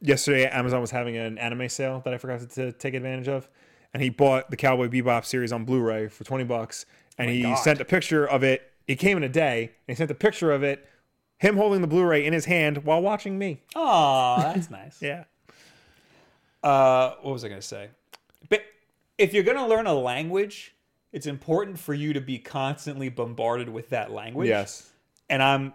[SPEAKER 2] yesterday Amazon was having an anime sale that I forgot to, to take advantage of, and he bought the Cowboy Bebop series on Blu-ray for twenty bucks. And he
[SPEAKER 1] God.
[SPEAKER 2] sent a picture of it. It came in a day, and he sent a picture of it, him holding the Blu-ray in his hand while watching me.
[SPEAKER 1] Oh, that's nice.
[SPEAKER 2] Yeah,
[SPEAKER 1] Uh, what was I going to say? But if you're going to learn a language, it's important for you to be constantly bombarded with that language.
[SPEAKER 2] yes,
[SPEAKER 1] and I'm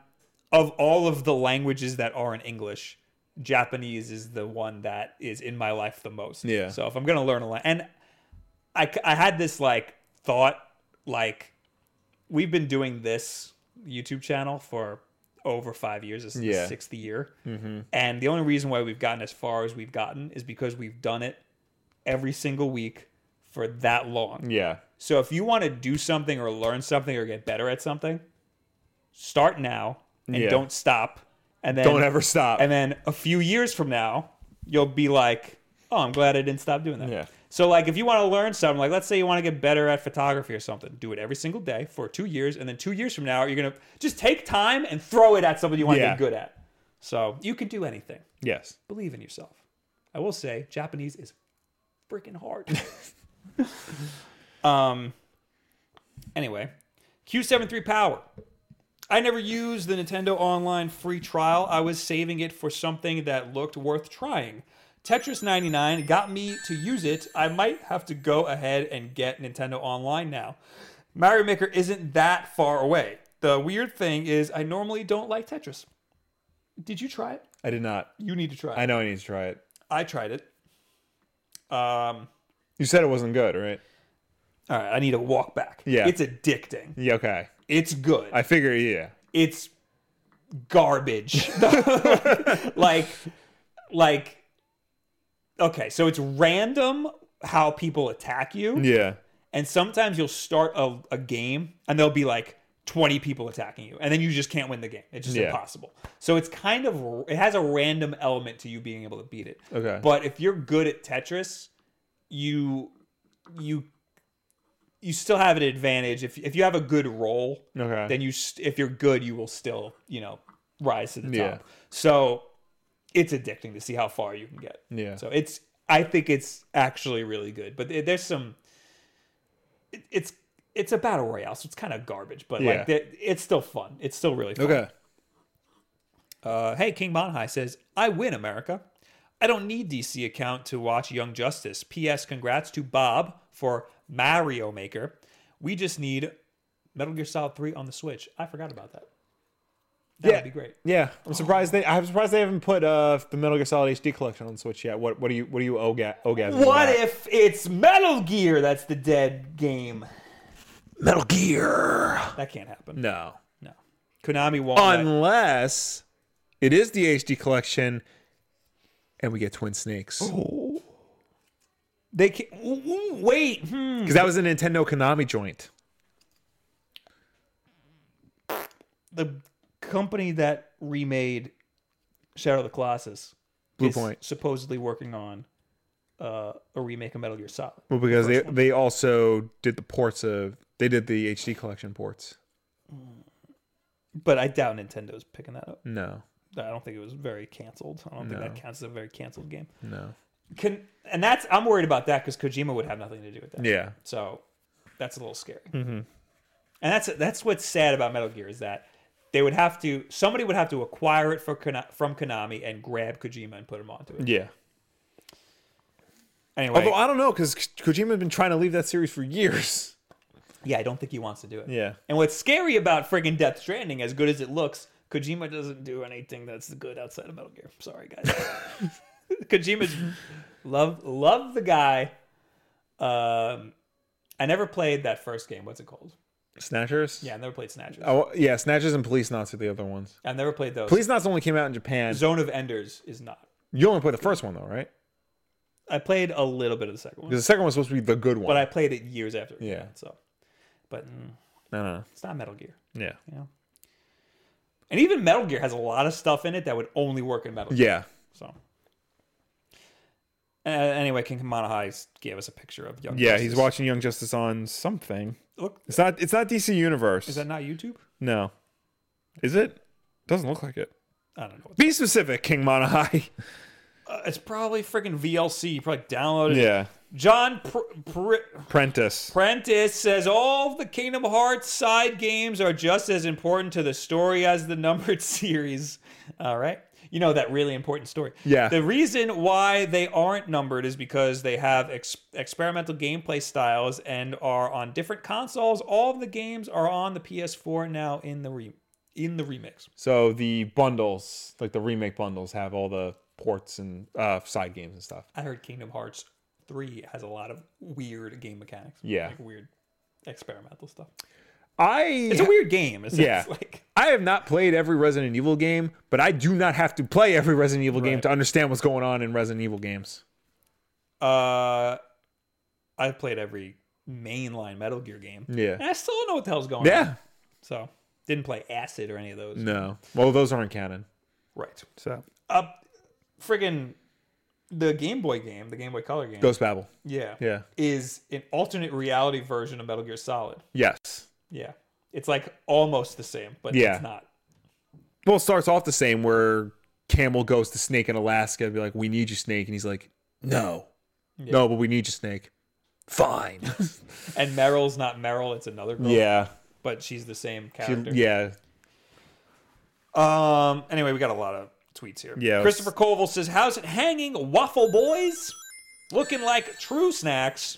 [SPEAKER 1] of all of the languages that are in English, Japanese is the one that is in my life the most.
[SPEAKER 2] Yeah.
[SPEAKER 1] So if I'm gonna learn a language, and I c- I had this like thought like we've been doing this YouTube channel for over five years. This is
[SPEAKER 2] Yeah. Mm-hmm.
[SPEAKER 1] the sixth year, and the only reason why we've gotten as far as we've gotten is because we've done it every single week for that long.
[SPEAKER 2] yeah,
[SPEAKER 1] So if you want to do something or learn something or get better at something, start now and
[SPEAKER 2] Yeah.
[SPEAKER 1] don't stop. And then
[SPEAKER 2] Don't ever stop.
[SPEAKER 1] And then a few years from now, you'll be like, "Oh, I'm glad I didn't stop doing that."
[SPEAKER 2] Yeah.
[SPEAKER 1] So like if you want to learn something, like let's say you want to get better at photography or something, do it every single day for 2 years and then 2 years from now you're going to just take time and throw it at something you want
[SPEAKER 2] Yeah.
[SPEAKER 1] to get good at. So, you can do anything.
[SPEAKER 2] yes.
[SPEAKER 1] Believe in yourself. I will say Japanese is freaking hard. Um. Anyway, Q73 Power. I never used the Nintendo Online free trial. I was saving it for something that looked worth trying. Tetris 99 got me to use it. I might have to go ahead and get Nintendo Online now. Mario Maker isn't that far away. The weird thing is, I normally don't like Tetris. Did you try it?
[SPEAKER 2] I did not.
[SPEAKER 1] You need to try
[SPEAKER 2] I
[SPEAKER 1] it.
[SPEAKER 2] know I need to try it.
[SPEAKER 1] I tried it. Um,
[SPEAKER 2] You said it wasn't good, right?
[SPEAKER 1] all right, I need to walk back.
[SPEAKER 2] Yeah.
[SPEAKER 1] It's addicting.
[SPEAKER 2] Yeah. Okay.
[SPEAKER 1] It's good.
[SPEAKER 2] I figure. Yeah.
[SPEAKER 1] it's garbage. like, like, okay, so it's random how people attack you,
[SPEAKER 2] Yeah.
[SPEAKER 1] and sometimes you'll start a, a game and there'll be like 20 people attacking you, and then you just can't win the game. It's just
[SPEAKER 2] Yeah.
[SPEAKER 1] impossible. So it's kind of it has a random element to you being able to beat it.
[SPEAKER 2] Okay.
[SPEAKER 1] But if you're good at Tetris, you you you still have an advantage if if you have a good roll
[SPEAKER 2] okay.
[SPEAKER 1] then you st- if you're good you will still you know rise to the top
[SPEAKER 2] Yeah.
[SPEAKER 1] so it's addicting to see how far you can get
[SPEAKER 2] Yeah.
[SPEAKER 1] so it's i think it's actually really good but there- there's some it, it's it's a battle royale so it's kind of garbage but
[SPEAKER 2] Yeah.
[SPEAKER 1] like there- it's still fun it's still really fun
[SPEAKER 2] okay.
[SPEAKER 1] uh, hey, King Monhai says, I win, America. I don't need DC account to watch Young Justice. P.S. Congrats to Bob for Mario Maker. We just need Metal Gear Solid 3 on the Switch. I forgot about that. That
[SPEAKER 2] Yeah.
[SPEAKER 1] would be great.
[SPEAKER 2] Yeah, I'm surprised they. I'm surprised they haven't put uh the Metal Gear Solid HD collection on Switch yet. What what do you what do you oga orgasm?
[SPEAKER 1] What if it's Metal Gear that's the dead game?
[SPEAKER 2] Metal Gear?
[SPEAKER 1] That can't happen.
[SPEAKER 2] No,
[SPEAKER 1] No. Konami won't. let-
[SPEAKER 2] unless it is the HD collection, and we get Twin Snakes because
[SPEAKER 1] they can ooh, ooh, Wait. Hmm.
[SPEAKER 2] that was a Nintendo Konami joint.
[SPEAKER 1] The company that remade Shadow of the Colossus
[SPEAKER 2] Blue
[SPEAKER 1] is
[SPEAKER 2] Point.
[SPEAKER 1] supposedly working on uh, a remake of Metal Gear Solid.
[SPEAKER 2] Well, because they, they also did the ports of they did the HD collection ports.
[SPEAKER 1] But I doubt Nintendo's picking that up.
[SPEAKER 2] No,
[SPEAKER 1] I don't think it was very canceled. I don't think that counts as a very canceled game.
[SPEAKER 2] no.
[SPEAKER 1] Can and that's I'm worried about that because Kojima would have nothing to do with that.
[SPEAKER 2] Yeah, Mm-hmm.
[SPEAKER 1] So that's a little scary. And that's that's what's sad about Metal Gear is that they would have to somebody would have to acquire it for Kona- from Konami and grab Kojima and put him onto it.
[SPEAKER 2] yeah.
[SPEAKER 1] Anyway,
[SPEAKER 2] Although I don't know because Kojima's been trying to leave that series for years.
[SPEAKER 1] yeah, I don't think he wants to do it.
[SPEAKER 2] Yeah.
[SPEAKER 1] And what's scary about friggin' Death Stranding, as good as it looks, Kojima doesn't do anything that's good outside of Metal Gear. Sorry, guys. Kojima's love love the guy. Um, I never played that first game. What's it called?
[SPEAKER 2] Snatchers.
[SPEAKER 1] Yeah, I never played Snatchers.
[SPEAKER 2] Oh yeah, Snatchers and Police Knots are the other ones.
[SPEAKER 1] I've never played those.
[SPEAKER 2] Police Knots only came out in Japan.
[SPEAKER 1] Zone of Enders is not.
[SPEAKER 2] You only played the first one though, right?
[SPEAKER 1] I played a little bit of the second one,
[SPEAKER 2] Because the second one's supposed to be the good one.
[SPEAKER 1] but I played it years after. it came
[SPEAKER 2] Yeah.
[SPEAKER 1] out, So, but mm,
[SPEAKER 2] no, no,
[SPEAKER 1] it's not Metal Gear,
[SPEAKER 2] no. Yeah.
[SPEAKER 1] you know. And even Metal Gear has a lot of stuff in it that would only work in Metal Gear.
[SPEAKER 2] Yeah.
[SPEAKER 1] So. Uh, anyway, King Kamanahi gave us a picture of young.
[SPEAKER 2] Yeah.
[SPEAKER 1] Justice.
[SPEAKER 2] He's watching Young Justice on something.
[SPEAKER 1] Look,
[SPEAKER 2] It's not. It's not DC Universe.
[SPEAKER 1] is that not YouTube?
[SPEAKER 2] no. Is it? Doesn't look like it.
[SPEAKER 1] I don't know.
[SPEAKER 2] Be specific, King Monahai.
[SPEAKER 1] Uh, it's probably freaking VLC. You probably downloaded. it.
[SPEAKER 2] yeah.
[SPEAKER 1] John Pr- Pr-
[SPEAKER 2] Prentice.
[SPEAKER 1] Prentice says all of the Kingdom Hearts side games are just as important to the story as the numbered series. All right. You know that really important story.
[SPEAKER 2] Yeah.
[SPEAKER 1] The reason why they aren't numbered is because they have ex- experimental gameplay styles and are on different consoles. All of the games are on the PS4 now in the re- in the remix.
[SPEAKER 2] So the bundles, like the remake bundles, have all the ports and uh, side games and stuff.
[SPEAKER 1] I heard Kingdom Hearts 3 has a lot of weird game mechanics.
[SPEAKER 2] Yeah.
[SPEAKER 1] Like weird experimental stuff.
[SPEAKER 2] I
[SPEAKER 1] It's a weird game. It's,
[SPEAKER 2] Yeah.
[SPEAKER 1] it's like
[SPEAKER 2] I have not played every Resident Evil game, but I do not have to play every Resident Evil game
[SPEAKER 1] Right.
[SPEAKER 2] to understand what's going on in Resident Evil games.
[SPEAKER 1] Uh, I played every mainline Metal Gear game. And
[SPEAKER 2] Yeah.
[SPEAKER 1] I still don't know what the hell's going on.
[SPEAKER 2] Yeah.
[SPEAKER 1] So didn't play Acid or any of those.
[SPEAKER 2] No. Well, those aren't canon.
[SPEAKER 1] Right.
[SPEAKER 2] So
[SPEAKER 1] Uh, friggin' the Game Boy game, the Game Boy Color game.
[SPEAKER 2] Ghost Babel.
[SPEAKER 1] Yeah.
[SPEAKER 2] Yeah.
[SPEAKER 1] Is an alternate reality version of Metal Gear Solid.
[SPEAKER 2] Yes.
[SPEAKER 1] Yeah. It's like almost the same, but
[SPEAKER 2] Yeah.
[SPEAKER 1] it's not.
[SPEAKER 2] Well, it starts off the same where Camel goes to Snake in Alaska and be like, "We need you, Snake," and he's like, "No, no, but we need you, Snake." Fine.
[SPEAKER 1] And Meryl's not Meryl, it's another girl.
[SPEAKER 2] yeah.
[SPEAKER 1] But she's the same
[SPEAKER 2] She-
[SPEAKER 1] character.
[SPEAKER 2] yeah.
[SPEAKER 1] Um. Anyway, we got a lot of tweets here.
[SPEAKER 2] Yeah, it was-
[SPEAKER 1] Christopher Colville says, "How's it hanging, Waffle Boys? Looking like true snacks.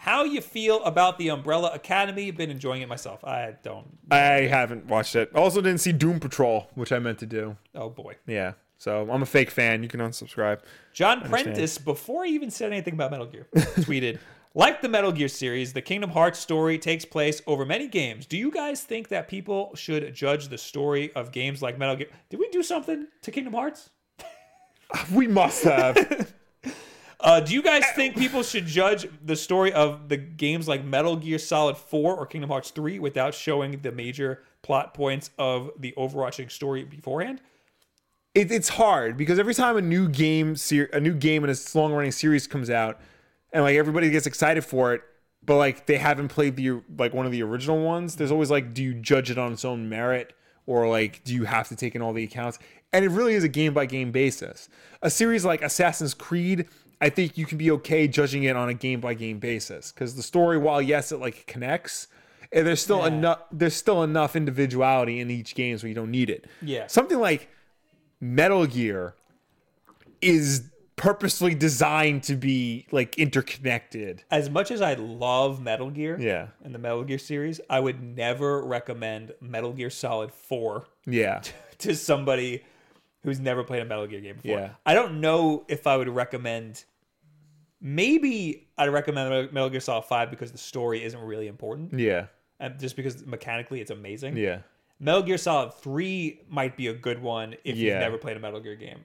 [SPEAKER 1] How you feel about the Umbrella Academy? Been enjoying it myself. I don't.
[SPEAKER 2] I haven't watched it. Also, didn't see Doom Patrol, which I meant to do.
[SPEAKER 1] Oh boy,
[SPEAKER 2] Yeah. So I'm a fake fan. You can unsubscribe.
[SPEAKER 1] John Prentice. Before he even said anything about Metal Gear, tweeted." Like the Metal Gear series, the Kingdom Hearts story takes place over many games. Do you guys think that people should judge the story of games like Metal Gear? Did we do something to Kingdom Hearts?
[SPEAKER 2] We must have.
[SPEAKER 1] Uh, do you guys think people should judge the story of the games like Metal Gear Solid 4 or Kingdom Hearts 3 without showing the major plot points of the overarching story beforehand?
[SPEAKER 2] it, it's hard because every time a new game, ser- a new game in a long running series comes out, and like everybody gets excited for it, but like they haven't played the like one of the original ones. There's always like, do you judge it on its own merit, or like do you have to take in all the accounts? And it really is a game by game basis. A series like Assassin's Creed, I think you can be okay judging it on a game by game basis because the story, while yes, it like connects. And there's still
[SPEAKER 1] Yeah.
[SPEAKER 2] enough. There's still enough individuality in each game, so you don't need it.
[SPEAKER 1] Yeah.
[SPEAKER 2] Something like Metal Gear is purposely designed to be like interconnected.
[SPEAKER 1] As much as I love Metal Gear
[SPEAKER 2] Yeah.
[SPEAKER 1] and the Metal Gear series, I would never recommend Metal Gear Solid 4
[SPEAKER 2] Yeah.
[SPEAKER 1] to somebody who's never played a Metal Gear game before.
[SPEAKER 2] Yeah.
[SPEAKER 1] I don't know if I would recommend. Maybe I'd recommend Metal Gear Solid 5 because the story isn't really important.
[SPEAKER 2] Yeah.
[SPEAKER 1] and just because mechanically it's amazing.
[SPEAKER 2] Yeah.
[SPEAKER 1] Metal Gear Solid 3 might be a good one if you've
[SPEAKER 2] Yeah.
[SPEAKER 1] never played a Metal Gear game.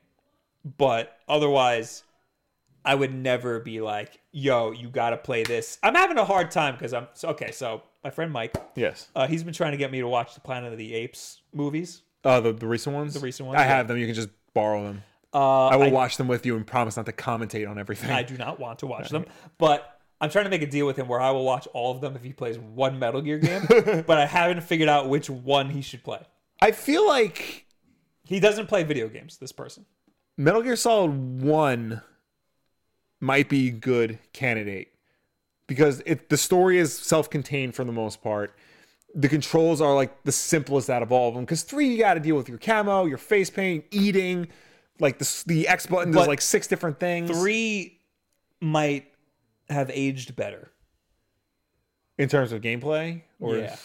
[SPEAKER 1] But otherwise, I would never be like, yo, you got to play this. I'm having a hard time because I'm. So, okay, so my friend Mike,
[SPEAKER 2] Yes.
[SPEAKER 1] uh, he's been trying to get me to watch the Planet of the Apes movies.
[SPEAKER 2] Uh, the, the recent ones? The
[SPEAKER 1] recent ones,
[SPEAKER 2] I
[SPEAKER 1] yeah.
[SPEAKER 2] have them. You can just borrow them.
[SPEAKER 1] Uh,
[SPEAKER 2] I will watch them with you and promise not to commentate on everything.
[SPEAKER 1] I do not want to watch them, but I'm trying to make a deal with him where I will watch all of them if he plays one Metal Gear game, but I haven't figured out which one he should play.
[SPEAKER 2] I feel like
[SPEAKER 1] He doesn't play video games, this person.
[SPEAKER 2] Metal Gear Solid 1 might be a good candidate because it the story is self-contained for the most part. The controls are like the simplest out of all of them cuz 3 you got to deal with your camo, your face paint, eating, like the s- the X button does
[SPEAKER 1] But
[SPEAKER 2] like six different things
[SPEAKER 1] Three might have aged better.
[SPEAKER 2] in terms of gameplay or
[SPEAKER 1] Yeah.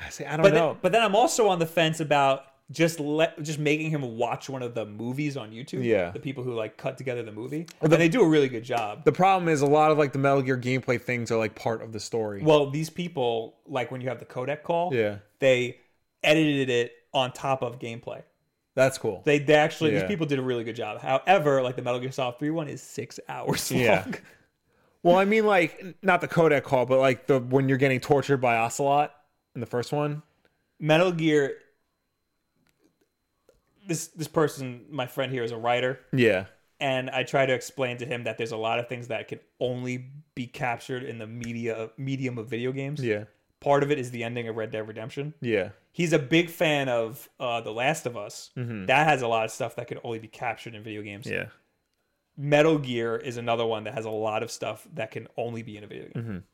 [SPEAKER 2] I say I don't
[SPEAKER 1] But,
[SPEAKER 2] know.
[SPEAKER 1] then, but then I'm also on the fence about just let just making him watch one of the movies on YouTube.
[SPEAKER 2] Yeah.
[SPEAKER 1] The people who like cut together the movie. and they do a really good job.
[SPEAKER 2] the problem is a lot of like the Metal Gear gameplay things are like part of the story.
[SPEAKER 1] Well, these people, like when you have the codec call,
[SPEAKER 2] Yeah.
[SPEAKER 1] they edited it on top of gameplay.
[SPEAKER 2] That's cool.
[SPEAKER 1] They, they actually
[SPEAKER 2] Yeah.
[SPEAKER 1] these people did a really good job. However, like the Metal Gear Solid 3 one is six hours
[SPEAKER 2] Yeah.
[SPEAKER 1] long.
[SPEAKER 2] Well, I mean, like not the codec call, but like the when you're getting tortured by Ocelot in the first one.
[SPEAKER 1] Metal Gear this this person, my friend here, is a writer,
[SPEAKER 2] Yeah,
[SPEAKER 1] and I try to explain to him that there's a lot of things that can only be captured in the media medium of video games.
[SPEAKER 2] yeah,
[SPEAKER 1] Part of it is the ending of Red Dead Redemption.
[SPEAKER 2] yeah.
[SPEAKER 1] He's a big fan of uh, The Last of Us. That has a lot of stuff that could only be captured in video games.
[SPEAKER 2] Mm-hmm. Yeah.
[SPEAKER 1] Metal Gear is another one that has a lot of stuff that can only be in a video game.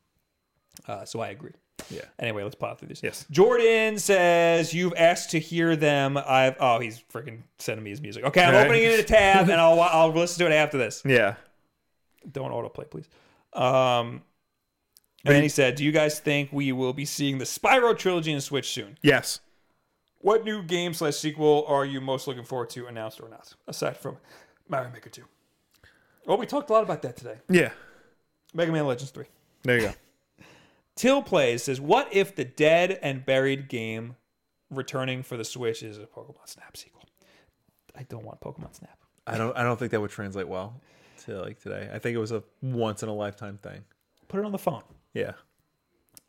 [SPEAKER 1] Uh, so I agree.
[SPEAKER 2] Yeah.
[SPEAKER 1] Anyway, let's pop through this.
[SPEAKER 2] Mm-hmm. Yes.
[SPEAKER 1] Jordan says you've asked to hear them. I've oh he's freaking sending me his music. Okay, I'm
[SPEAKER 2] All right.
[SPEAKER 1] opening it in a tab and I'll wa- I'll listen to it after this.
[SPEAKER 2] Yeah.
[SPEAKER 1] Don't autoplay, please. Um, and then he said, "Do you guys think we will be seeing the Spyro trilogy in Switch soon?
[SPEAKER 2] Yes.
[SPEAKER 1] What new game slash sequel are you most looking forward to, announced or not, aside from Mario Maker Two? Well, we talked a lot about that today.
[SPEAKER 2] Yeah.
[SPEAKER 1] Mega Man Legends Three.
[SPEAKER 2] There you go.
[SPEAKER 1] Till plays says, "What if the dead and buried game returning for the Switch is a Pokemon Snap sequel? I don't want Pokemon Snap.
[SPEAKER 2] I don't. I don't think that would translate well to like today. I think it was a once in a lifetime thing.
[SPEAKER 1] Put it on the phone."
[SPEAKER 2] Yeah.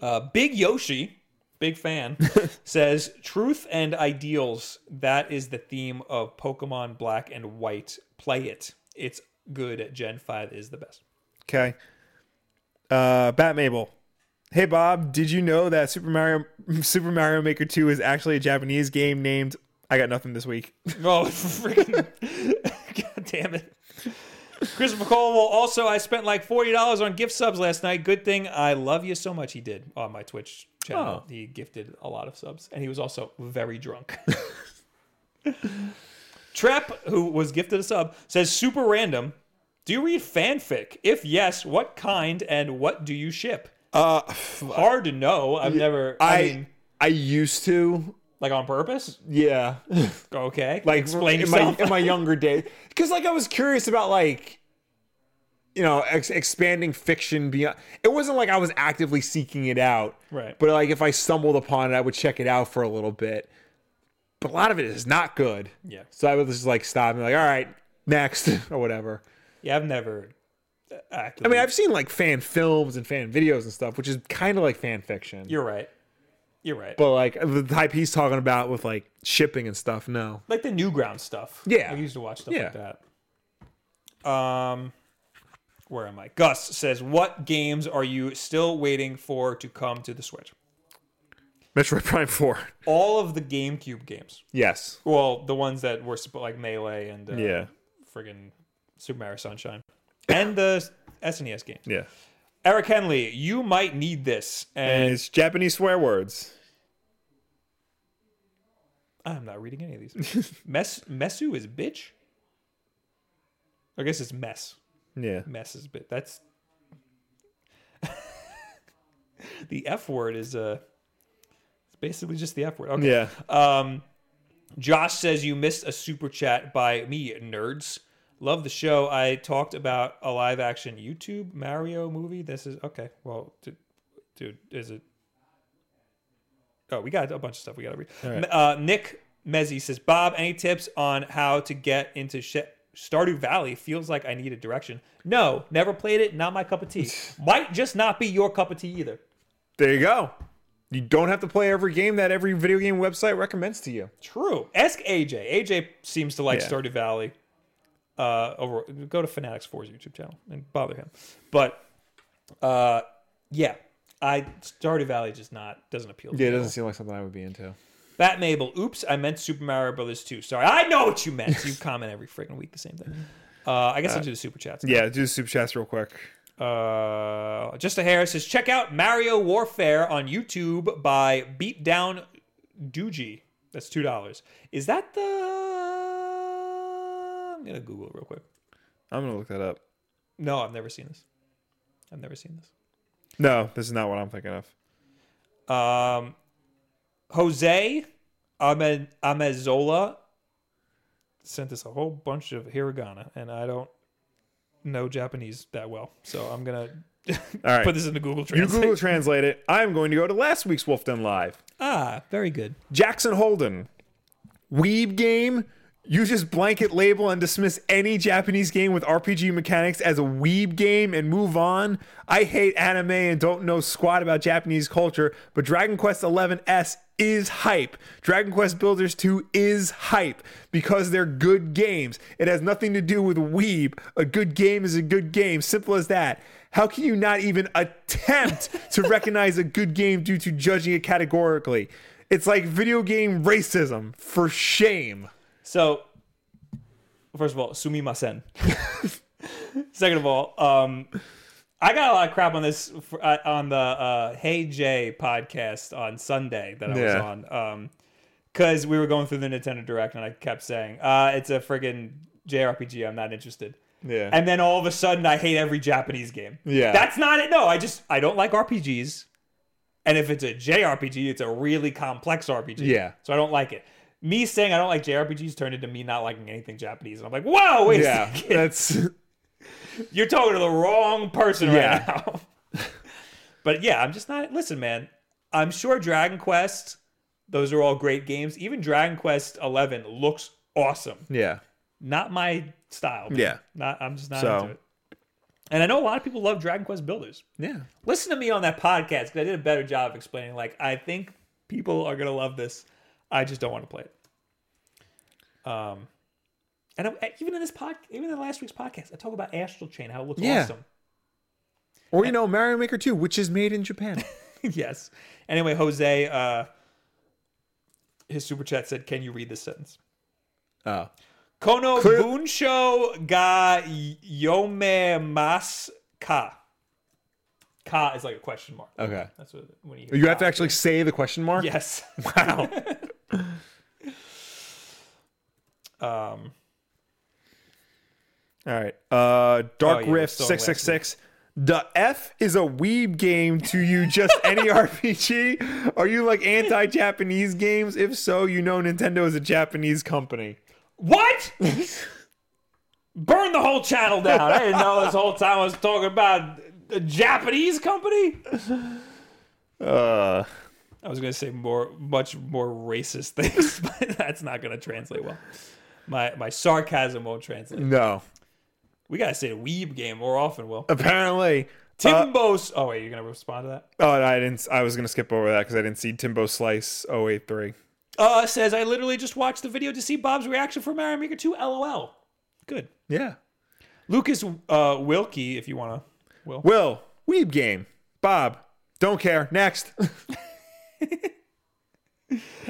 [SPEAKER 1] Uh, Big Yoshi, big fan, says, "Truth and ideals. That is the theme of Pokemon Black and White. Play it. It's good. Gen Five is the best."
[SPEAKER 2] Okay. Uh, Bat Mabel. Hey Bob, did you know that Super Mario Super Mario Maker Two is actually a Japanese game named I got nothing this week.
[SPEAKER 1] Oh, freaking. God damn it. Christopher Colwell, also, I spent like $40 on gift subs last night. Good thing I love you so much. He did on my Twitch channel.
[SPEAKER 2] Oh.
[SPEAKER 1] He gifted a lot of subs, and he was also very drunk. Trap, who was gifted a sub, says super random. Do you read fanfic? If yes, what kind and what do you ship?
[SPEAKER 2] Uh,
[SPEAKER 1] Hard to know. I've never. I,
[SPEAKER 2] I-
[SPEAKER 1] mean,
[SPEAKER 2] I used to.
[SPEAKER 1] like on purpose.
[SPEAKER 2] Yeah.
[SPEAKER 1] Okay,
[SPEAKER 2] like
[SPEAKER 1] explain
[SPEAKER 2] in
[SPEAKER 1] yourself.
[SPEAKER 2] my in my younger days because like I was curious about like you know ex- expanding fiction beyond it wasn't like I was actively seeking it out
[SPEAKER 1] Right.
[SPEAKER 2] but like if I stumbled upon it I would check it out for a little bit but a lot of it is not good
[SPEAKER 1] Yeah.
[SPEAKER 2] so I would just like stop and be like all right next or whatever
[SPEAKER 1] yeah, I've never. uh,
[SPEAKER 2] I mean I've seen like fan films and fan videos and stuff which is kind of like fan fiction
[SPEAKER 1] You're right. You're right.
[SPEAKER 2] but like uh, the type he's talking about with like shipping and stuff no
[SPEAKER 1] like the Newground stuff.
[SPEAKER 2] Yeah.
[SPEAKER 1] I used to watch stuff
[SPEAKER 2] Yeah.
[SPEAKER 1] like that. Um, where am I? Gus says, "What games are you still waiting for to come to the Switch?
[SPEAKER 2] Metroid Prime 4
[SPEAKER 1] All of the GameCube games.
[SPEAKER 2] yes
[SPEAKER 1] Well, the ones that were suppo- like Melee and uh,
[SPEAKER 2] yeah
[SPEAKER 1] friggin' Super Mario Sunshine, and the SNES games.
[SPEAKER 2] yeah
[SPEAKER 1] Eric Henley, you might need this, and
[SPEAKER 2] it's Japanese swear words.
[SPEAKER 1] I'm not reading any of these. Mess Messu is bitch. I guess it's mess.
[SPEAKER 2] Yeah.
[SPEAKER 1] messes bit. That's the F word is uh it's basically just the F word. Okay.
[SPEAKER 2] Yeah. Uh,
[SPEAKER 1] Um Josh says you missed a super chat by me nerds. Love the show. I talked about a live action YouTube Mario movie. This is okay. Well, dude, dude is it Oh, we got a bunch of stuff we got to read. Uh, Nick Mezzi says, Bob, any tips on how to get into sh- Stardew Valley? Feels like I need a direction. No, never played it. Not my cup of tea. Might just not be your cup of tea either.
[SPEAKER 2] There you go. You don't have to play every game that every video game website recommends to you.
[SPEAKER 1] True. Ask AJ. AJ seems to like
[SPEAKER 2] Yeah.
[SPEAKER 1] Stardew Valley. uh, over go to Fanatics 4's YouTube channel and bother him. But uh, yeah, I Stardew Valley just not doesn't appeal. to
[SPEAKER 2] Yeah, it
[SPEAKER 1] me.
[SPEAKER 2] doesn't seem like something I would be into.
[SPEAKER 1] Bat Mabel. Oops, I meant Super Mario Brothers 2. Sorry, I know what you meant. You comment every freaking week the same thing. Uh, I guess I'll do the super chats.
[SPEAKER 2] Yeah, do the super chats real quick.
[SPEAKER 1] Uh, just a hair says check out Mario Warfare on YouTube by Beatdown Doogie. That's two dollars. Is that the? I'm gonna Google it real quick.
[SPEAKER 2] I'm gonna look that up.
[SPEAKER 1] No, I've never seen this. I've never seen this.
[SPEAKER 2] No, this is not what I'm thinking of.
[SPEAKER 1] Um, Jose Ame- Amezola sent us a whole bunch of hiragana, and I don't know Japanese that well, so I'm gonna
[SPEAKER 2] All right,
[SPEAKER 1] put this into Google
[SPEAKER 2] you
[SPEAKER 1] Translate.
[SPEAKER 2] Google translate it. I'm going to go to last week's Wolf Den Live.
[SPEAKER 1] ah, very good.
[SPEAKER 2] Jackson Holden, Weeb game. You just blanket label and dismiss any Japanese game with RPG mechanics as a weeb game and move on. I hate anime and don't know squat about Japanese culture, but Dragon Quest XI S is hype. Dragon Quest Builders 2 is hype because they're good games. It has nothing to do with weeb. A good game is a good game. Simple as that. How can you not even attempt to recognize a good game due to judging it categorically? It's like video game racism for shame.
[SPEAKER 1] So, first of all, sumimasen. Second of all, um, I got a lot of crap on this for, uh, on the uh, Hey Jay podcast on Sunday that I
[SPEAKER 2] Yeah.
[SPEAKER 1] was on because we were going through the Nintendo Direct and I kept saying uh, it's a friggin' JRPG. I'm not interested.
[SPEAKER 2] Yeah.
[SPEAKER 1] And then all of a sudden, I hate every Japanese game.
[SPEAKER 2] Yeah.
[SPEAKER 1] That's not it. No, I just I don't like RPGs. And if it's a JRPG, it's a really complex RPG.
[SPEAKER 2] Yeah.
[SPEAKER 1] So I don't like it. Me saying I don't like JRPGs turned into me not liking anything Japanese. And I'm like, whoa, wait a
[SPEAKER 2] Yeah,
[SPEAKER 1] second.
[SPEAKER 2] that's
[SPEAKER 1] You're talking to the wrong person
[SPEAKER 2] Yeah.
[SPEAKER 1] right now. but yeah, I'm just not. Listen, man, I'm sure Dragon Quest, those are all great games. Even Dragon Quest 11 looks awesome.
[SPEAKER 2] yeah.
[SPEAKER 1] Not my style. man.
[SPEAKER 2] Yeah.
[SPEAKER 1] Not, I'm just not
[SPEAKER 2] So-
[SPEAKER 1] into it. And I know a lot of people love Dragon Quest Builders.
[SPEAKER 2] Yeah.
[SPEAKER 1] Listen to me on that podcast because I did a better job of explaining. Like, I think people are gonna love this. I just don't want to play it. Um, and I, even in this pod, even in last week's podcast, I talk about Astral Chain how it looks
[SPEAKER 2] Yeah.
[SPEAKER 1] awesome.
[SPEAKER 2] Or you know, Mario Maker 2, which is made in Japan.
[SPEAKER 1] yes. Anyway, Jose, uh, his super chat said, "Can you read this sentence?"
[SPEAKER 2] oh.
[SPEAKER 1] Kono
[SPEAKER 2] Clear-
[SPEAKER 1] bunsho ga yome mas ka. Ka is like a question mark.
[SPEAKER 2] Okay.
[SPEAKER 1] That's what when you hear
[SPEAKER 2] You have
[SPEAKER 1] ka.
[SPEAKER 2] to actually say the question mark?
[SPEAKER 1] Yes.
[SPEAKER 2] Wow.
[SPEAKER 1] Um,
[SPEAKER 2] All right. Uh
[SPEAKER 1] Oh,
[SPEAKER 2] Dark
[SPEAKER 1] yeah,
[SPEAKER 2] Rift
[SPEAKER 1] we're still in last
[SPEAKER 2] 666. The F is a weeb game to you, just any RPG? Are you like anti Japanese games? If so, you know Nintendo is a Japanese company.
[SPEAKER 1] what? Burn the whole channel down. I didn't know this whole time I was talking about a Japanese company.
[SPEAKER 2] Uh,
[SPEAKER 1] I was going to say more, much more racist things, but that's not going to translate well. My my sarcasm won't translate.
[SPEAKER 2] no.
[SPEAKER 1] We got to say weeb game more often, Will.
[SPEAKER 2] Apparently. Uh,
[SPEAKER 1] Timbo's. oh, wait, you're going to respond to that?
[SPEAKER 2] Oh, and I didn't. I was gonna skip over that because I didn't see Timbo Slice 083.
[SPEAKER 1] Uh, says, I literally just watched the video to see Bob's reaction for Mario Maker 2. LOL. Good.
[SPEAKER 2] Yeah.
[SPEAKER 1] Lucas uh, Wilkie, if you want to. Will.
[SPEAKER 2] Will Weeb game. Bob don't care. Next.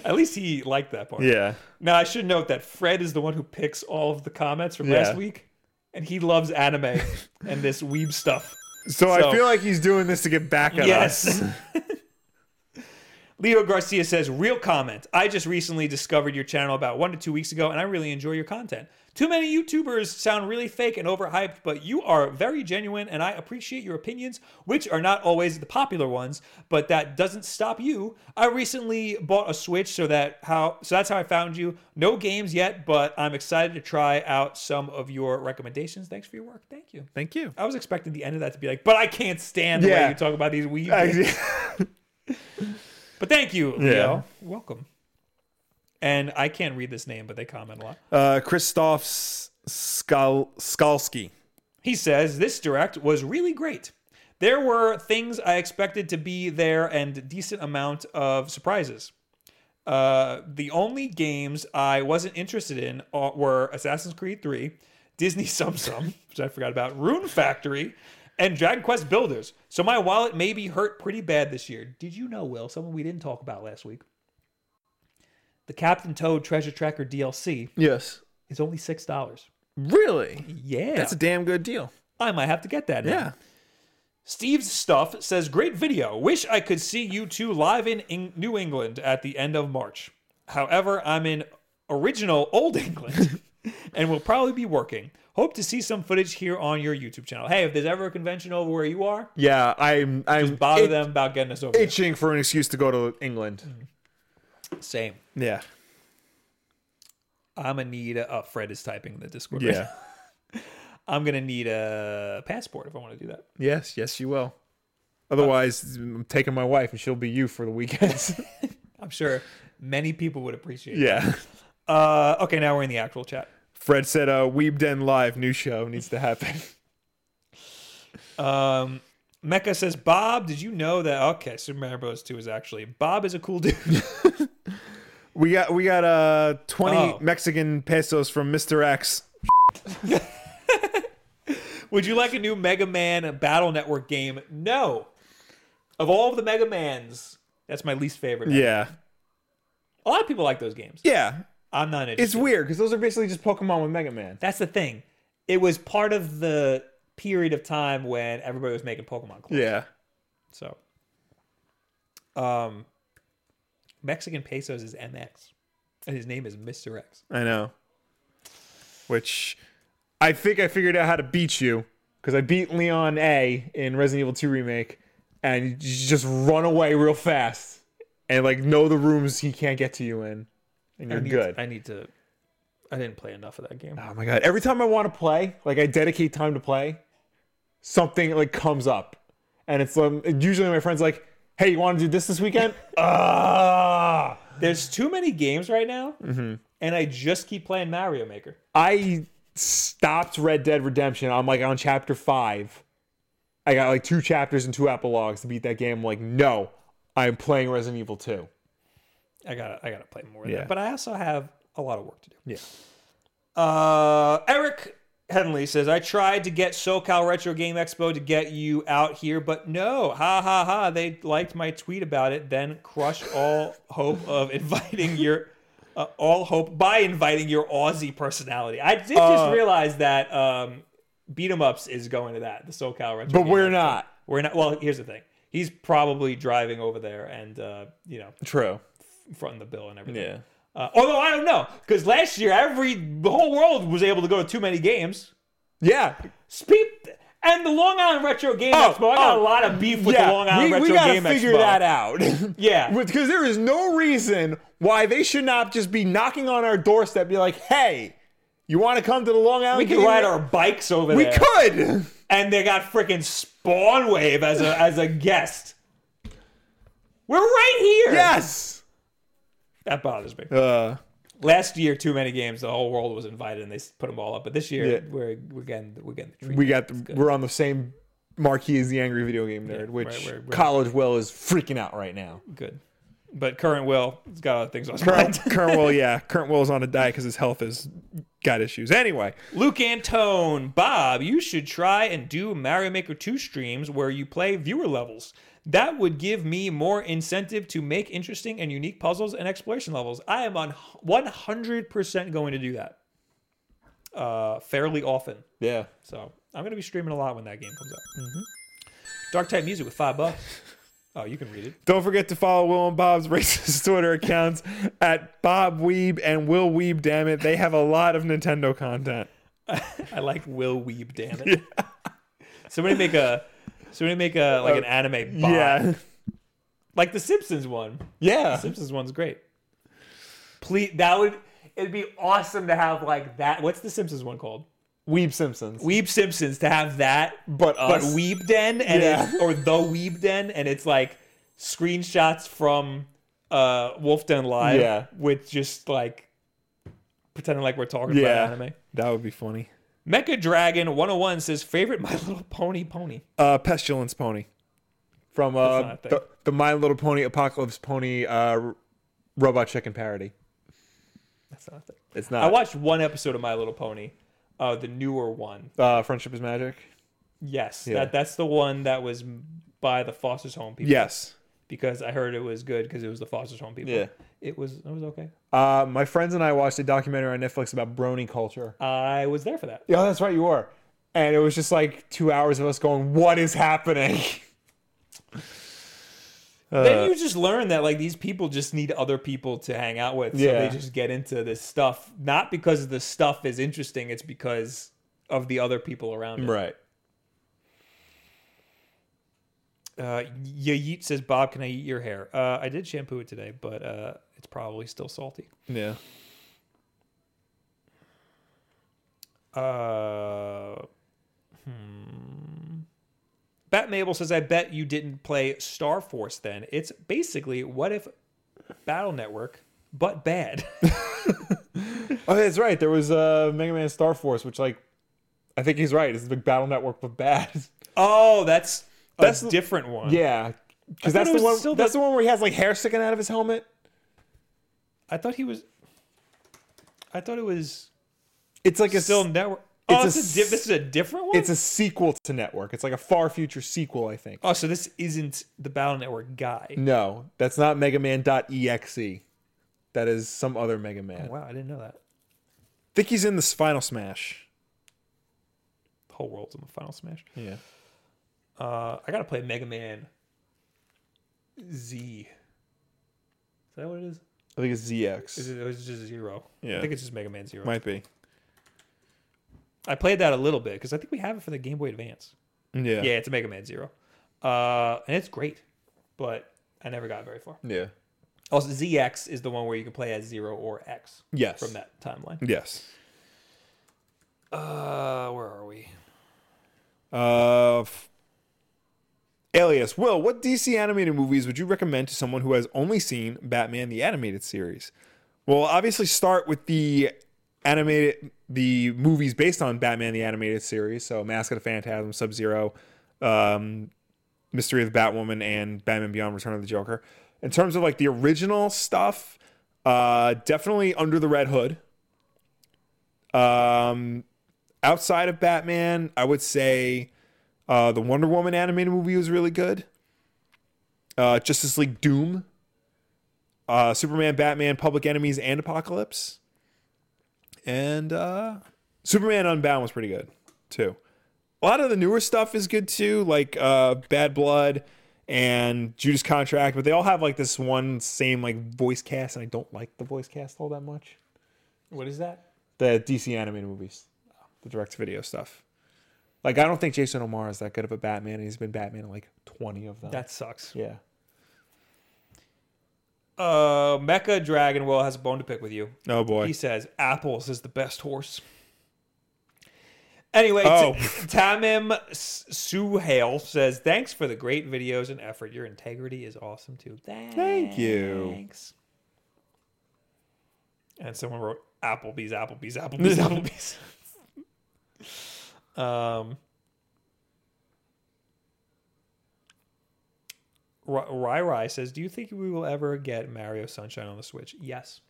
[SPEAKER 1] At least he liked that part.
[SPEAKER 2] yeah.
[SPEAKER 1] Now, I should note that Fred is the one who picks all of the comments from
[SPEAKER 2] Yeah.
[SPEAKER 1] last week, and he loves anime and this weeb stuff.
[SPEAKER 2] So,
[SPEAKER 1] So-
[SPEAKER 2] I feel like he's doing this to get back at us.
[SPEAKER 1] Yes. Leo Garcia says, real comment. I just recently discovered your channel about one to two weeks ago, and I really enjoy your content. Too many YouTubers sound really fake and overhyped, but you are very genuine, and I appreciate your opinions, which are not always the popular ones, but that doesn't stop you. I recently bought a Switch, so that how so that's how I found you. No games yet, but I'm excited to try out some of your recommendations. Thanks for your work. Thank you.
[SPEAKER 2] Thank you.
[SPEAKER 1] I was expecting the end of that to be like, but I can't stand the way
[SPEAKER 2] Yeah.
[SPEAKER 1] you talk about these weeb.
[SPEAKER 2] yeah.
[SPEAKER 1] But thank you, Leo.
[SPEAKER 2] Yeah.
[SPEAKER 1] Welcome. And I can't read this name, but they comment a lot.
[SPEAKER 2] Uh, Christoph S- Skal- Skalski.
[SPEAKER 1] He says, This direct was really great. There were things I expected to be there and decent amount of surprises. Uh, the only games I wasn't interested in uh, were Assassin's Creed 3, Disney Sum Sum, which I forgot about, Rune Factory, and Dragon Quest Builders. So my wallet may be hurt pretty bad this year. Did you know, Will, someone we didn't talk about last week? The Captain Toad Treasure Tracker DLC
[SPEAKER 3] Yes.
[SPEAKER 1] is only six dollars.
[SPEAKER 3] Really?
[SPEAKER 1] Yeah,
[SPEAKER 3] That's a damn good deal.
[SPEAKER 1] I might have to get that. now.
[SPEAKER 3] Yeah.
[SPEAKER 1] Steve's stuff says, "Great video. Wish I could see you two live in Eng- New England at the end of March. However, I'm in original Old England and will probably be working. Hope to see some footage here on your YouTube channel. Hey, if there's ever a convention over where you are,
[SPEAKER 2] Yeah, I'm I'm
[SPEAKER 1] bother
[SPEAKER 2] it-
[SPEAKER 1] them about getting us over. there.
[SPEAKER 2] itching for an excuse to go to England.
[SPEAKER 1] Same.
[SPEAKER 2] Yeah.
[SPEAKER 1] I'm gonna need. A, oh, Fred is typing in the Discord.
[SPEAKER 2] Yeah.
[SPEAKER 1] I'm gonna need a passport if I want to do that.
[SPEAKER 2] yes, yes, you will. Otherwise, I'm taking my wife and she'll be you for the weekends.
[SPEAKER 1] I'm sure many people would appreciate. it.
[SPEAKER 2] yeah.
[SPEAKER 1] Uh, okay, now we're in the actual chat.
[SPEAKER 2] Fred said, uh, Weeb Den Live, new show needs to happen.
[SPEAKER 1] Um, Mecca says, Bob, did you know that? Okay, Super Mario Bros. 2 is actually. Bob is a cool dude.
[SPEAKER 2] We got we got uh 20
[SPEAKER 1] Oh.
[SPEAKER 2] Mexican pesos from Mr. X.
[SPEAKER 1] Would you like a new Mega Man Battle Network game? No. Of all of the Mega Mans, that's my least favorite. Mega-
[SPEAKER 2] Yeah.
[SPEAKER 1] A lot of people like those games.
[SPEAKER 2] Yeah.
[SPEAKER 1] I'm not interested.
[SPEAKER 2] It's weird because those are basically just Pokemon with Mega Man.
[SPEAKER 1] that's the thing. It was part of the period of time when everybody was making Pokemon clones.
[SPEAKER 2] Yeah.
[SPEAKER 1] So, um, Mexican pesos is MX, and his name is Mr. X.
[SPEAKER 2] I know. Which I think I figured out how to beat you because I beat Leon A in Resident Evil 2 Remake and you just run away real fast and like know the rooms he can't get to you in and you're
[SPEAKER 1] I need-
[SPEAKER 2] good.
[SPEAKER 1] I need to. I didn't play enough of that game.
[SPEAKER 2] oh my god. Every time I want to play, like I dedicate time to play, something like comes up. And it's um, usually my friends like, "Hey, you want to do this this weekend?" Ah.
[SPEAKER 1] There's too many games right now,
[SPEAKER 2] Mm-hmm.
[SPEAKER 1] and I just keep playing Mario Maker.
[SPEAKER 2] I stopped Red Dead Redemption. I'm like on chapter five. I got like two chapters and two epilogues to beat that game. I'm like, no, I'm playing Resident Evil 2.
[SPEAKER 1] I gotta, I gotta play more. Of
[SPEAKER 2] Yeah.
[SPEAKER 1] that. But I also have a lot of work to do.
[SPEAKER 2] Yeah.
[SPEAKER 1] Uh, Eric Henley says, "I tried to get SoCal Retro Game Expo to get you out here, but no, ha ha ha! They liked my tweet about it, then crushed all hope of inviting your." Uh, all hope by inviting your Aussie personality. I did
[SPEAKER 2] Uh,
[SPEAKER 1] just realize that um, beat 'em ups is going to that the SoCal Retro.
[SPEAKER 2] But
[SPEAKER 1] Game
[SPEAKER 2] we're
[SPEAKER 1] Expo.
[SPEAKER 2] not.
[SPEAKER 1] We're not. Well, here's the thing. He's probably driving over there and uh, you know
[SPEAKER 2] True.
[SPEAKER 1] fronting the bill and everything. Uh, although I don't know because last year every the whole world was able to go to too many games.
[SPEAKER 2] Yeah.
[SPEAKER 1] Speak and the Long Island Retro Game
[SPEAKER 2] Oh,
[SPEAKER 1] Expo. I got a
[SPEAKER 2] oh,
[SPEAKER 1] lot of beef with
[SPEAKER 2] yeah.
[SPEAKER 1] the Long Island
[SPEAKER 2] we,
[SPEAKER 1] Retro
[SPEAKER 2] we gotta
[SPEAKER 1] Game
[SPEAKER 2] figure
[SPEAKER 1] Expo.
[SPEAKER 2] that out.
[SPEAKER 1] Yeah.
[SPEAKER 2] Because there is no reason why they should not just be knocking on our doorstep, be like, hey, you want to come to the Long Island?
[SPEAKER 1] We could
[SPEAKER 2] Game
[SPEAKER 1] ride
[SPEAKER 2] Expo?"
[SPEAKER 1] our bikes over
[SPEAKER 2] We
[SPEAKER 1] there,
[SPEAKER 2] could.
[SPEAKER 1] and they got freaking Spawn Wave as a as a guest. We're right here.
[SPEAKER 2] Yes.
[SPEAKER 1] that bothers me.
[SPEAKER 2] Uh,
[SPEAKER 1] Last year, too many games. The whole world was invited, and they s- put them all up. But this year,
[SPEAKER 2] Yeah.
[SPEAKER 1] we're we're getting we're getting the treat.
[SPEAKER 2] we got the, we're on the same marquee as the angry video game nerd, which
[SPEAKER 1] right, right, right.
[SPEAKER 2] College Will is freaking out right now.
[SPEAKER 1] good. But current will, it's got other things on his
[SPEAKER 2] Current,
[SPEAKER 1] mind.
[SPEAKER 2] current Will, yeah, current Will is on a diet because his health has got issues. Anyway,
[SPEAKER 1] Luke Antone, Bob, you should try and do Mario Maker 2 streams where you play viewer levels. That would give me more incentive to make interesting and unique puzzles and exploration levels. I am on 100% going to do that uh, fairly often.
[SPEAKER 2] yeah,
[SPEAKER 1] So I'm going to be streaming a lot when that game comes out. Mm-hmm. Dark Type Music with five bucks. Oh, you can read it.
[SPEAKER 2] don't forget to follow Will and Bob's racist Twitter accounts at Bob Weeb and Will Weeb. Damn it, they have a lot of Nintendo content.
[SPEAKER 1] I like Will Weeb, damn it. Somebody make a somebody make a like an anime bot.
[SPEAKER 2] Yeah,
[SPEAKER 1] Like the Simpsons one.
[SPEAKER 2] yeah,
[SPEAKER 1] Simpsons one's great. Please that would it'd be awesome to have like that what's the Simpsons one called?
[SPEAKER 2] Weeb Simpsons,
[SPEAKER 1] Weeb Simpsons to have that
[SPEAKER 2] but
[SPEAKER 1] but
[SPEAKER 2] us.
[SPEAKER 1] Weeb Den and
[SPEAKER 2] Yeah.
[SPEAKER 1] it's, or the Weeb Den and it's like screenshots from uh Wolf Den Live
[SPEAKER 2] Yeah.
[SPEAKER 1] with just like pretending like we're talking
[SPEAKER 2] Yeah.
[SPEAKER 1] about anime.
[SPEAKER 2] that would be funny.
[SPEAKER 1] Mecha Dragon 101 says favorite My Little Pony pony.
[SPEAKER 2] uh, Pestilence Pony from uh,
[SPEAKER 1] not a thing.
[SPEAKER 2] the, the My Little Pony Apocalypse Pony uh, r- Robot Chicken parody.
[SPEAKER 1] That's not a thing.
[SPEAKER 2] It's
[SPEAKER 1] I
[SPEAKER 2] not.
[SPEAKER 1] watched one episode of My Little Pony. uh, the newer one.
[SPEAKER 2] Uh, Friendship is Magic.
[SPEAKER 1] Yes,
[SPEAKER 2] Yeah.
[SPEAKER 1] that that's the one that was by the Foster's Home people.
[SPEAKER 2] Yes.
[SPEAKER 1] because I heard it was good because it was the Foster's Home people.
[SPEAKER 3] Yeah.
[SPEAKER 1] it was it was okay.
[SPEAKER 2] Uh, my friends and I watched a documentary on Netflix about brony culture.
[SPEAKER 1] I was there for that.
[SPEAKER 2] Yeah, that's right, you were. And it was just like two hours of us going, "What is happening?" Uh,
[SPEAKER 1] then you just learn that like these people just need other people to hang out with, so
[SPEAKER 2] Yeah.
[SPEAKER 1] they just get into this stuff not because the stuff is interesting, it's because of the other people around. It.
[SPEAKER 2] Right.
[SPEAKER 1] Uh, Ye- Yeet says, "Bob, can I eat your hair?" Uh, I did shampoo it today, but uh, it's probably still salty.
[SPEAKER 2] Yeah.
[SPEAKER 1] Uh, hmm. Bat Mabel says, "I bet you didn't play Star Force. Then it's basically what if Battle Network, but bad."
[SPEAKER 2] Oh, that's right. There was uh, Mega Man Star Force, which like, I think he's right. It's the Battle Network, but bad.
[SPEAKER 1] oh, that's a
[SPEAKER 2] That's the-
[SPEAKER 1] different one.
[SPEAKER 2] yeah, because
[SPEAKER 1] thought
[SPEAKER 2] that's
[SPEAKER 1] it was
[SPEAKER 2] the one.
[SPEAKER 1] still
[SPEAKER 2] That's
[SPEAKER 1] the-
[SPEAKER 2] the one where he has like hair sticking out of his helmet.
[SPEAKER 1] I thought he was. I thought it was
[SPEAKER 2] It's like a
[SPEAKER 1] still
[SPEAKER 2] s-
[SPEAKER 1] network. Oh,
[SPEAKER 2] it's
[SPEAKER 1] it's
[SPEAKER 2] a
[SPEAKER 1] a, di-
[SPEAKER 2] s-
[SPEAKER 1] this is a different one.
[SPEAKER 2] It's a sequel to Network. It's like a far future sequel, I think.
[SPEAKER 1] oh, so this isn't the Battle Network guy.
[SPEAKER 2] No, that's not Mega Man.exe. That is some other Mega Man. I
[SPEAKER 1] Wow, I didn't know that.
[SPEAKER 2] think he's in the Final Smash.
[SPEAKER 1] The whole world's in the Final Smash.
[SPEAKER 2] Yeah.
[SPEAKER 1] Uh, I gotta play Mega Man Z. Is that what it is?
[SPEAKER 2] I think it's ZX.
[SPEAKER 1] Is it, it was just zero. I
[SPEAKER 2] Yeah.
[SPEAKER 1] think it's just Mega Man Zero.
[SPEAKER 2] Might be.
[SPEAKER 1] I played that a little bit because I think we have it for the Game Boy Advance.
[SPEAKER 2] Yeah.
[SPEAKER 1] Yeah, it's a Mega Man Zero, uh, and it's great, but I never got very far.
[SPEAKER 2] Yeah.
[SPEAKER 1] Also, ZX is the one where you can play as Zero or X
[SPEAKER 2] Yes.
[SPEAKER 1] from that timeline.
[SPEAKER 2] Yes.
[SPEAKER 1] Uh, where are we?
[SPEAKER 2] Uh, f- alias Will, what DC animated movies would you recommend to someone who has only seen Batman the animated series? Well, obviously start with the animated the movies based on Batman the animated series, so Mask of the Phantasm, Sub Zero, um, Mystery of the Batwoman, and Batman Beyond: Return of the Joker. In terms of like the original stuff, uh, definitely Under the Red Hood. Um, outside of Batman, I would say uh, the Wonder Woman animated movie was really good. Uh, Justice League Doom, uh, Superman, Batman, Public Enemies, and Apocalypse, and uh, Superman Unbound was pretty good too. A lot of the newer stuff is good too, like uh, Bad Blood and Judas Contract, but they all have like this one same like voice cast, and I don't like the voice cast all that much
[SPEAKER 1] What is that?
[SPEAKER 2] the DC animated movies, the direct video stuff. Like I don't think Jason O'Mara is that good of a Batman, and he's been Batman in like twenty of them.
[SPEAKER 1] That sucks.
[SPEAKER 2] yeah.
[SPEAKER 1] Uh, Mecha Dragon Will has a bone to pick with you.
[SPEAKER 2] Oh boy.
[SPEAKER 1] He says apples is the best horse. Anyway,
[SPEAKER 2] Oh.
[SPEAKER 1] t- Tamim S- Suhail says, "Thanks for the great videos and effort. Your integrity is awesome too. Thanks.
[SPEAKER 2] you.
[SPEAKER 1] And someone wrote Applebee's, Applebee's, Applebee's, Applebee's. um, Ry Rai Rai says, "Do you think we will ever get Mario Sunshine on the Switch?" Yes.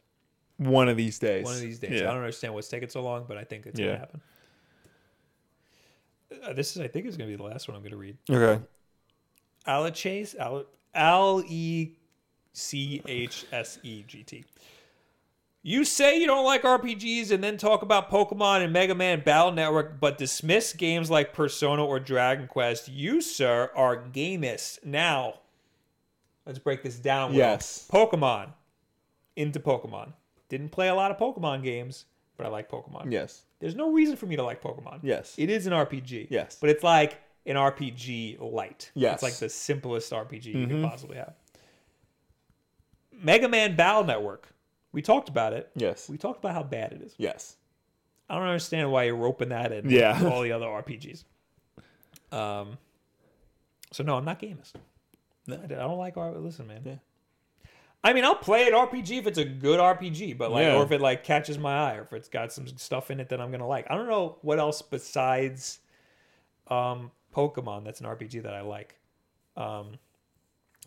[SPEAKER 2] one of these days.
[SPEAKER 1] One of these days. I
[SPEAKER 2] Yeah.
[SPEAKER 1] don't understand what's taking so long, but I think it's
[SPEAKER 2] Yeah.
[SPEAKER 1] gonna happen. Uh, this is, I think, is gonna be the last one I'm gonna read.
[SPEAKER 2] Okay.
[SPEAKER 1] Ala Chase, L E C H S E G T. You say you don't like RPGs and then talk about Pokemon and Mega Man Battle Network, but dismiss games like Persona or Dragon Quest. You, sir, are gamist. Now, let's break this down. Will.
[SPEAKER 2] Yes.
[SPEAKER 1] Pokemon. Into Pokemon. Didn't play a lot of Pokemon games, but I like Pokemon.
[SPEAKER 2] Yes.
[SPEAKER 1] There's no reason for me to like Pokemon.
[SPEAKER 2] Yes.
[SPEAKER 1] It is an RPG.
[SPEAKER 2] Yes.
[SPEAKER 1] But it's like an RPG light.
[SPEAKER 2] Yes. Mm-hmm.
[SPEAKER 1] It's like the simplest RPG you could possibly have. Mega Man Battle Network. We talked about it.
[SPEAKER 2] Yes.
[SPEAKER 1] We talked about how bad it is.
[SPEAKER 2] Yes.
[SPEAKER 1] I don't understand why you're roping that in with
[SPEAKER 2] Yeah.
[SPEAKER 1] all the other RPGs. Um, so no, I'm not gamist. I don't- I don't like R. Listen, man.
[SPEAKER 2] Yeah.
[SPEAKER 1] I mean, I'll play an RPG if it's a good RPG, but like,
[SPEAKER 2] Yeah.
[SPEAKER 1] or if it like catches my eye, or if it's got some stuff in it that I'm gonna like. I don't know what else besides um, Pokemon that's an RPG that I like. Um,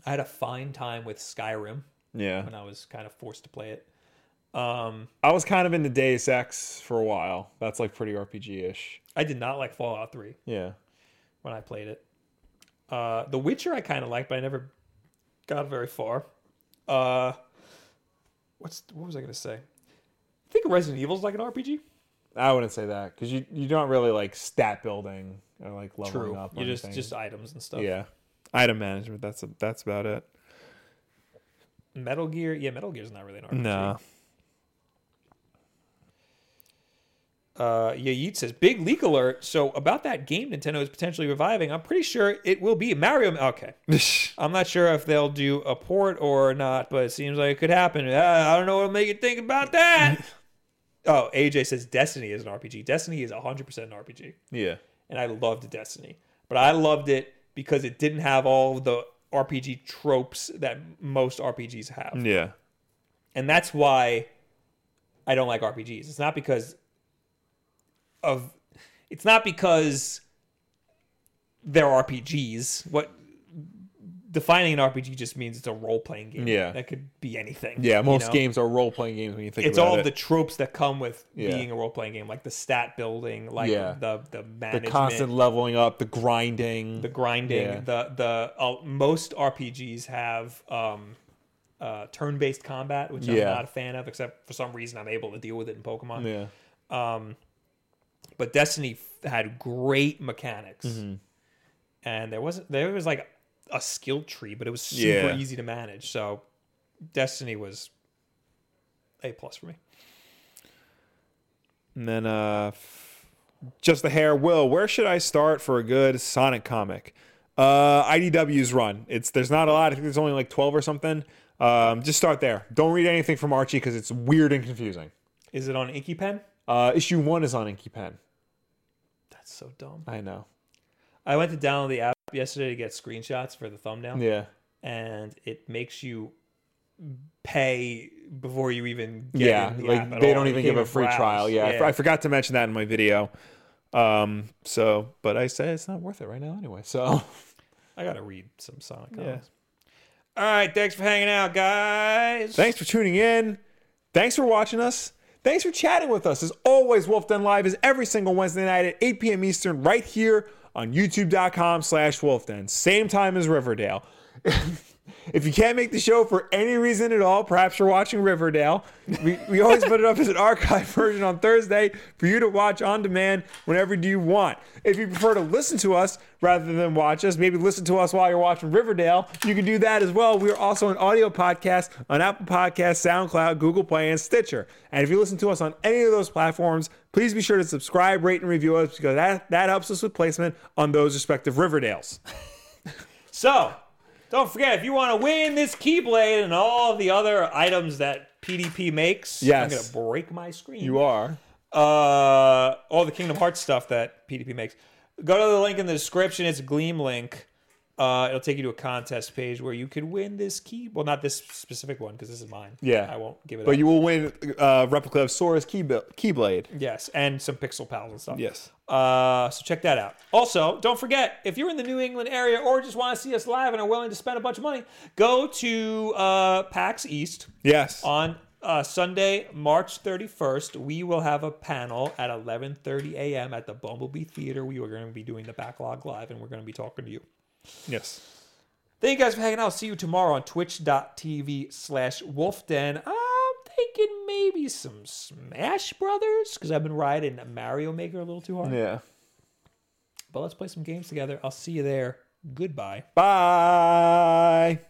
[SPEAKER 1] I had a fine time with Skyrim
[SPEAKER 2] Yeah.
[SPEAKER 1] when I was kind of forced to play it. Um,
[SPEAKER 2] I was kind of into Deus Ex for a while. That's like pretty RPG ish.
[SPEAKER 1] I did not like Fallout 3
[SPEAKER 2] Yeah.
[SPEAKER 1] when I played it. Uh, the Witcher I kind of liked, but I never got very far. Uh, what's what was I gonna say? I think Resident Evil's like an RPG.
[SPEAKER 2] I wouldn't say that because you you don't really like stat building or like leveling
[SPEAKER 1] True.
[SPEAKER 2] up.
[SPEAKER 1] You
[SPEAKER 2] or
[SPEAKER 1] just
[SPEAKER 2] anything.
[SPEAKER 1] just items and stuff.
[SPEAKER 2] yeah. Item management. That's a, that's about it.
[SPEAKER 1] Metal Gear. Yeah, Metal Gear's not really an RPG.
[SPEAKER 2] No.
[SPEAKER 1] Uh, yeah, Yeet says big leak alert. So about that game Nintendo is potentially reviving, I'm pretty sure it will be Mario. Okay, I'm not sure if they'll do a port or not, but it seems like it could happen. Ah, I don't know what'll make you think about that. oh, AJ says Destiny is an RPG. Destiny is 100% an RPG,
[SPEAKER 2] yeah.
[SPEAKER 1] and I loved Destiny, but I loved it because it didn't have all the RPG tropes that most RPGs have
[SPEAKER 2] Yeah.
[SPEAKER 1] and that's why I don't like RPGs. It's not because of it's not because they're RPGs. What defining an RPG just means it's a role playing game.
[SPEAKER 2] Yeah.
[SPEAKER 1] that could be anything.
[SPEAKER 2] Yeah.
[SPEAKER 1] you
[SPEAKER 2] Most
[SPEAKER 1] know?
[SPEAKER 2] games are role playing games when you think
[SPEAKER 1] It's
[SPEAKER 2] about
[SPEAKER 1] all
[SPEAKER 2] it.
[SPEAKER 1] the tropes that come with
[SPEAKER 2] Yeah.
[SPEAKER 1] being a role playing game, like the stat building, like
[SPEAKER 2] Yeah.
[SPEAKER 1] the the
[SPEAKER 2] the
[SPEAKER 1] management,
[SPEAKER 2] constant leveling up, the grinding.
[SPEAKER 1] the grinding
[SPEAKER 2] Yeah.
[SPEAKER 1] the the uh, most rpgs have um uh turn-based combat which i'm
[SPEAKER 2] Yeah.
[SPEAKER 1] not a fan of except for some reason i'm able to deal with it in pokemon
[SPEAKER 2] yeah.
[SPEAKER 1] but destiny f- had great mechanics
[SPEAKER 2] Mm-hmm.
[SPEAKER 1] and there wasn't there was like a skill tree but it was super
[SPEAKER 2] Yeah.
[SPEAKER 1] easy to manage so destiny was a plus for me
[SPEAKER 2] And then uh f- just the hair will where should I start for a good Sonic comic? Uh IDW's run. It's there's not a lot. I think there's only like 12 or something. Um just start there. Don't read anything from Archie cuz it's weird and confusing.
[SPEAKER 1] is it on inky pen
[SPEAKER 2] Uh issue 1 is on Inky Pen.
[SPEAKER 1] that's so dumb
[SPEAKER 2] I know.
[SPEAKER 1] i went to download the app yesterday to get screenshots for the thumbnail
[SPEAKER 2] Yeah.
[SPEAKER 1] and it makes you pay before you even get
[SPEAKER 2] Yeah,
[SPEAKER 1] in the app
[SPEAKER 2] like
[SPEAKER 1] at
[SPEAKER 2] they
[SPEAKER 1] all.
[SPEAKER 2] don't
[SPEAKER 1] You
[SPEAKER 2] even
[SPEAKER 1] can't
[SPEAKER 2] give a free
[SPEAKER 1] browse.
[SPEAKER 2] trial. Yeah, I f- I forgot to mention that in my video. Um so but I say it's not worth it right now anyway. So
[SPEAKER 1] I gotta read some Sonic
[SPEAKER 2] Yeah.
[SPEAKER 1] comics. All right, thanks for hanging out, guys.
[SPEAKER 2] Thanks for tuning in. Thanks for watching us. Thanks for chatting with us. As always, Wolf Den Live is every single Wednesday night at 8 p.m. Eastern right here on youtube.com slash wolfden. Same time as Riverdale. if you can't make the show for any reason at all, perhaps you're watching Riverdale, we, we always put it up as an archive version on Thursday for you to watch on demand whenever you want. If you prefer to listen to us rather than watch us, maybe listen to us while you're watching Riverdale, you can do that as well. We are also an audio podcast on Apple Podcasts, SoundCloud, Google Play, and Stitcher. And if you listen to us on any of those platforms, please be sure to subscribe, rate, and review us because that, that helps us with placement on those respective Riverdales.
[SPEAKER 1] So, don't forget if you want to win this Keyblade and all the other items that PDP makes.
[SPEAKER 2] Yes.
[SPEAKER 1] I'm gonna break my screen.
[SPEAKER 2] are.
[SPEAKER 1] uh, all the Kingdom Hearts stuff that PDP makes. Go to the link in the description. It's a Gleam link. Uh, it'll take you to a contest page where you could win this key. Well, not this specific one because this is mine.
[SPEAKER 2] Yeah.
[SPEAKER 1] I won't give it.
[SPEAKER 2] But
[SPEAKER 1] up.
[SPEAKER 2] you will win uh, replica of Sora's key keyblade.
[SPEAKER 1] yes, and some Pixel Pals and stuff.
[SPEAKER 2] Yes.
[SPEAKER 1] Uh, so check that out. Also, don't forget if you're in the New England area or just want to see us live and are willing to spend a bunch of money, go to uh, PAX East
[SPEAKER 2] Yes.
[SPEAKER 1] on uh, Sunday, March 31st, we will have a panel at 11:30 a.m. at the Bumblebee Theater. We are going to be doing the backlog live, and we're going to be talking to you.
[SPEAKER 2] yes.
[SPEAKER 1] Thank you guys for hanging out. See you tomorrow on twitch.tv slash wolfden. I'm thinking maybe some Smash Brothers because I've been riding Mario Maker a little too hard.
[SPEAKER 2] Yeah.
[SPEAKER 1] But let's play some games together. I'll see you there. Goodbye.
[SPEAKER 2] Bye.